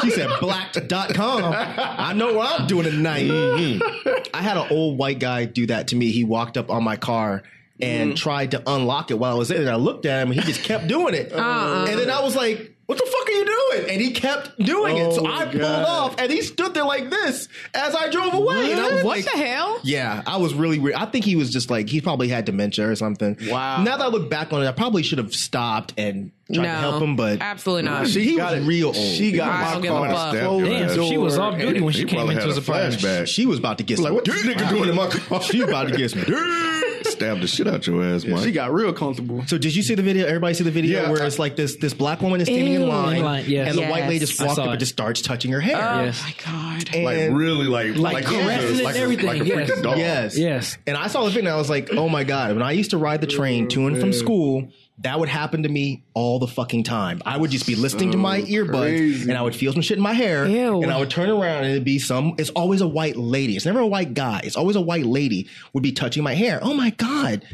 Speaker 6: she said blacked.com. I know what I'm doing tonight. Mm-hmm. I had an old white guy do that to me. He walked up on my car
Speaker 5: Mm-hmm.
Speaker 6: and tried to unlock it while I was in it. I looked at him and he just kept doing it.
Speaker 1: Uh-huh.
Speaker 6: And then I was like, what the fuck are you doing? And he kept doing it. So
Speaker 5: Oh,
Speaker 6: I
Speaker 5: God.
Speaker 6: pulled off and he stood there like this as I drove away. And I was
Speaker 1: what
Speaker 6: like,
Speaker 1: the hell?
Speaker 6: yeah, I was really weird. I think he was just like he probably had dementia or something.
Speaker 5: Wow.
Speaker 6: Now that I look back on it, I probably should have stopped and tried
Speaker 1: no.
Speaker 6: to help him, but
Speaker 1: absolutely not.
Speaker 6: She- he was real old.
Speaker 5: She
Speaker 1: I
Speaker 5: got
Speaker 1: don't
Speaker 5: my
Speaker 1: give a
Speaker 5: car.
Speaker 1: fuck.
Speaker 5: closed
Speaker 7: Damn,
Speaker 5: the
Speaker 4: she was
Speaker 5: door.
Speaker 4: off duty when she
Speaker 7: He
Speaker 4: came
Speaker 7: probably
Speaker 4: into
Speaker 7: had
Speaker 4: his
Speaker 7: a
Speaker 4: apartment.
Speaker 7: flashback.
Speaker 6: she was about to get
Speaker 7: Like,
Speaker 6: some
Speaker 7: what this
Speaker 6: dirt.
Speaker 7: nigga doing in my car?
Speaker 6: She was about to get some dirt.
Speaker 7: Stabbed the shit out your ass, Mike.
Speaker 5: She got real comfortable.
Speaker 6: So did you see the video? Everybody see the video
Speaker 7: Yeah.
Speaker 6: where it's like this this black woman is standing
Speaker 1: Ew.
Speaker 6: in line,
Speaker 4: In line, yes.
Speaker 6: and the white
Speaker 1: Yes.
Speaker 6: lady just
Speaker 4: I
Speaker 6: walks
Speaker 4: saw
Speaker 6: up and
Speaker 4: it.
Speaker 6: just starts touching her hair.
Speaker 1: oh
Speaker 4: Yes.
Speaker 1: my god.
Speaker 6: And-
Speaker 7: like really like
Speaker 6: Like
Speaker 7: she was
Speaker 6: caressing and
Speaker 7: like a-
Speaker 4: everything,
Speaker 7: like a
Speaker 4: yes.
Speaker 7: freaking dog.
Speaker 6: Yes.
Speaker 4: Yes.
Speaker 6: And I saw the video and I was like, oh my God. When I used to ride the train to and from school, that would happen to me all the fucking time. I would just be listening to my earbuds
Speaker 5: crazy.
Speaker 6: and I would feel some shit in my hair.
Speaker 1: Ew.
Speaker 6: And I would turn around and it'd be some, it's always a white lady. It's never a white guy. It's always a white lady would be touching my hair. Oh my God.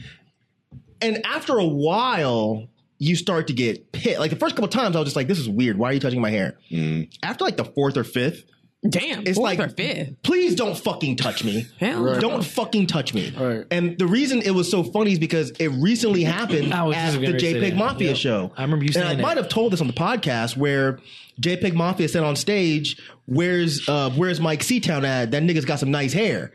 Speaker 6: And after a while, you start to get pit. Like the first couple times, I was just like, this is weird. Why are you touching my hair? After like the fourth or fifth,
Speaker 1: Damn.
Speaker 6: it's
Speaker 1: fourth
Speaker 6: like,
Speaker 1: or fifth.
Speaker 6: please don't fucking touch me.
Speaker 1: Hell no.
Speaker 6: Don't fucking touch me.
Speaker 5: Right.
Speaker 6: And the reason it was so funny is because it recently happened
Speaker 4: I was
Speaker 6: at
Speaker 4: just
Speaker 6: the
Speaker 4: gonna say
Speaker 6: JPEG
Speaker 4: that.
Speaker 6: Mafia
Speaker 4: Yep.
Speaker 6: show.
Speaker 4: I remember you
Speaker 6: and
Speaker 4: saying
Speaker 6: I
Speaker 4: that.
Speaker 6: might have told this on the podcast where JPEG Mafia said on stage, "Where's uh, Where's Mike Seatown at? That nigga's got some nice hair."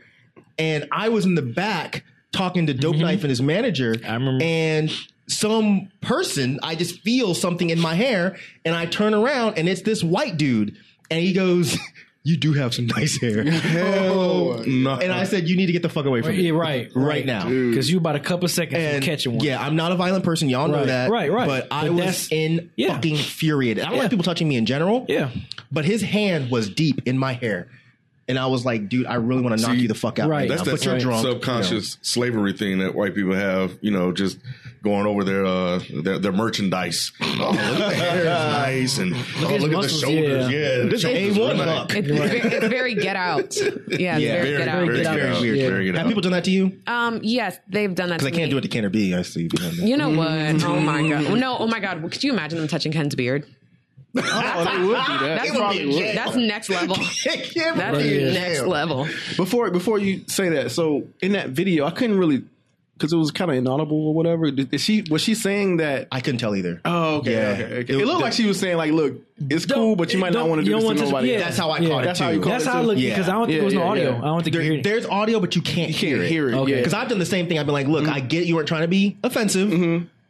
Speaker 6: And I was in the back talking to Dope Knife and his manager.
Speaker 4: Mm-hmm. I remember.
Speaker 6: And some person, I just feel something in my hair, and I turn around, and it's this white dude, and he goes. You do have some nice hair.
Speaker 7: Hell no.
Speaker 6: And I said, you need to get the fuck away from me
Speaker 4: Yeah, right.
Speaker 6: right now.
Speaker 4: Because you about a couple seconds
Speaker 6: And
Speaker 4: from catching one.
Speaker 6: yeah, I'm not a violent person. Y'all know
Speaker 4: Right,
Speaker 6: that.
Speaker 4: right, right.
Speaker 6: But I
Speaker 4: But
Speaker 6: was
Speaker 4: that's-
Speaker 6: in
Speaker 4: yeah.
Speaker 6: fucking infuriated. I don't like
Speaker 4: Yeah.
Speaker 6: people touching me in general.
Speaker 4: Yeah.
Speaker 6: But his hand was deep in my hair. And I was like, dude, I really want to knock
Speaker 7: See,
Speaker 6: you the fuck out.
Speaker 4: right.
Speaker 6: Right.
Speaker 7: That's
Speaker 6: now,
Speaker 7: that
Speaker 6: but you're
Speaker 7: sub-
Speaker 6: drunk.
Speaker 7: subconscious slavery thing that white people have, you know, just going over their uh, their, their merchandise. Oh, look at the hair is nice, and oh,
Speaker 4: his
Speaker 7: look at the
Speaker 4: muscles,
Speaker 7: shoulders.
Speaker 4: yeah.
Speaker 7: Yeah, the shoulders
Speaker 6: A1
Speaker 7: look nice.
Speaker 6: buck.
Speaker 1: It's, very, it's very get out. Yeah, it's very, get out.
Speaker 7: very, very,
Speaker 4: Get out.
Speaker 7: very
Speaker 4: Yeah.
Speaker 7: weird. Very
Speaker 6: You
Speaker 7: good.
Speaker 6: know. Have people done that to you? Because
Speaker 1: Um, yes, they've done that. to
Speaker 6: I can't
Speaker 1: me.
Speaker 6: do it to Canter B. I see.
Speaker 1: You know what? Oh my god. No. Oh my god. Could you imagine them touching Ken's beard?
Speaker 5: Oh, they would do that.
Speaker 1: That's
Speaker 5: They probably
Speaker 6: would be a
Speaker 5: would.
Speaker 6: jail.
Speaker 1: That's next level. That's
Speaker 4: Yeah.
Speaker 1: next level.
Speaker 5: Before before you say that, so in that video, I couldn't really because it was kind of inaudible or whatever? Did, is she was she saying that?
Speaker 6: I couldn't tell either.
Speaker 5: Oh, okay.
Speaker 6: Yeah.
Speaker 5: okay, okay. It,
Speaker 6: It-
Speaker 5: looked
Speaker 6: the-
Speaker 5: like she was saying like, look, it's cool, but you might not
Speaker 4: don't-
Speaker 5: want to
Speaker 4: you
Speaker 5: do
Speaker 4: don't
Speaker 5: this to
Speaker 4: want to-
Speaker 5: nobody.
Speaker 4: yeah.
Speaker 5: else.
Speaker 6: That's how I
Speaker 4: Yeah.
Speaker 6: caught it.
Speaker 5: That's how
Speaker 6: too.
Speaker 5: you caught
Speaker 4: That's
Speaker 5: it.
Speaker 4: how I
Speaker 5: too.
Speaker 4: look
Speaker 6: Yeah.
Speaker 4: because I don't think
Speaker 5: Yeah,
Speaker 4: there was no
Speaker 5: yeah,
Speaker 4: audio.
Speaker 5: yeah.
Speaker 4: I don't think
Speaker 6: There-
Speaker 4: you hear it.
Speaker 6: there's audio, but you can't,
Speaker 5: You can't hear it.
Speaker 4: Okay.
Speaker 5: Yeah.
Speaker 6: Because I've done the same thing. I've been like, look, I get you weren't trying to be offensive,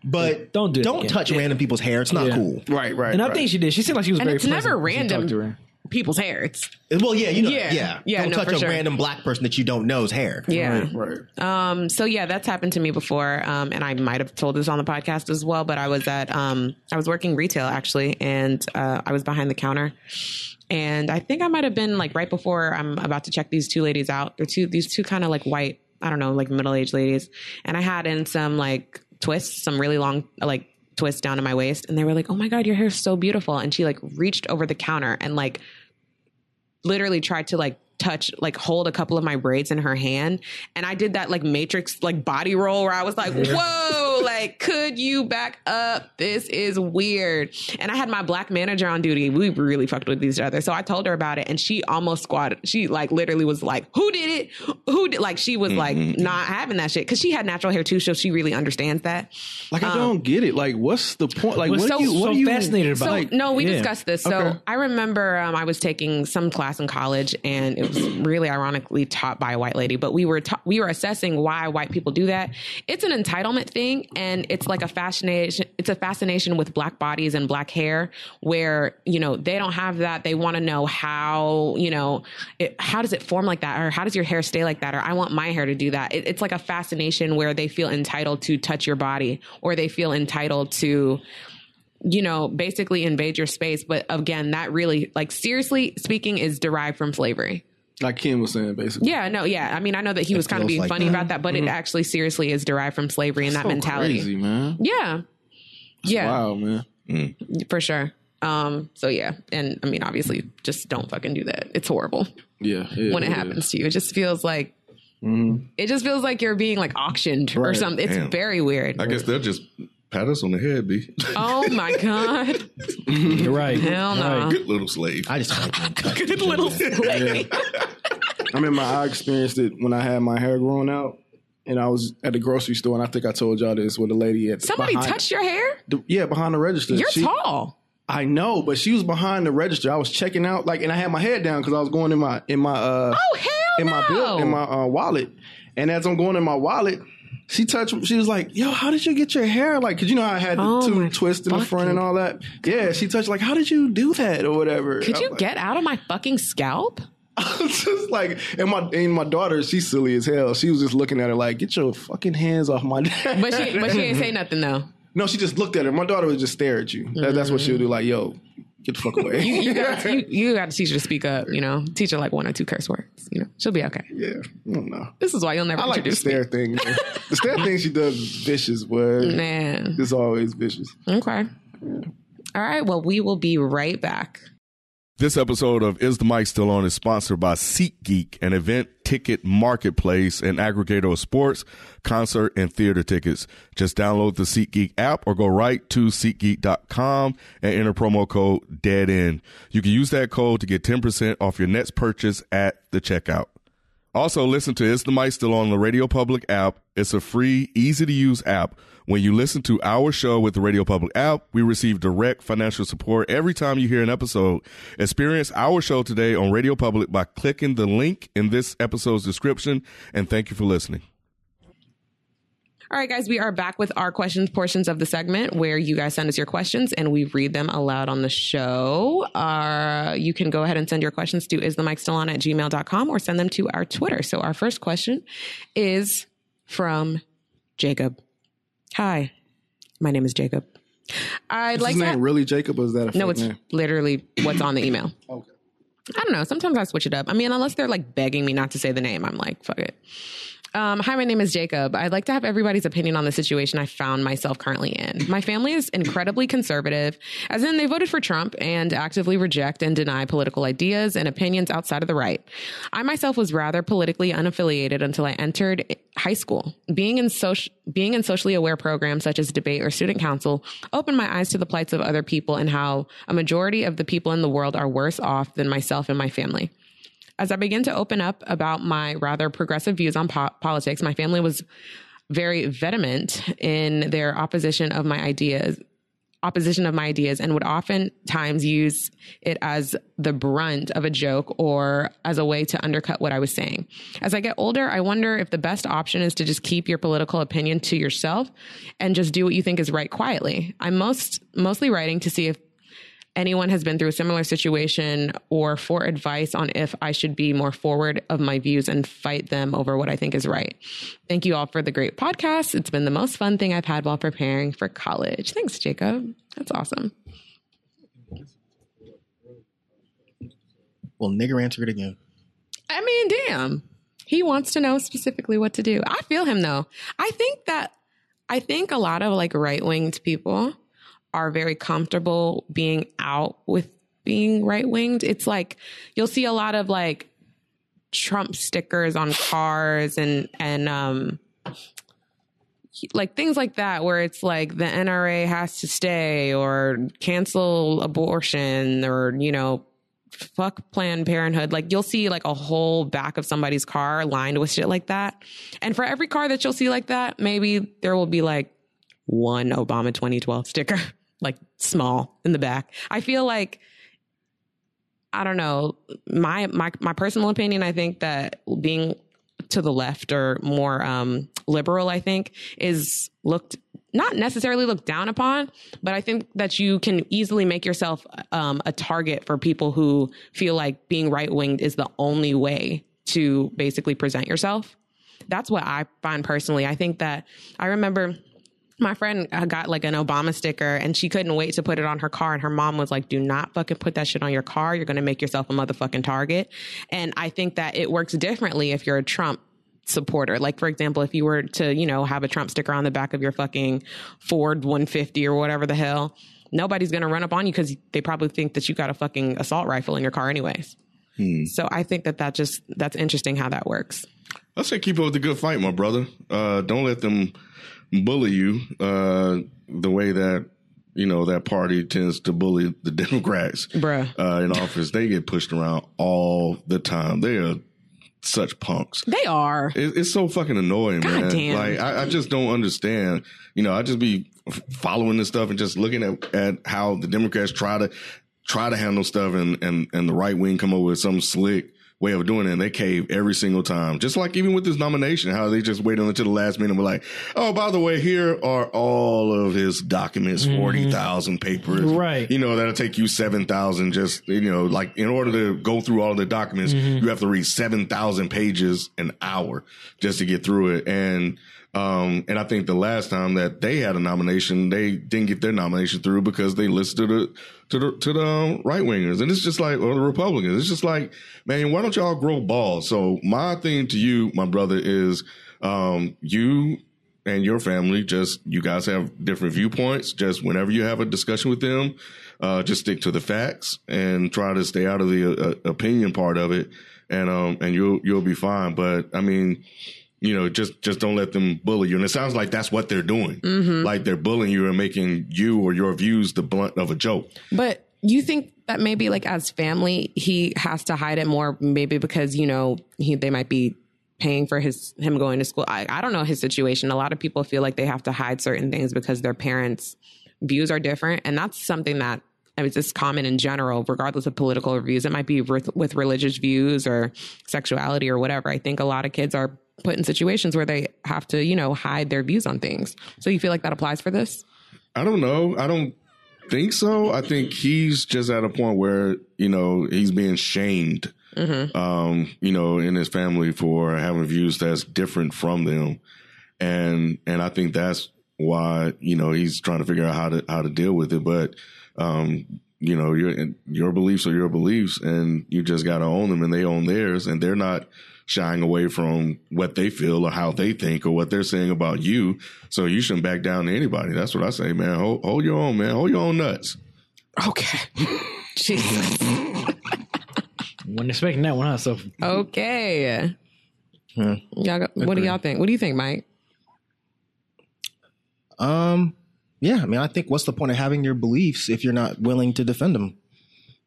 Speaker 6: but
Speaker 4: Don't do it
Speaker 6: don't
Speaker 4: again.
Speaker 6: touch random people's hair. It's not
Speaker 4: Yeah.
Speaker 6: cool.
Speaker 5: Right, right.
Speaker 4: And I
Speaker 5: right.
Speaker 4: think she did. She seemed like she was
Speaker 1: And
Speaker 4: very
Speaker 1: it's never
Speaker 4: pleasant when she talked to
Speaker 1: random
Speaker 4: her.
Speaker 1: people's hair. It's
Speaker 6: Well, yeah, you know,
Speaker 1: Yeah.
Speaker 6: yeah,
Speaker 1: Yeah,
Speaker 6: don't
Speaker 1: no,
Speaker 6: touch
Speaker 1: for
Speaker 6: a
Speaker 1: sure.
Speaker 6: random black person that you don't know's hair.
Speaker 1: yeah.
Speaker 5: Right.
Speaker 1: Um, so yeah, that's happened to me before. Um, and I might have told this on the podcast as well, but I was at um I was working retail actually, and uh I was behind the counter. And I think I might have been like right before I'm about to check these two ladies out. They're two these two kind of like white, I don't know, like middle aged ladies. And I had in some like twists, some really long like twists down to my waist, and they were like, Oh my god, your hair's so beautiful. And she like reached over the counter and like literally tried to like touch like hold a couple of my braids in her hand and i did that like matrix like body roll where i was like whoa like could you back up this is weird and i had my black manager on duty we really fucked with each other so i told her about it and she almost squatted she like literally was like who did it who did like she was like not having that shit because she had natural hair too so she really understands that
Speaker 5: Like I don't get it. Like, what's the point? Like, what
Speaker 4: What's
Speaker 5: so,
Speaker 4: Um, so,
Speaker 5: you? What
Speaker 4: so
Speaker 5: do you
Speaker 4: fascinated about?
Speaker 1: so
Speaker 4: Like,
Speaker 1: no we
Speaker 4: yeah.
Speaker 1: discussed this so
Speaker 5: Okay.
Speaker 1: i remember um, i was taking some class in college and it was really ironically taught by a white lady but we were ta- we were assessing why white people do that it's an entitlement thing and it's like a fascination it's a fascination with black bodies and black hair where you know they don't have that they want to know how you know it, how does it form like that or how does your hair stay like that or i want my hair to do that it, it's like a fascination where they feel entitled to touch your body or they feel entitled to you know, basically invade your space. But again, that really, like, seriously speaking, is derived from slavery.
Speaker 5: Like Ken was saying, basically.
Speaker 1: Yeah, no, yeah. I mean, I know that he was kind of
Speaker 6: feels
Speaker 1: being
Speaker 6: like
Speaker 1: funny about that, but it actually seriously is derived from slavery and that
Speaker 5: So
Speaker 1: mentality.
Speaker 5: crazy, man.
Speaker 1: Yeah. Yeah,
Speaker 5: Wow, man.
Speaker 1: for sure. Um, so yeah. And I mean, obviously, just don't fucking do that. It's horrible
Speaker 5: Yeah, yeah,
Speaker 1: when it
Speaker 5: yeah.
Speaker 1: happens to you. It just feels like it just feels like you're being like auctioned or something. It's
Speaker 7: Damn.
Speaker 1: very weird.
Speaker 7: I guess they'll just pat us on the head, B.
Speaker 1: oh my God.
Speaker 4: You're right.
Speaker 1: Hell no.
Speaker 7: Good little slave.
Speaker 6: I just like being touched.
Speaker 1: Good little slave.
Speaker 5: I remember I experienced it when I had my hair growing out, and I was at the grocery store, and I think I told y'all this with a lady at
Speaker 1: Somebody
Speaker 5: behind-
Speaker 1: touched your hair?
Speaker 5: the- yeah behind the register.
Speaker 1: You're
Speaker 5: She-
Speaker 1: tall.
Speaker 5: I know, but she was behind the register. I was checking out, like, and I had my head down because I was going in my in my uh
Speaker 1: Oh hell
Speaker 5: in
Speaker 1: no!
Speaker 5: my bill in my uh, wallet, and as I'm going in my wallet. She touched. She was like, "Yo, how did you get your hair? Like, cause you know how I had the
Speaker 1: Oh,
Speaker 5: two
Speaker 1: my
Speaker 5: twists in the front and
Speaker 1: fucking
Speaker 5: all that. Yeah, she touched. Like, how did you do that or whatever?
Speaker 1: Could
Speaker 5: I'm
Speaker 1: you
Speaker 5: like-
Speaker 1: get out of my fucking scalp?
Speaker 5: I was just like, and my and my daughter, she's silly as hell. She was just looking at her like, "Get your fucking hands off my dad."
Speaker 1: But she, but she ain't say nothing though.
Speaker 5: no, she just looked at her. My daughter would just stare at you. That, that's what she'll do. Like, yo, get the fuck away.
Speaker 1: You got, you, you got to teach her to speak up. You know, teach her like one or two curse words. You know, she'll be okay.
Speaker 5: yeah, I don't know.
Speaker 1: This is why you'll never
Speaker 5: I like the
Speaker 1: introduce me. Mm.
Speaker 5: stare thing. man. the stare thing she does is vicious, but
Speaker 1: Man,
Speaker 5: it's always vicious.
Speaker 1: okay. All right. Well, we will be right back.
Speaker 8: This episode of Is the Mic Still On is sponsored by SeatGeek, an event ticket marketplace and aggregator of sports, concert, and theater tickets. Just download the SeatGeek app or go right to SeatGeek.com and enter promo code Dead End. You can use that code to get 10% off your next purchase at the checkout. Also, listen to Is the Mic Still On the Radio Public app. It's a free, easy to use app. When you listen to our show with the Radio Public app, we receive direct financial support every time you hear an episode. Experience our show today on Radio Public by clicking the link in this episode's description. And thank you for listening.
Speaker 1: All right, guys, we are back with our questions portions of the segment where you guys send us your questions and we read them aloud on the show. Uh, you can go ahead and send your questions to is the mic still on at gmail.com or send them to our Twitter. So our first question is from Jacob. Hi, my name is Jacob. I'd
Speaker 5: Is
Speaker 1: like
Speaker 5: his
Speaker 1: to.
Speaker 5: name really Jacob or is that a
Speaker 1: No,
Speaker 5: fake
Speaker 1: it's
Speaker 5: name?
Speaker 1: literally what's on the email. okay. I don't know. Sometimes I switch it up. I mean, unless they're like begging me not to say the name, I'm like, fuck it. Um, hi, my name is Jacob. I'd like to have everybody's opinion on the situation I found myself currently in. My family is incredibly conservative, as in they voted for Trump and actively reject and deny political ideas and opinions outside of the right. I myself was rather politically unaffiliated until I entered high school. Being in social, being in socially aware programs such as debate or student council opened my eyes to the plights of other people and how a majority of the people in the world are worse off than myself and my family. As I began to open up about my rather progressive views on po- politics, my family was very vehement in their opposition of my ideas opposition of my ideas and would oftentimes use it as the brunt of a joke or as a way to undercut what I was saying. As I get older, I wonder if the best option is to just keep your political opinion to yourself and just do what you think is right quietly. I'm most mostly writing to see if anyone has been through a similar situation or for advice on if I should be more forward of my views and fight them over what I think is right. Thank you all for the great podcast. It's been the most fun thing I've had while preparing for college. Thanks, Jacob. That's awesome.
Speaker 6: Well, nigger answer it again.
Speaker 1: I mean, damn. He wants to know specifically what to do. I feel him though. I think that I think a lot of like right-winged people are very comfortable being out with being right-winged. It's like you'll see a lot of like Trump stickers on cars and and um like things like that where it's like the NRA has to stay or cancel abortion or you know fuck Planned Parenthood. Like you'll see like a whole back of somebody's car lined with shit like that. And for every car that you'll see like that, maybe there will be like one Obama 2012 sticker, like small in the back. I feel like I don't know, my my my personal opinion, I think that being to the left or more um liberal, I think, is looked not necessarily looked down upon, but I think that you can easily make yourself um, a target for people who feel like being right winged is the only way to basically present yourself. That's what I find personally. I think that I remember my friend uh, got like an Obama sticker and she couldn't wait to put it on her car. And her mom was like, do not fucking put that shit on your car. You're going to make yourself a motherfucking target. And I think that it works differently if you're a Trump supporter. Like, for example, if you were to, you know, have a Trump sticker on the back of your fucking Ford 150 or whatever the hell, nobody's going to run up on you because they probably think that you got a fucking assault rifle in your car, anyways. So I think that that just, that's interesting how that works.
Speaker 7: I say keep up with the good fight, my brother. Uh, don't let them bully you uh, the way that you know that party tends to bully the Democrats
Speaker 1: Bruh.
Speaker 7: Uh, in office. They get pushed around all the time. They are such punks.
Speaker 1: They are.
Speaker 7: It, it's so fucking annoying, man.
Speaker 1: damn.
Speaker 7: Like I, I just don't understand. You know, I just be f- following this stuff and just looking at, at how the Democrats try to try to handle stuff, and and and the right wing come up with some slick way of doing it, and they cave every single time. Just like even with this nomination, how they just waited until the last minute and were like, "Oh, by the way, here are all of his documents, thousand papers,
Speaker 4: Right.
Speaker 7: You know, that'll take you seven thousand. Just you know, like in order to go through all of the documents, you have to read seven thousand pages an hour just to get through it. And um, and I think the last time that they had a nomination, they didn't get their nomination through because they listened to the to the to the um, right wingers, and it's just like or the Republicans. It's just like, man, why don't y'all grow balls? So my thing to you, my brother, is um, you and your family just you guys have different viewpoints just whenever you have a discussion with them uh, just stick to the facts and try to stay out of the uh, opinion part of it and um and you'll you'll be fine but i mean you know just just don't let them bully you and it sounds like that's what they're doing like they're bullying you and making you or your views the blunt of a joke
Speaker 1: But you think that maybe like as family, he has to hide it more, maybe because you know he they might be paying for his him going to school. I, I don't know his situation. A lot of people feel like they have to hide certain things because their parents' views are different, and that's something that. I mean, it's just common in general, regardless of political views. It might be with, with religious views or sexuality or whatever. I think a lot of kids are put in situations where they have to, you know, hide their views on things. So you feel like that applies for this?
Speaker 7: I don't know. I don't think so. I think he's just at a point where you know he's being shamed, um, you know, in his family for having views that's different from them, and and I think that's why you know he's trying to figure out how to how to deal with it. But um, you know, your your beliefs are your beliefs, and you just got to own them, and they own theirs, and they're not shying away from what they feel or how they think or what they're saying about you. So you shouldn't back down to anybody. That's what I say, man. Hold, hold your own, man. Hold your own nuts.
Speaker 1: Okay. Jesus.
Speaker 4: Wasn't expecting that one, huh? So
Speaker 1: Okay.
Speaker 6: Hmm.
Speaker 1: Y'all got, what do y'all think? What do you think, Mike?
Speaker 6: Um, yeah, I mean, I think what's the point of having your beliefs if you're not willing to defend them?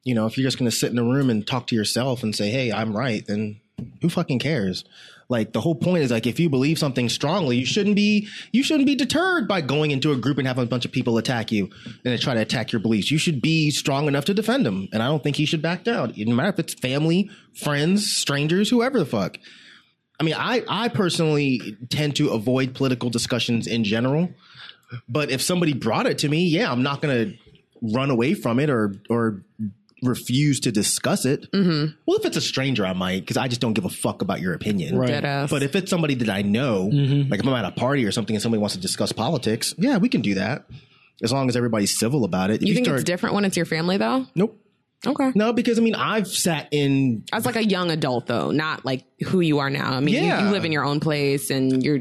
Speaker 6: You know, if you're just going to sit in a room and talk to yourself and say, "Hey, I'm right," then who fucking cares? Like the whole point is like if you believe something strongly, you shouldn't be you shouldn't be deterred by going into a group and having a bunch of people attack you and they try to attack your beliefs. You should be strong enough to defend them, and I don't think he should back down. It doesn't matter if it's family, friends, strangers, whoever the fuck. I mean, I I personally tend to avoid political discussions in general, but if somebody brought it to me, yeah, I'm not gonna run away from it or or refuse to discuss it.
Speaker 1: Mm-hmm.
Speaker 6: Well, if it's a stranger, I might because I just don't give a fuck about your opinion. Right.
Speaker 1: Deadass.
Speaker 6: But if it's somebody that I know,
Speaker 1: Mm-hmm.
Speaker 6: like if I'm at a party or something and somebody wants to discuss politics, yeah, we can do that as long as everybody's civil about it. If
Speaker 1: You think
Speaker 6: start-
Speaker 1: it's different when it's your family though?
Speaker 6: Nope.
Speaker 1: Okay.
Speaker 6: No, because I mean, I've sat in
Speaker 1: As like a young adult though, not like who you are now. I mean, you- you,
Speaker 6: Yeah.
Speaker 1: live in your own place and you're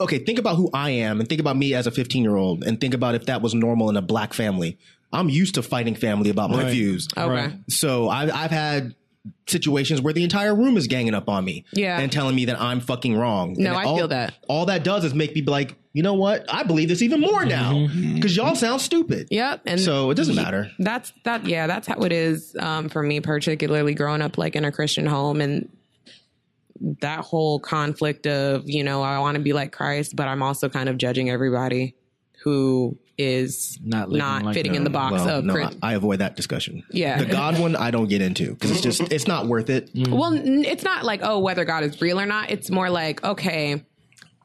Speaker 6: okay, think about who I am and think about me as a 15 year old and think about if that was normal in a black family. I'm used to fighting family about my views.
Speaker 1: okay.
Speaker 6: So I've, I've had situations where the entire room is ganging up on me
Speaker 1: Yeah.
Speaker 6: and telling me that I'm fucking wrong.
Speaker 1: No,
Speaker 6: And
Speaker 1: I
Speaker 6: all-
Speaker 1: feel that.
Speaker 6: All that does is make me be like, you know what? I believe this even more now
Speaker 1: Mm-hmm.
Speaker 6: because y'all sound stupid.
Speaker 1: Yep. And
Speaker 6: So it doesn't matter.
Speaker 1: that's that yeah that's how it is um, for me particularly growing up like in a christian home and that whole conflict of you know i want to be like christ but i'm also kind of judging everybody who is not,
Speaker 4: Not living like
Speaker 1: fitting in
Speaker 4: that.
Speaker 1: the box
Speaker 6: Well,
Speaker 1: of
Speaker 6: no,
Speaker 1: Chris-
Speaker 6: I, I avoid that discussion.
Speaker 1: Yeah. Mm.
Speaker 6: The God one, I don't get into because it's just, it's not worth it.
Speaker 1: well n- it's not like oh whether god is real or not it's more like okay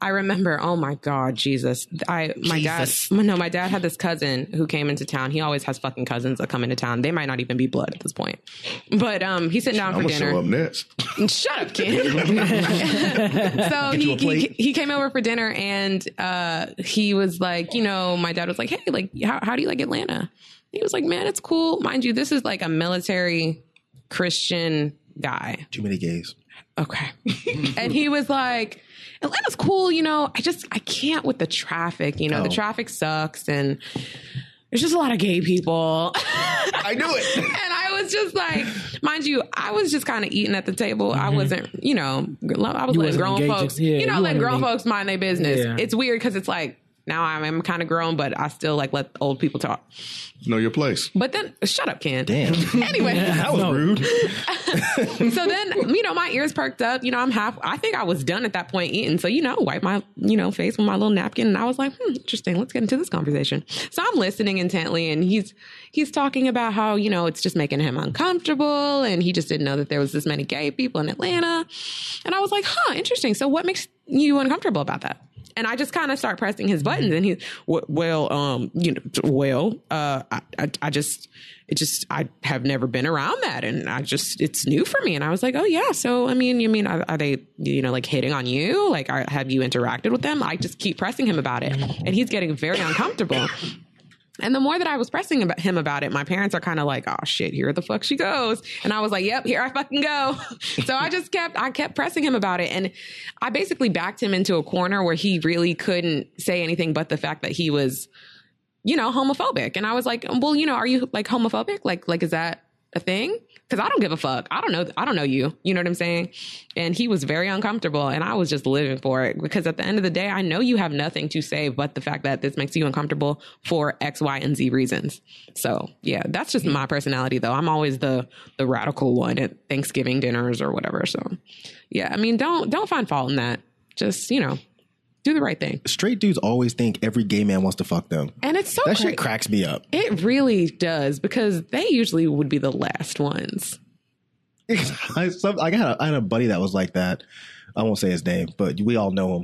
Speaker 1: i remember oh my god jesus i my
Speaker 6: Jesus.
Speaker 1: dad no my dad had this cousin who came into town he always has fucking cousins that come into town they might not even be blood at this point but um he's sitting down
Speaker 3: I'm
Speaker 1: for
Speaker 3: gonna
Speaker 1: dinner
Speaker 3: show up next.
Speaker 1: Shut up, kid. so
Speaker 6: you
Speaker 1: he, he
Speaker 6: a plate.
Speaker 1: he came over for dinner and uh, he was like, you know, my dad was like, hey, like, how, how do you like Atlanta? He was like, man, it's cool. Mind you, this is like a military Christian guy.
Speaker 6: Too many gays.
Speaker 1: Okay. and he was like, Atlanta's cool, you know. I just I can't with the traffic, you know. The
Speaker 6: Oh.
Speaker 1: traffic sucks and there's just a lot of gay people.
Speaker 6: I knew it.
Speaker 1: And I was just like, mind you, I was just kind of eating at the table. I wasn't, you know, I was letting
Speaker 4: Mm-hmm. wasn't
Speaker 1: grown
Speaker 4: engaging.
Speaker 1: folks,
Speaker 4: Yeah,
Speaker 1: you know,
Speaker 4: you
Speaker 1: let
Speaker 4: weren't
Speaker 1: grown
Speaker 4: engaged.
Speaker 1: folks mind their business.
Speaker 4: Yeah.
Speaker 1: It's weird because it's like now I'm, kind of grown, but I still like let old people talk.
Speaker 3: Know your place.
Speaker 1: But then, shut up, Ken.
Speaker 6: Damn.
Speaker 1: Anyway,
Speaker 6: That was rude.
Speaker 1: so then you know my ears perked up. You know I'm half. I think I was done at that point eating. So you know wipe my you know face with my little napkin, and I was like, hmm, interesting. Let's get into this conversation. So I'm listening intently, and he's he's talking about how you know it's just making him uncomfortable, and he just didn't know that there was this many gay people in Atlanta. And I was like, huh, interesting. So what makes you uncomfortable about that? And I just kind of start pressing his buttons, and he, "W- well, um, you know, t- well, uh, I, I, I just, it just, I have never been around that, and I just, it's new for me. And I was like, oh yeah, so I mean, you mean, are, are they, you know, like hitting on you? Like, are, have you interacted with them? I just keep pressing him about it, and he's getting very uncomfortable. And the more that I was pressing about him about it, my parents are kind of like, "Oh shit, here the fuck she goes." And I was like, "Yep, here I fucking go." so I just kept I kept pressing him about it and I basically backed him into a corner where he really couldn't say anything but the fact that he was you know, homophobic. And I was like, um, "Well, you know, are you like homophobic? Like like is that a thing?" Cuz I don't give a fuck. I don't know I don't know you. You know what I'm saying? And he was very uncomfortable and I was just living for it because at the end of the day, I know you have nothing to say but the fact that this makes you uncomfortable for X, Y, and Z reasons. So yeah, that's just my personality though. I'm always the the radical one at Thanksgiving dinners or whatever. So yeah, I mean don't don't find fault in that. Just, you know, do the right thing.
Speaker 6: Straight dudes always think every gay man wants to fuck them.
Speaker 1: And it's so
Speaker 6: That
Speaker 1: cra-
Speaker 6: shit cracks me up.
Speaker 1: it really does because they usually would be the last ones.
Speaker 6: I, some, I got a, I had a buddy that was like that. I won't say his name, but we all know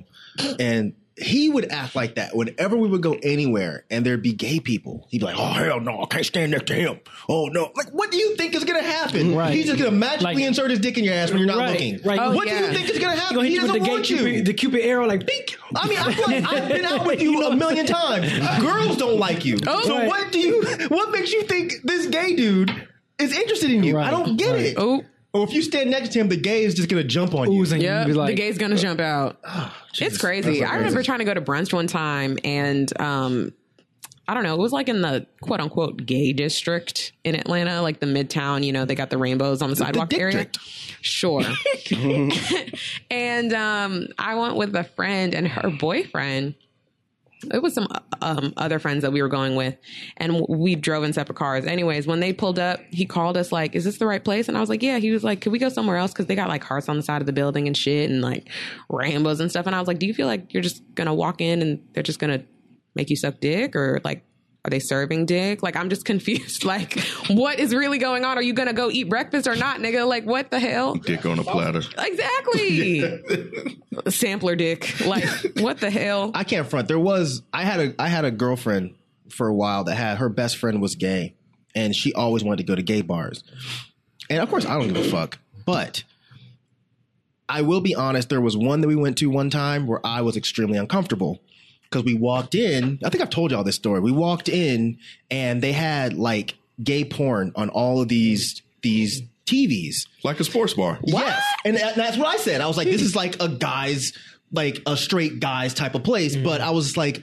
Speaker 6: him. And he would act like that whenever we would go anywhere and there'd be gay people. He'd be like, "Oh hell no, I can't stand next to him. Oh no, like what do you think is gonna happen?
Speaker 4: Right.
Speaker 6: He's just gonna magically
Speaker 4: Like-
Speaker 6: insert his dick in your ass when you're not
Speaker 4: Right,
Speaker 6: looking.
Speaker 4: right. Oh,
Speaker 6: what do
Speaker 1: yeah.
Speaker 6: you think is gonna
Speaker 4: He
Speaker 6: happen?
Speaker 4: gonna hit
Speaker 6: He
Speaker 4: you with the
Speaker 6: doesn't
Speaker 4: gay
Speaker 6: want you.
Speaker 4: Cupid, the Cupid arrow, like
Speaker 6: Think- I mean, I'm like, I've been out with you a million times. Girls don't like you. so
Speaker 4: Right.
Speaker 6: what do you? What makes you think this gay dude is interested in you?
Speaker 4: Right,
Speaker 6: I don't get
Speaker 4: right.
Speaker 6: it.
Speaker 1: Oh,
Speaker 6: Or if you stand next to him, the gay is just gonna jump on you.
Speaker 4: oozing.
Speaker 1: yeah.
Speaker 4: You'd be like,
Speaker 1: the gay's gonna jump out. it's crazy. I remember trying to go to brunch one time and um I don't know, it was like in the quote unquote gay district in Atlanta, like the midtown, you know, they got the rainbows on the sidewalk area.
Speaker 6: district.
Speaker 1: Sure. and um I went with a friend and her boyfriend. it was some um, other friends that we were going with, and we drove in separate cars. Anyways, when they pulled up, he called us like, "Is this the right place?" And I was like, "Yeah." He was like, "Could we go somewhere else?" Because they got like hearts on the side of the building and shit, and like Rambo's and stuff. And I was like, "Do you feel like you're just gonna walk in and they're just gonna make you suck dick, or like are they serving dick? Like, I'm just confused. Like, what is really going on? Are you gonna go eat breakfast or not, nigga? Like, what the hell?
Speaker 3: Dick on a platter.
Speaker 1: Exactly. Sampler dick. Like, what the hell?
Speaker 6: I can't front. There was I had a I had a girlfriend for a while that had her best friend was gay, and she always wanted to go to gay bars. And of course, I don't give a fuck. But I will be honest. There was one that we went to one time where I was extremely uncomfortable because we walked in. I think I've told y'all this story. We walked in and they had like gay porn on all of these these TVs.
Speaker 3: Like a sports bar.
Speaker 6: Yes, and that- that's what I said. I was like, this is like a guy's, like a straight guy's type of place.
Speaker 5: Mm.
Speaker 6: But I was like,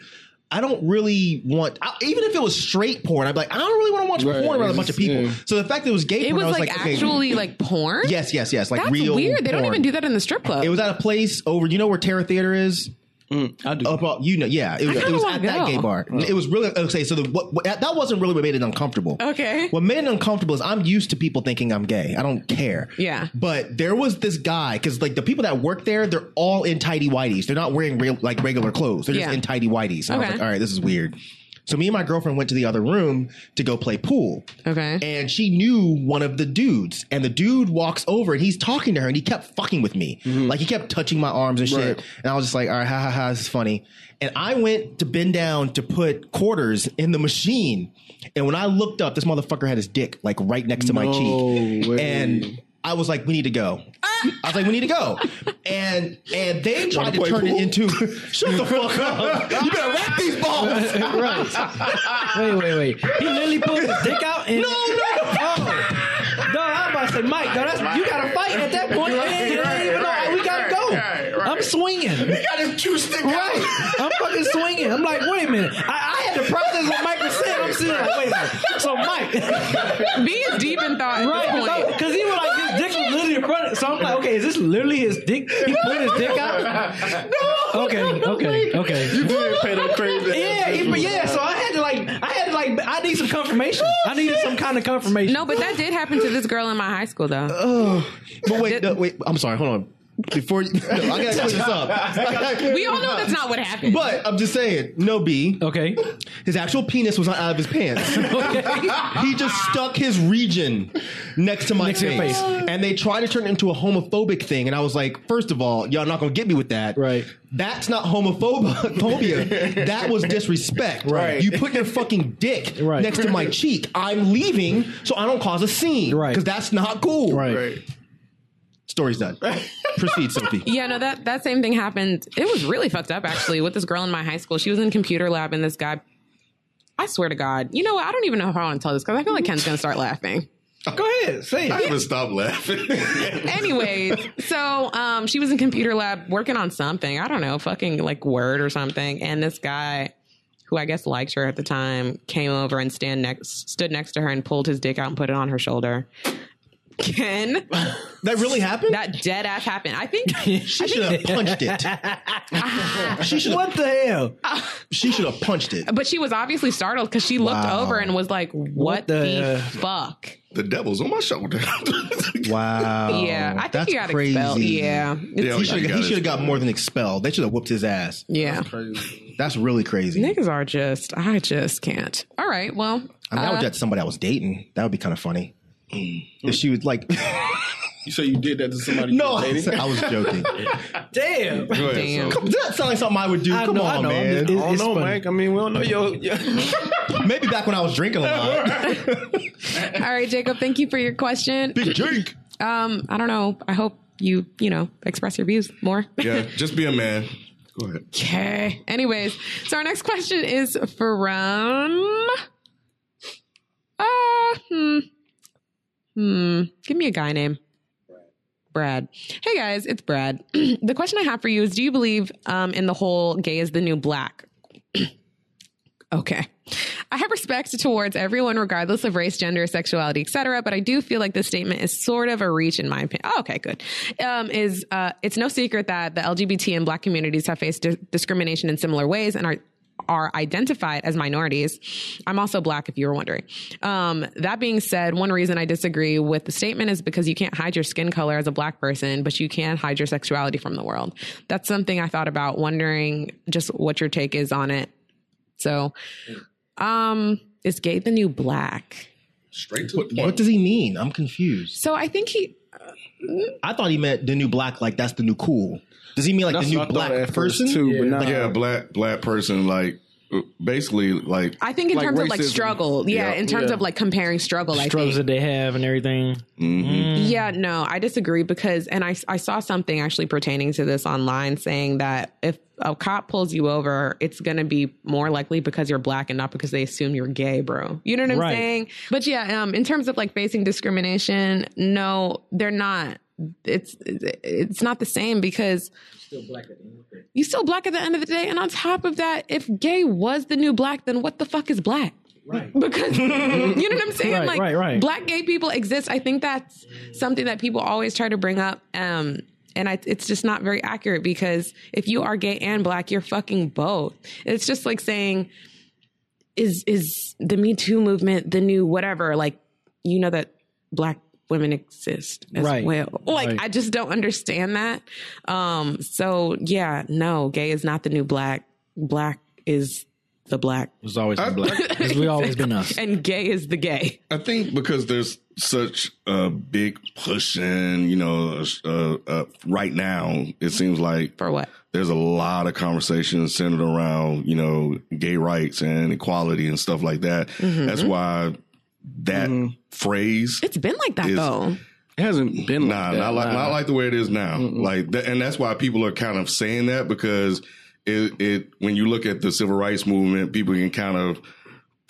Speaker 6: I don't really want, I, even if it was straight porn, I'd be like, I don't really want to watch
Speaker 5: Right,
Speaker 6: porn around a
Speaker 5: it's
Speaker 6: bunch of
Speaker 5: just-
Speaker 6: people.
Speaker 5: yeah.
Speaker 6: So the fact that it was gay,
Speaker 1: It
Speaker 6: porn,
Speaker 1: was,
Speaker 6: I was
Speaker 1: like,
Speaker 6: like, okay,
Speaker 1: actually like porn.
Speaker 6: yes, yes, yes, like
Speaker 1: That's
Speaker 6: real.
Speaker 1: weird. They don't
Speaker 6: porn.
Speaker 1: even do that in the strip club.
Speaker 6: It was at a place over, you know where Terra Theater is.
Speaker 5: Mm, I do.
Speaker 6: Up, up- you know, yeah, it was,
Speaker 1: kinda
Speaker 6: it was
Speaker 1: wanna
Speaker 6: at that
Speaker 1: go.
Speaker 6: gay bar. It was really okay. So the, what, what, that wasn't really what made it uncomfortable.
Speaker 1: Okay.
Speaker 6: What made it uncomfortable is I'm used to people thinking I'm gay. I don't care.
Speaker 1: Yeah.
Speaker 6: But there was this guy because like the people that work there, they're all in tidy whities. They're not wearing real, like regular clothes. They're
Speaker 1: Yeah.
Speaker 6: just in tidy whities. And I
Speaker 1: Okay.
Speaker 6: was like, all right, this is weird. So me and my girlfriend went to the other room to go play pool.
Speaker 1: Okay.
Speaker 6: And she knew one of the dudes. And the dude walks over and he's talking to her and he kept fucking with me. Like he kept touching my arms and shit. And I was just like, all right, ha ha ha, this is funny. And I went to bend down to put quarters in the machine. And when I looked up, this motherfucker had his dick like right next to my cheek.
Speaker 5: way.
Speaker 6: And I was like, we need to go. I was like, we need to go. And and they tried to
Speaker 3: play
Speaker 6: turn
Speaker 3: pool?
Speaker 6: it into shut the fuck up. You better wrap these balls.
Speaker 4: Wait, wait, wait. He literally pulled his dick out and. No, no, Oh. No, I'm about to say, Mike, no, that's, you got to fight at that point. man. You don't even know how we got to go. I'm swinging.
Speaker 5: got his two stick
Speaker 4: Right. I'm fucking swinging. I'm like, wait a minute. I, I had to process what Mike was saying. I'm sitting like, wait a minute. So, Mike.
Speaker 1: Being deep in thought.
Speaker 4: Right,
Speaker 1: Right.
Speaker 4: because he was like, his dick was literally in front. Of, so I'm like, okay, is this literally his dick? He pulled his dick out. No. Okay. Okay. Okay.
Speaker 5: did pay that crazy.
Speaker 4: Yeah. He, but yeah. So I had to like, I had to like, I need some confirmation. I needed some kind of confirmation.
Speaker 1: No, but that did happen to this girl in my high school though.
Speaker 6: Uh, But wait, no, wait. I'm sorry. Hold on. Before you, no, I gotta clear this up.
Speaker 1: we all know that's not what happened.
Speaker 6: But I'm just saying, no B.
Speaker 4: Okay.
Speaker 6: His actual penis was not out of his pants. he just stuck his region next to my
Speaker 4: Next to your
Speaker 6: face.
Speaker 4: face.
Speaker 6: and they tried to turn it into a homophobic thing. And I was like, first of all, y'all not gonna get me with that.
Speaker 4: Right.
Speaker 6: That's not homophobia. that was disrespect.
Speaker 5: Right.
Speaker 6: You put your fucking dick
Speaker 4: Right.
Speaker 6: next to my cheek. I'm leaving, so I don't cause a scene.
Speaker 4: Right.
Speaker 6: Because that's not cool.
Speaker 4: Right.
Speaker 6: Story's done. Proceed, Sophie.
Speaker 1: Yeah, no, that that same thing happened. It was really fucked up actually with this girl in my high school. She was in computer lab and this guy I swear to God, you know what? I don't even know if I want to tell this because I feel like Ken's gonna start laughing.
Speaker 4: Go ahead. Say
Speaker 3: I
Speaker 4: it.
Speaker 3: haven't stopped laughing.
Speaker 1: Anyways, so um, she was in computer lab working on something. I don't know, fucking like Word or something. And this guy, who I guess liked her at the time, came over and stand next, stood next to her and pulled his dick out and put it on her shoulder. Ken,
Speaker 6: That really happened?
Speaker 1: that dead ass happened. I think
Speaker 6: she should have punched it. she should
Speaker 4: What the hell?
Speaker 6: she should have punched it.
Speaker 1: But she was obviously startled because she looked
Speaker 6: Wow.
Speaker 1: over and was like, "What,
Speaker 4: the-
Speaker 1: the, fuck?"
Speaker 3: the devil's on my shoulder.
Speaker 6: Wow.
Speaker 1: yeah, I think you got expelled. Yeah, It's-
Speaker 3: Yeah,
Speaker 6: He should have he should have got more than expelled. They should have whooped his ass.
Speaker 1: yeah.
Speaker 6: That's really crazy.
Speaker 1: Niggas are just, I just can't. All right, well,
Speaker 6: I mean, I
Speaker 1: uh,
Speaker 6: would get somebody I was dating. That would be kind of funny. If she was like,
Speaker 5: You say you did that to somebody.
Speaker 6: no,
Speaker 5: you were
Speaker 6: I was
Speaker 5: dating?
Speaker 6: I was joking.
Speaker 4: Damn.
Speaker 3: Go ahead,
Speaker 1: Damn.
Speaker 3: so-
Speaker 6: Come, does that sound like something I would do?
Speaker 4: I
Speaker 6: Come
Speaker 4: know, I
Speaker 6: on,
Speaker 4: know.
Speaker 6: man.
Speaker 4: It-
Speaker 5: I don't
Speaker 4: it's
Speaker 5: know,
Speaker 4: funny.
Speaker 5: Mike. I mean, we don't know your. your
Speaker 6: Maybe back when I was drinking a
Speaker 1: all
Speaker 6: lot.
Speaker 1: right, Jacob, thank you for your question.
Speaker 6: Big drink.
Speaker 1: Um, I don't know. I hope you, you know, express your views more.
Speaker 3: Yeah, just be a man. Go ahead.
Speaker 1: Okay. Anyways, so our next question is from. Uh, hmm. Hmm. Give me a guy name. Brad. Hey guys, it's Brad. the question I have for you is Do you believe um, in the whole gay is the new black? okay. I have respect towards everyone, regardless of race, gender, sexuality, etc. But I do feel like this statement is sort of a reach, in my opinion. Oh, okay, good. Um, is uh, it's no secret that the LGBT and Black communities have faced di- discrimination in similar ways and are are identified as minorities. I'm also black, if you were wondering. Um, that being said, one reason I disagree with the statement is because you can't hide your skin color as a black person, but you can hide your sexuality from the world. That's something I thought about, wondering just what your take is on it. So, um, is gay the new black?
Speaker 7: Straight to the
Speaker 6: What
Speaker 7: point.
Speaker 6: does he mean? I'm confused.
Speaker 1: So I think he.
Speaker 6: I thought he meant the new black, like that's the new cool. Does he mean like
Speaker 5: That's
Speaker 6: the new
Speaker 5: what I thought
Speaker 6: black
Speaker 5: at first,
Speaker 6: person?
Speaker 5: too, but
Speaker 6: yeah.
Speaker 5: now-
Speaker 7: Yeah, black black person like uh, basically like
Speaker 1: I think in
Speaker 5: Like
Speaker 1: terms of like
Speaker 5: racism.
Speaker 1: struggle, yeah.
Speaker 7: Yeah.
Speaker 1: in terms of like comparing struggle, I think.
Speaker 4: struggles that they have and everything.
Speaker 1: Yeah, no, I disagree because, and I, I saw something actually pertaining to this online saying that if a cop pulls you over, it's going to be more likely because you're black and not because they assume you're gay, bro. You know what I'm
Speaker 4: Right.
Speaker 1: saying? But yeah, um, in terms of like facing discrimination, no, they're not. It's it's not the same because you still black at the end of the day. And on top of that, if gay was the new black, then what the fuck is black? Right. Because you know what I'm saying?
Speaker 4: Right,
Speaker 1: like
Speaker 4: right, right.
Speaker 1: black gay people exist. I think that's something that people always try to bring up. Um and I, it's just not very accurate because if you are gay and black, you're fucking both. It's just like saying, is is the Me Too movement the new whatever? Like, you know that black women exist as
Speaker 4: Right.
Speaker 1: well. Like,
Speaker 4: Right.
Speaker 1: I just don't understand that. Um, so yeah, no, gay is not the new black. Black is the black,
Speaker 4: It's always been black. It's we always been us.
Speaker 1: and gay is the gay.
Speaker 7: I think because there's such a big push and you know uh, uh, right now it seems like
Speaker 1: For what?
Speaker 7: there's a lot of conversations centered around you know gay rights and equality and stuff like that. That's why that phrase
Speaker 1: It's been like that
Speaker 7: Is-
Speaker 1: though.
Speaker 5: It hasn't been like
Speaker 7: Nah,
Speaker 5: that.
Speaker 7: not like not like the way it is now. Like, th- and that's why people are kind of saying that because it, it when you look at the civil rights movement, people can kind of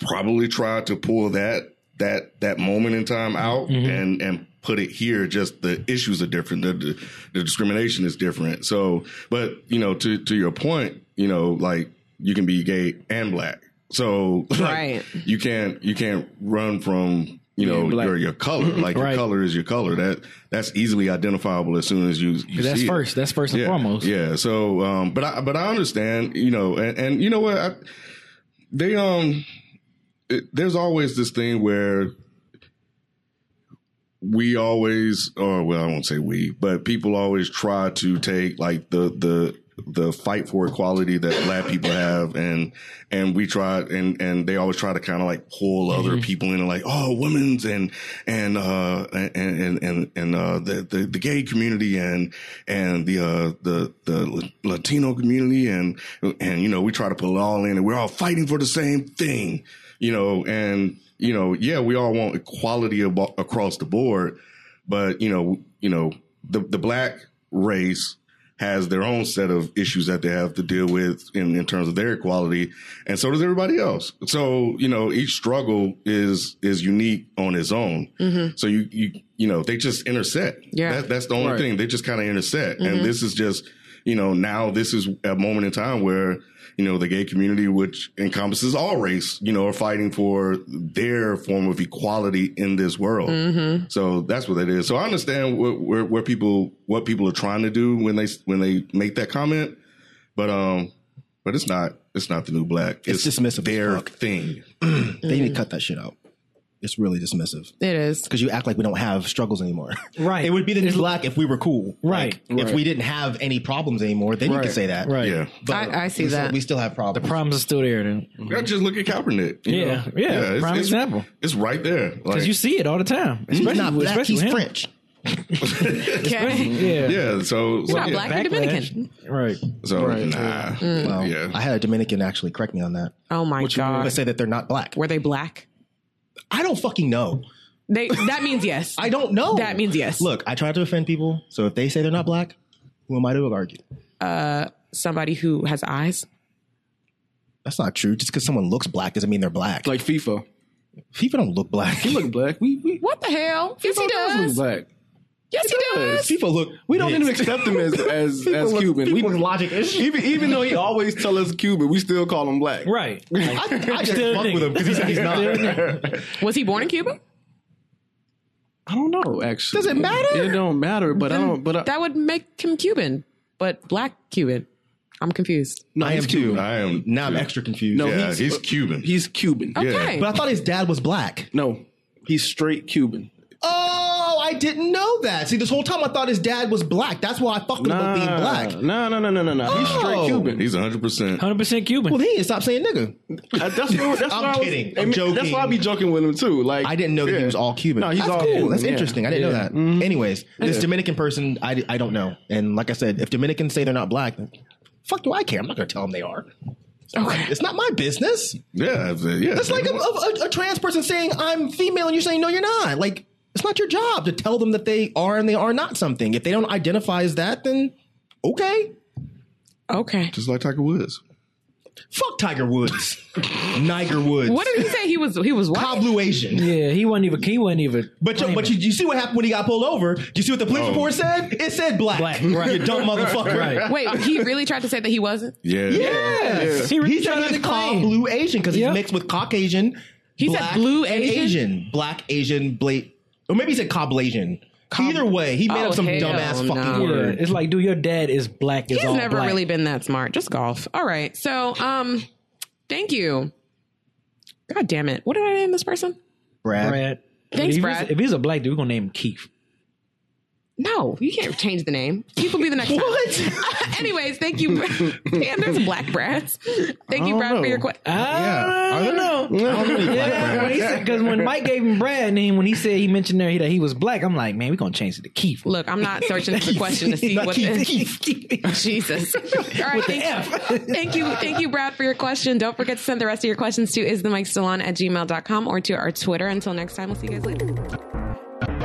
Speaker 7: probably try to pull that that that moment in time out
Speaker 5: Mm-hmm.
Speaker 7: and and put it here. Just the issues are different. The, the the discrimination is different. So, but you know, to to your point, you know, like you can be gay and black. So like,
Speaker 1: Right.
Speaker 7: you can't you can't run from you know
Speaker 5: Being black.
Speaker 7: your your color like
Speaker 4: Right.
Speaker 7: your color is your color that that's easily identifiable as soon as you, you
Speaker 4: That's
Speaker 7: see it.
Speaker 4: first. That's first and
Speaker 7: yeah,
Speaker 4: foremost.
Speaker 7: yeah so um but i but i understand you know and, and you know what I, they um it, there's always this thing where we always or well i won't say we but people always try to take like the the the fight for equality that black people have and and we try and and they always try to kind of like pull other people in and like oh women's and and uh and and and, and uh the, the the gay community and and the uh the the latino community and and you know we try to pull it all in and we're all fighting for the same thing you know, and you know, yeah, we all want equality abo- across the board, but you know, you know, the the black race has their own set of issues that they have to deal with in, in terms of their equality, and so does everybody else. So you know, each struggle is is unique on its own. So you you you know, they just intersect.
Speaker 1: Yeah.
Speaker 7: that, that's the only thing they just kind of intersect, and this is just you know now this is a moment in time where you know the gay community which encompasses all race you know are fighting for their form of equality in this world so that's what it is so i understand where, where, where people what people are trying to do when they when they make that comment but um but it's not it's not the new black
Speaker 6: It's dismissive as
Speaker 7: their
Speaker 6: fuck.
Speaker 7: thing
Speaker 6: Mm-hmm. They need to cut that shit out. It's really dismissive.
Speaker 1: It is.
Speaker 6: because you act like we don't have struggles anymore.
Speaker 4: Right.
Speaker 6: It would be the new black if we were cool.
Speaker 4: Right.
Speaker 6: Like, If we didn't have any problems anymore, then you could say that.
Speaker 4: Right.
Speaker 7: yeah
Speaker 6: But
Speaker 1: I- I see
Speaker 6: we still-
Speaker 1: that.
Speaker 6: we still have problems.
Speaker 4: Problems are still there then.
Speaker 6: mm-hmm.
Speaker 7: Yeah, just look at Kaepernick. you
Speaker 4: Yeah,
Speaker 7: know?
Speaker 4: yeah, prime example.
Speaker 7: It's right there. Like,
Speaker 4: Because you see it all the time. Especially,
Speaker 6: he's not black.
Speaker 4: especially
Speaker 6: He's
Speaker 4: with him.
Speaker 6: French.
Speaker 1: Okay.
Speaker 4: Yeah.
Speaker 7: yeah. So, so
Speaker 1: not
Speaker 7: yeah.
Speaker 1: black. You're Dominican.
Speaker 4: Right.
Speaker 7: So nah.
Speaker 6: Wow.
Speaker 7: Yeah.
Speaker 6: I had a Dominican actually correct me on that.
Speaker 1: Oh my
Speaker 6: I
Speaker 1: god.
Speaker 6: say that they're not black.
Speaker 1: Were they black?
Speaker 6: I don't fucking know.
Speaker 1: They. That means yes.
Speaker 6: I don't know.
Speaker 1: That means yes.
Speaker 6: Look, I try to offend people, so if they say they're not black, who am I to have argued?
Speaker 1: Somebody who has eyes.
Speaker 6: That's not true. Just because someone looks black doesn't mean they're black.
Speaker 5: like FIFA.
Speaker 6: people don't look black.
Speaker 5: He look black. We we
Speaker 1: What the hell? Yes, he
Speaker 5: FIFA
Speaker 1: does.
Speaker 5: Look black.
Speaker 1: Yes, he does.
Speaker 6: people look.
Speaker 5: We don't even accept him as as, as Cuban. We,
Speaker 6: logic issue.
Speaker 5: even even though he always tell us Cuban, we still call him black.
Speaker 4: Right.
Speaker 6: I, I just fuck with him because he's, he's not.
Speaker 1: Was he born in Cuba?
Speaker 5: I don't know. Actually,
Speaker 6: Does it matter?
Speaker 5: It don't matter. Oh, But uh, I don't. But I,
Speaker 1: That would make him Cuban, but black Cuban. I'm confused.
Speaker 5: No,
Speaker 6: I am
Speaker 5: he's Cuban.
Speaker 6: too.
Speaker 3: I am.
Speaker 6: Now I'm extra confused.
Speaker 5: No,
Speaker 3: Yeah,
Speaker 5: he's,
Speaker 3: he's Cuban.
Speaker 5: He's Cuban.
Speaker 1: Okay.
Speaker 6: But I thought his dad was black.
Speaker 5: No, he's straight Cuban.
Speaker 6: Oh, I didn't know that. See, this whole time I thought his dad was black. That's why I fucked him about being black.
Speaker 5: Ah, No, no, no, no, no, no. He's straight
Speaker 6: Oh.
Speaker 5: Cuban.
Speaker 3: He's 100%.
Speaker 4: Hundred percent Cuban.
Speaker 6: Well, he didn't stop saying nigga.
Speaker 5: Uh, that's what, that's
Speaker 6: I'm
Speaker 5: what
Speaker 6: kidding.
Speaker 5: I
Speaker 6: I'm
Speaker 5: was, I mean, That's why I
Speaker 6: joking.
Speaker 5: be joking with him too. Like
Speaker 6: I didn't know that
Speaker 5: yeah.
Speaker 6: he was all Cuban.
Speaker 5: No, he's
Speaker 6: That's
Speaker 5: all
Speaker 6: cool.
Speaker 5: Cuban,
Speaker 6: That's
Speaker 5: yeah. Mm-hmm.
Speaker 6: interesting. I didn't know that. Anyways, this Dominican person, I, I don't know. And like I said, if Dominicans say they're not black, then fuck do I care? I'm not going to tell them they are. Okay. It's not my business.
Speaker 3: Yeah. yeah.
Speaker 6: That's like a, a, a, a trans person saying I'm female and you're saying no, you're not. Like it's not your job to tell them that they are and they are not something. If they don't identify as that, then okay,
Speaker 1: Okay.
Speaker 3: Just like Tiger Woods.
Speaker 6: fuck Tiger Woods, Niger Woods,
Speaker 1: What did he say? He was he was what?
Speaker 6: Pablo Asian.
Speaker 4: Yeah, he wasn't even. He wasn't even.
Speaker 6: But you, but you, you see what happened when he got pulled over? Do you see what the police report said? It said black.
Speaker 4: Oh. Black,
Speaker 6: You dumb motherfucker.
Speaker 4: Right.
Speaker 1: Wait, he really tried to say that he wasn't.
Speaker 3: Yeah.
Speaker 6: Yes.
Speaker 4: He
Speaker 6: He,
Speaker 4: really
Speaker 6: said
Speaker 4: tried
Speaker 6: he's
Speaker 4: to
Speaker 6: called
Speaker 4: claim.
Speaker 6: blue Asian because he's
Speaker 4: Yep.
Speaker 6: mixed with Caucasian.
Speaker 1: He said
Speaker 6: black,
Speaker 1: blue
Speaker 6: and
Speaker 1: Asian?
Speaker 6: Black Asian, blake or maybe he said Coblasian. Either way, he made
Speaker 1: Oh,
Speaker 6: up some
Speaker 1: hell
Speaker 6: dumbass
Speaker 1: no.
Speaker 6: fucking
Speaker 1: Yeah.
Speaker 6: word.
Speaker 4: Yeah, it's like, dude, your dad is black. Is
Speaker 1: He's
Speaker 4: all
Speaker 1: never
Speaker 4: black.
Speaker 1: really been that smart. Just golf. All right. So, um, thank you. God damn it. What did I name this person?
Speaker 4: Brad.
Speaker 1: Thanks,
Speaker 4: if
Speaker 1: Brad.
Speaker 4: He's, if he's a black dude, we're gonna name him Keith.
Speaker 1: No, you can't change the name. Keith will be the next What? Anyways, thank you. and there's black brats. Thank you, Brad, for your Uh, question.
Speaker 4: I don't know.
Speaker 5: I don't know any black
Speaker 4: Yeah,
Speaker 5: man.
Speaker 4: because when Mike gave him Brad, and then when he said he mentioned there he, that he was black, I'm like, man, we're gonna change it to Keith.
Speaker 1: Look, I'm not searching for the question to see
Speaker 6: Not
Speaker 1: what
Speaker 6: Keith,
Speaker 1: the
Speaker 6: Keith,
Speaker 1: Jesus. All right, thank, thank you. Thank you, Brad, for your question. Don't forget to send the rest of your questions to is the mic still on at gmail.com or to our Twitter. Until next time, we'll see you guys later.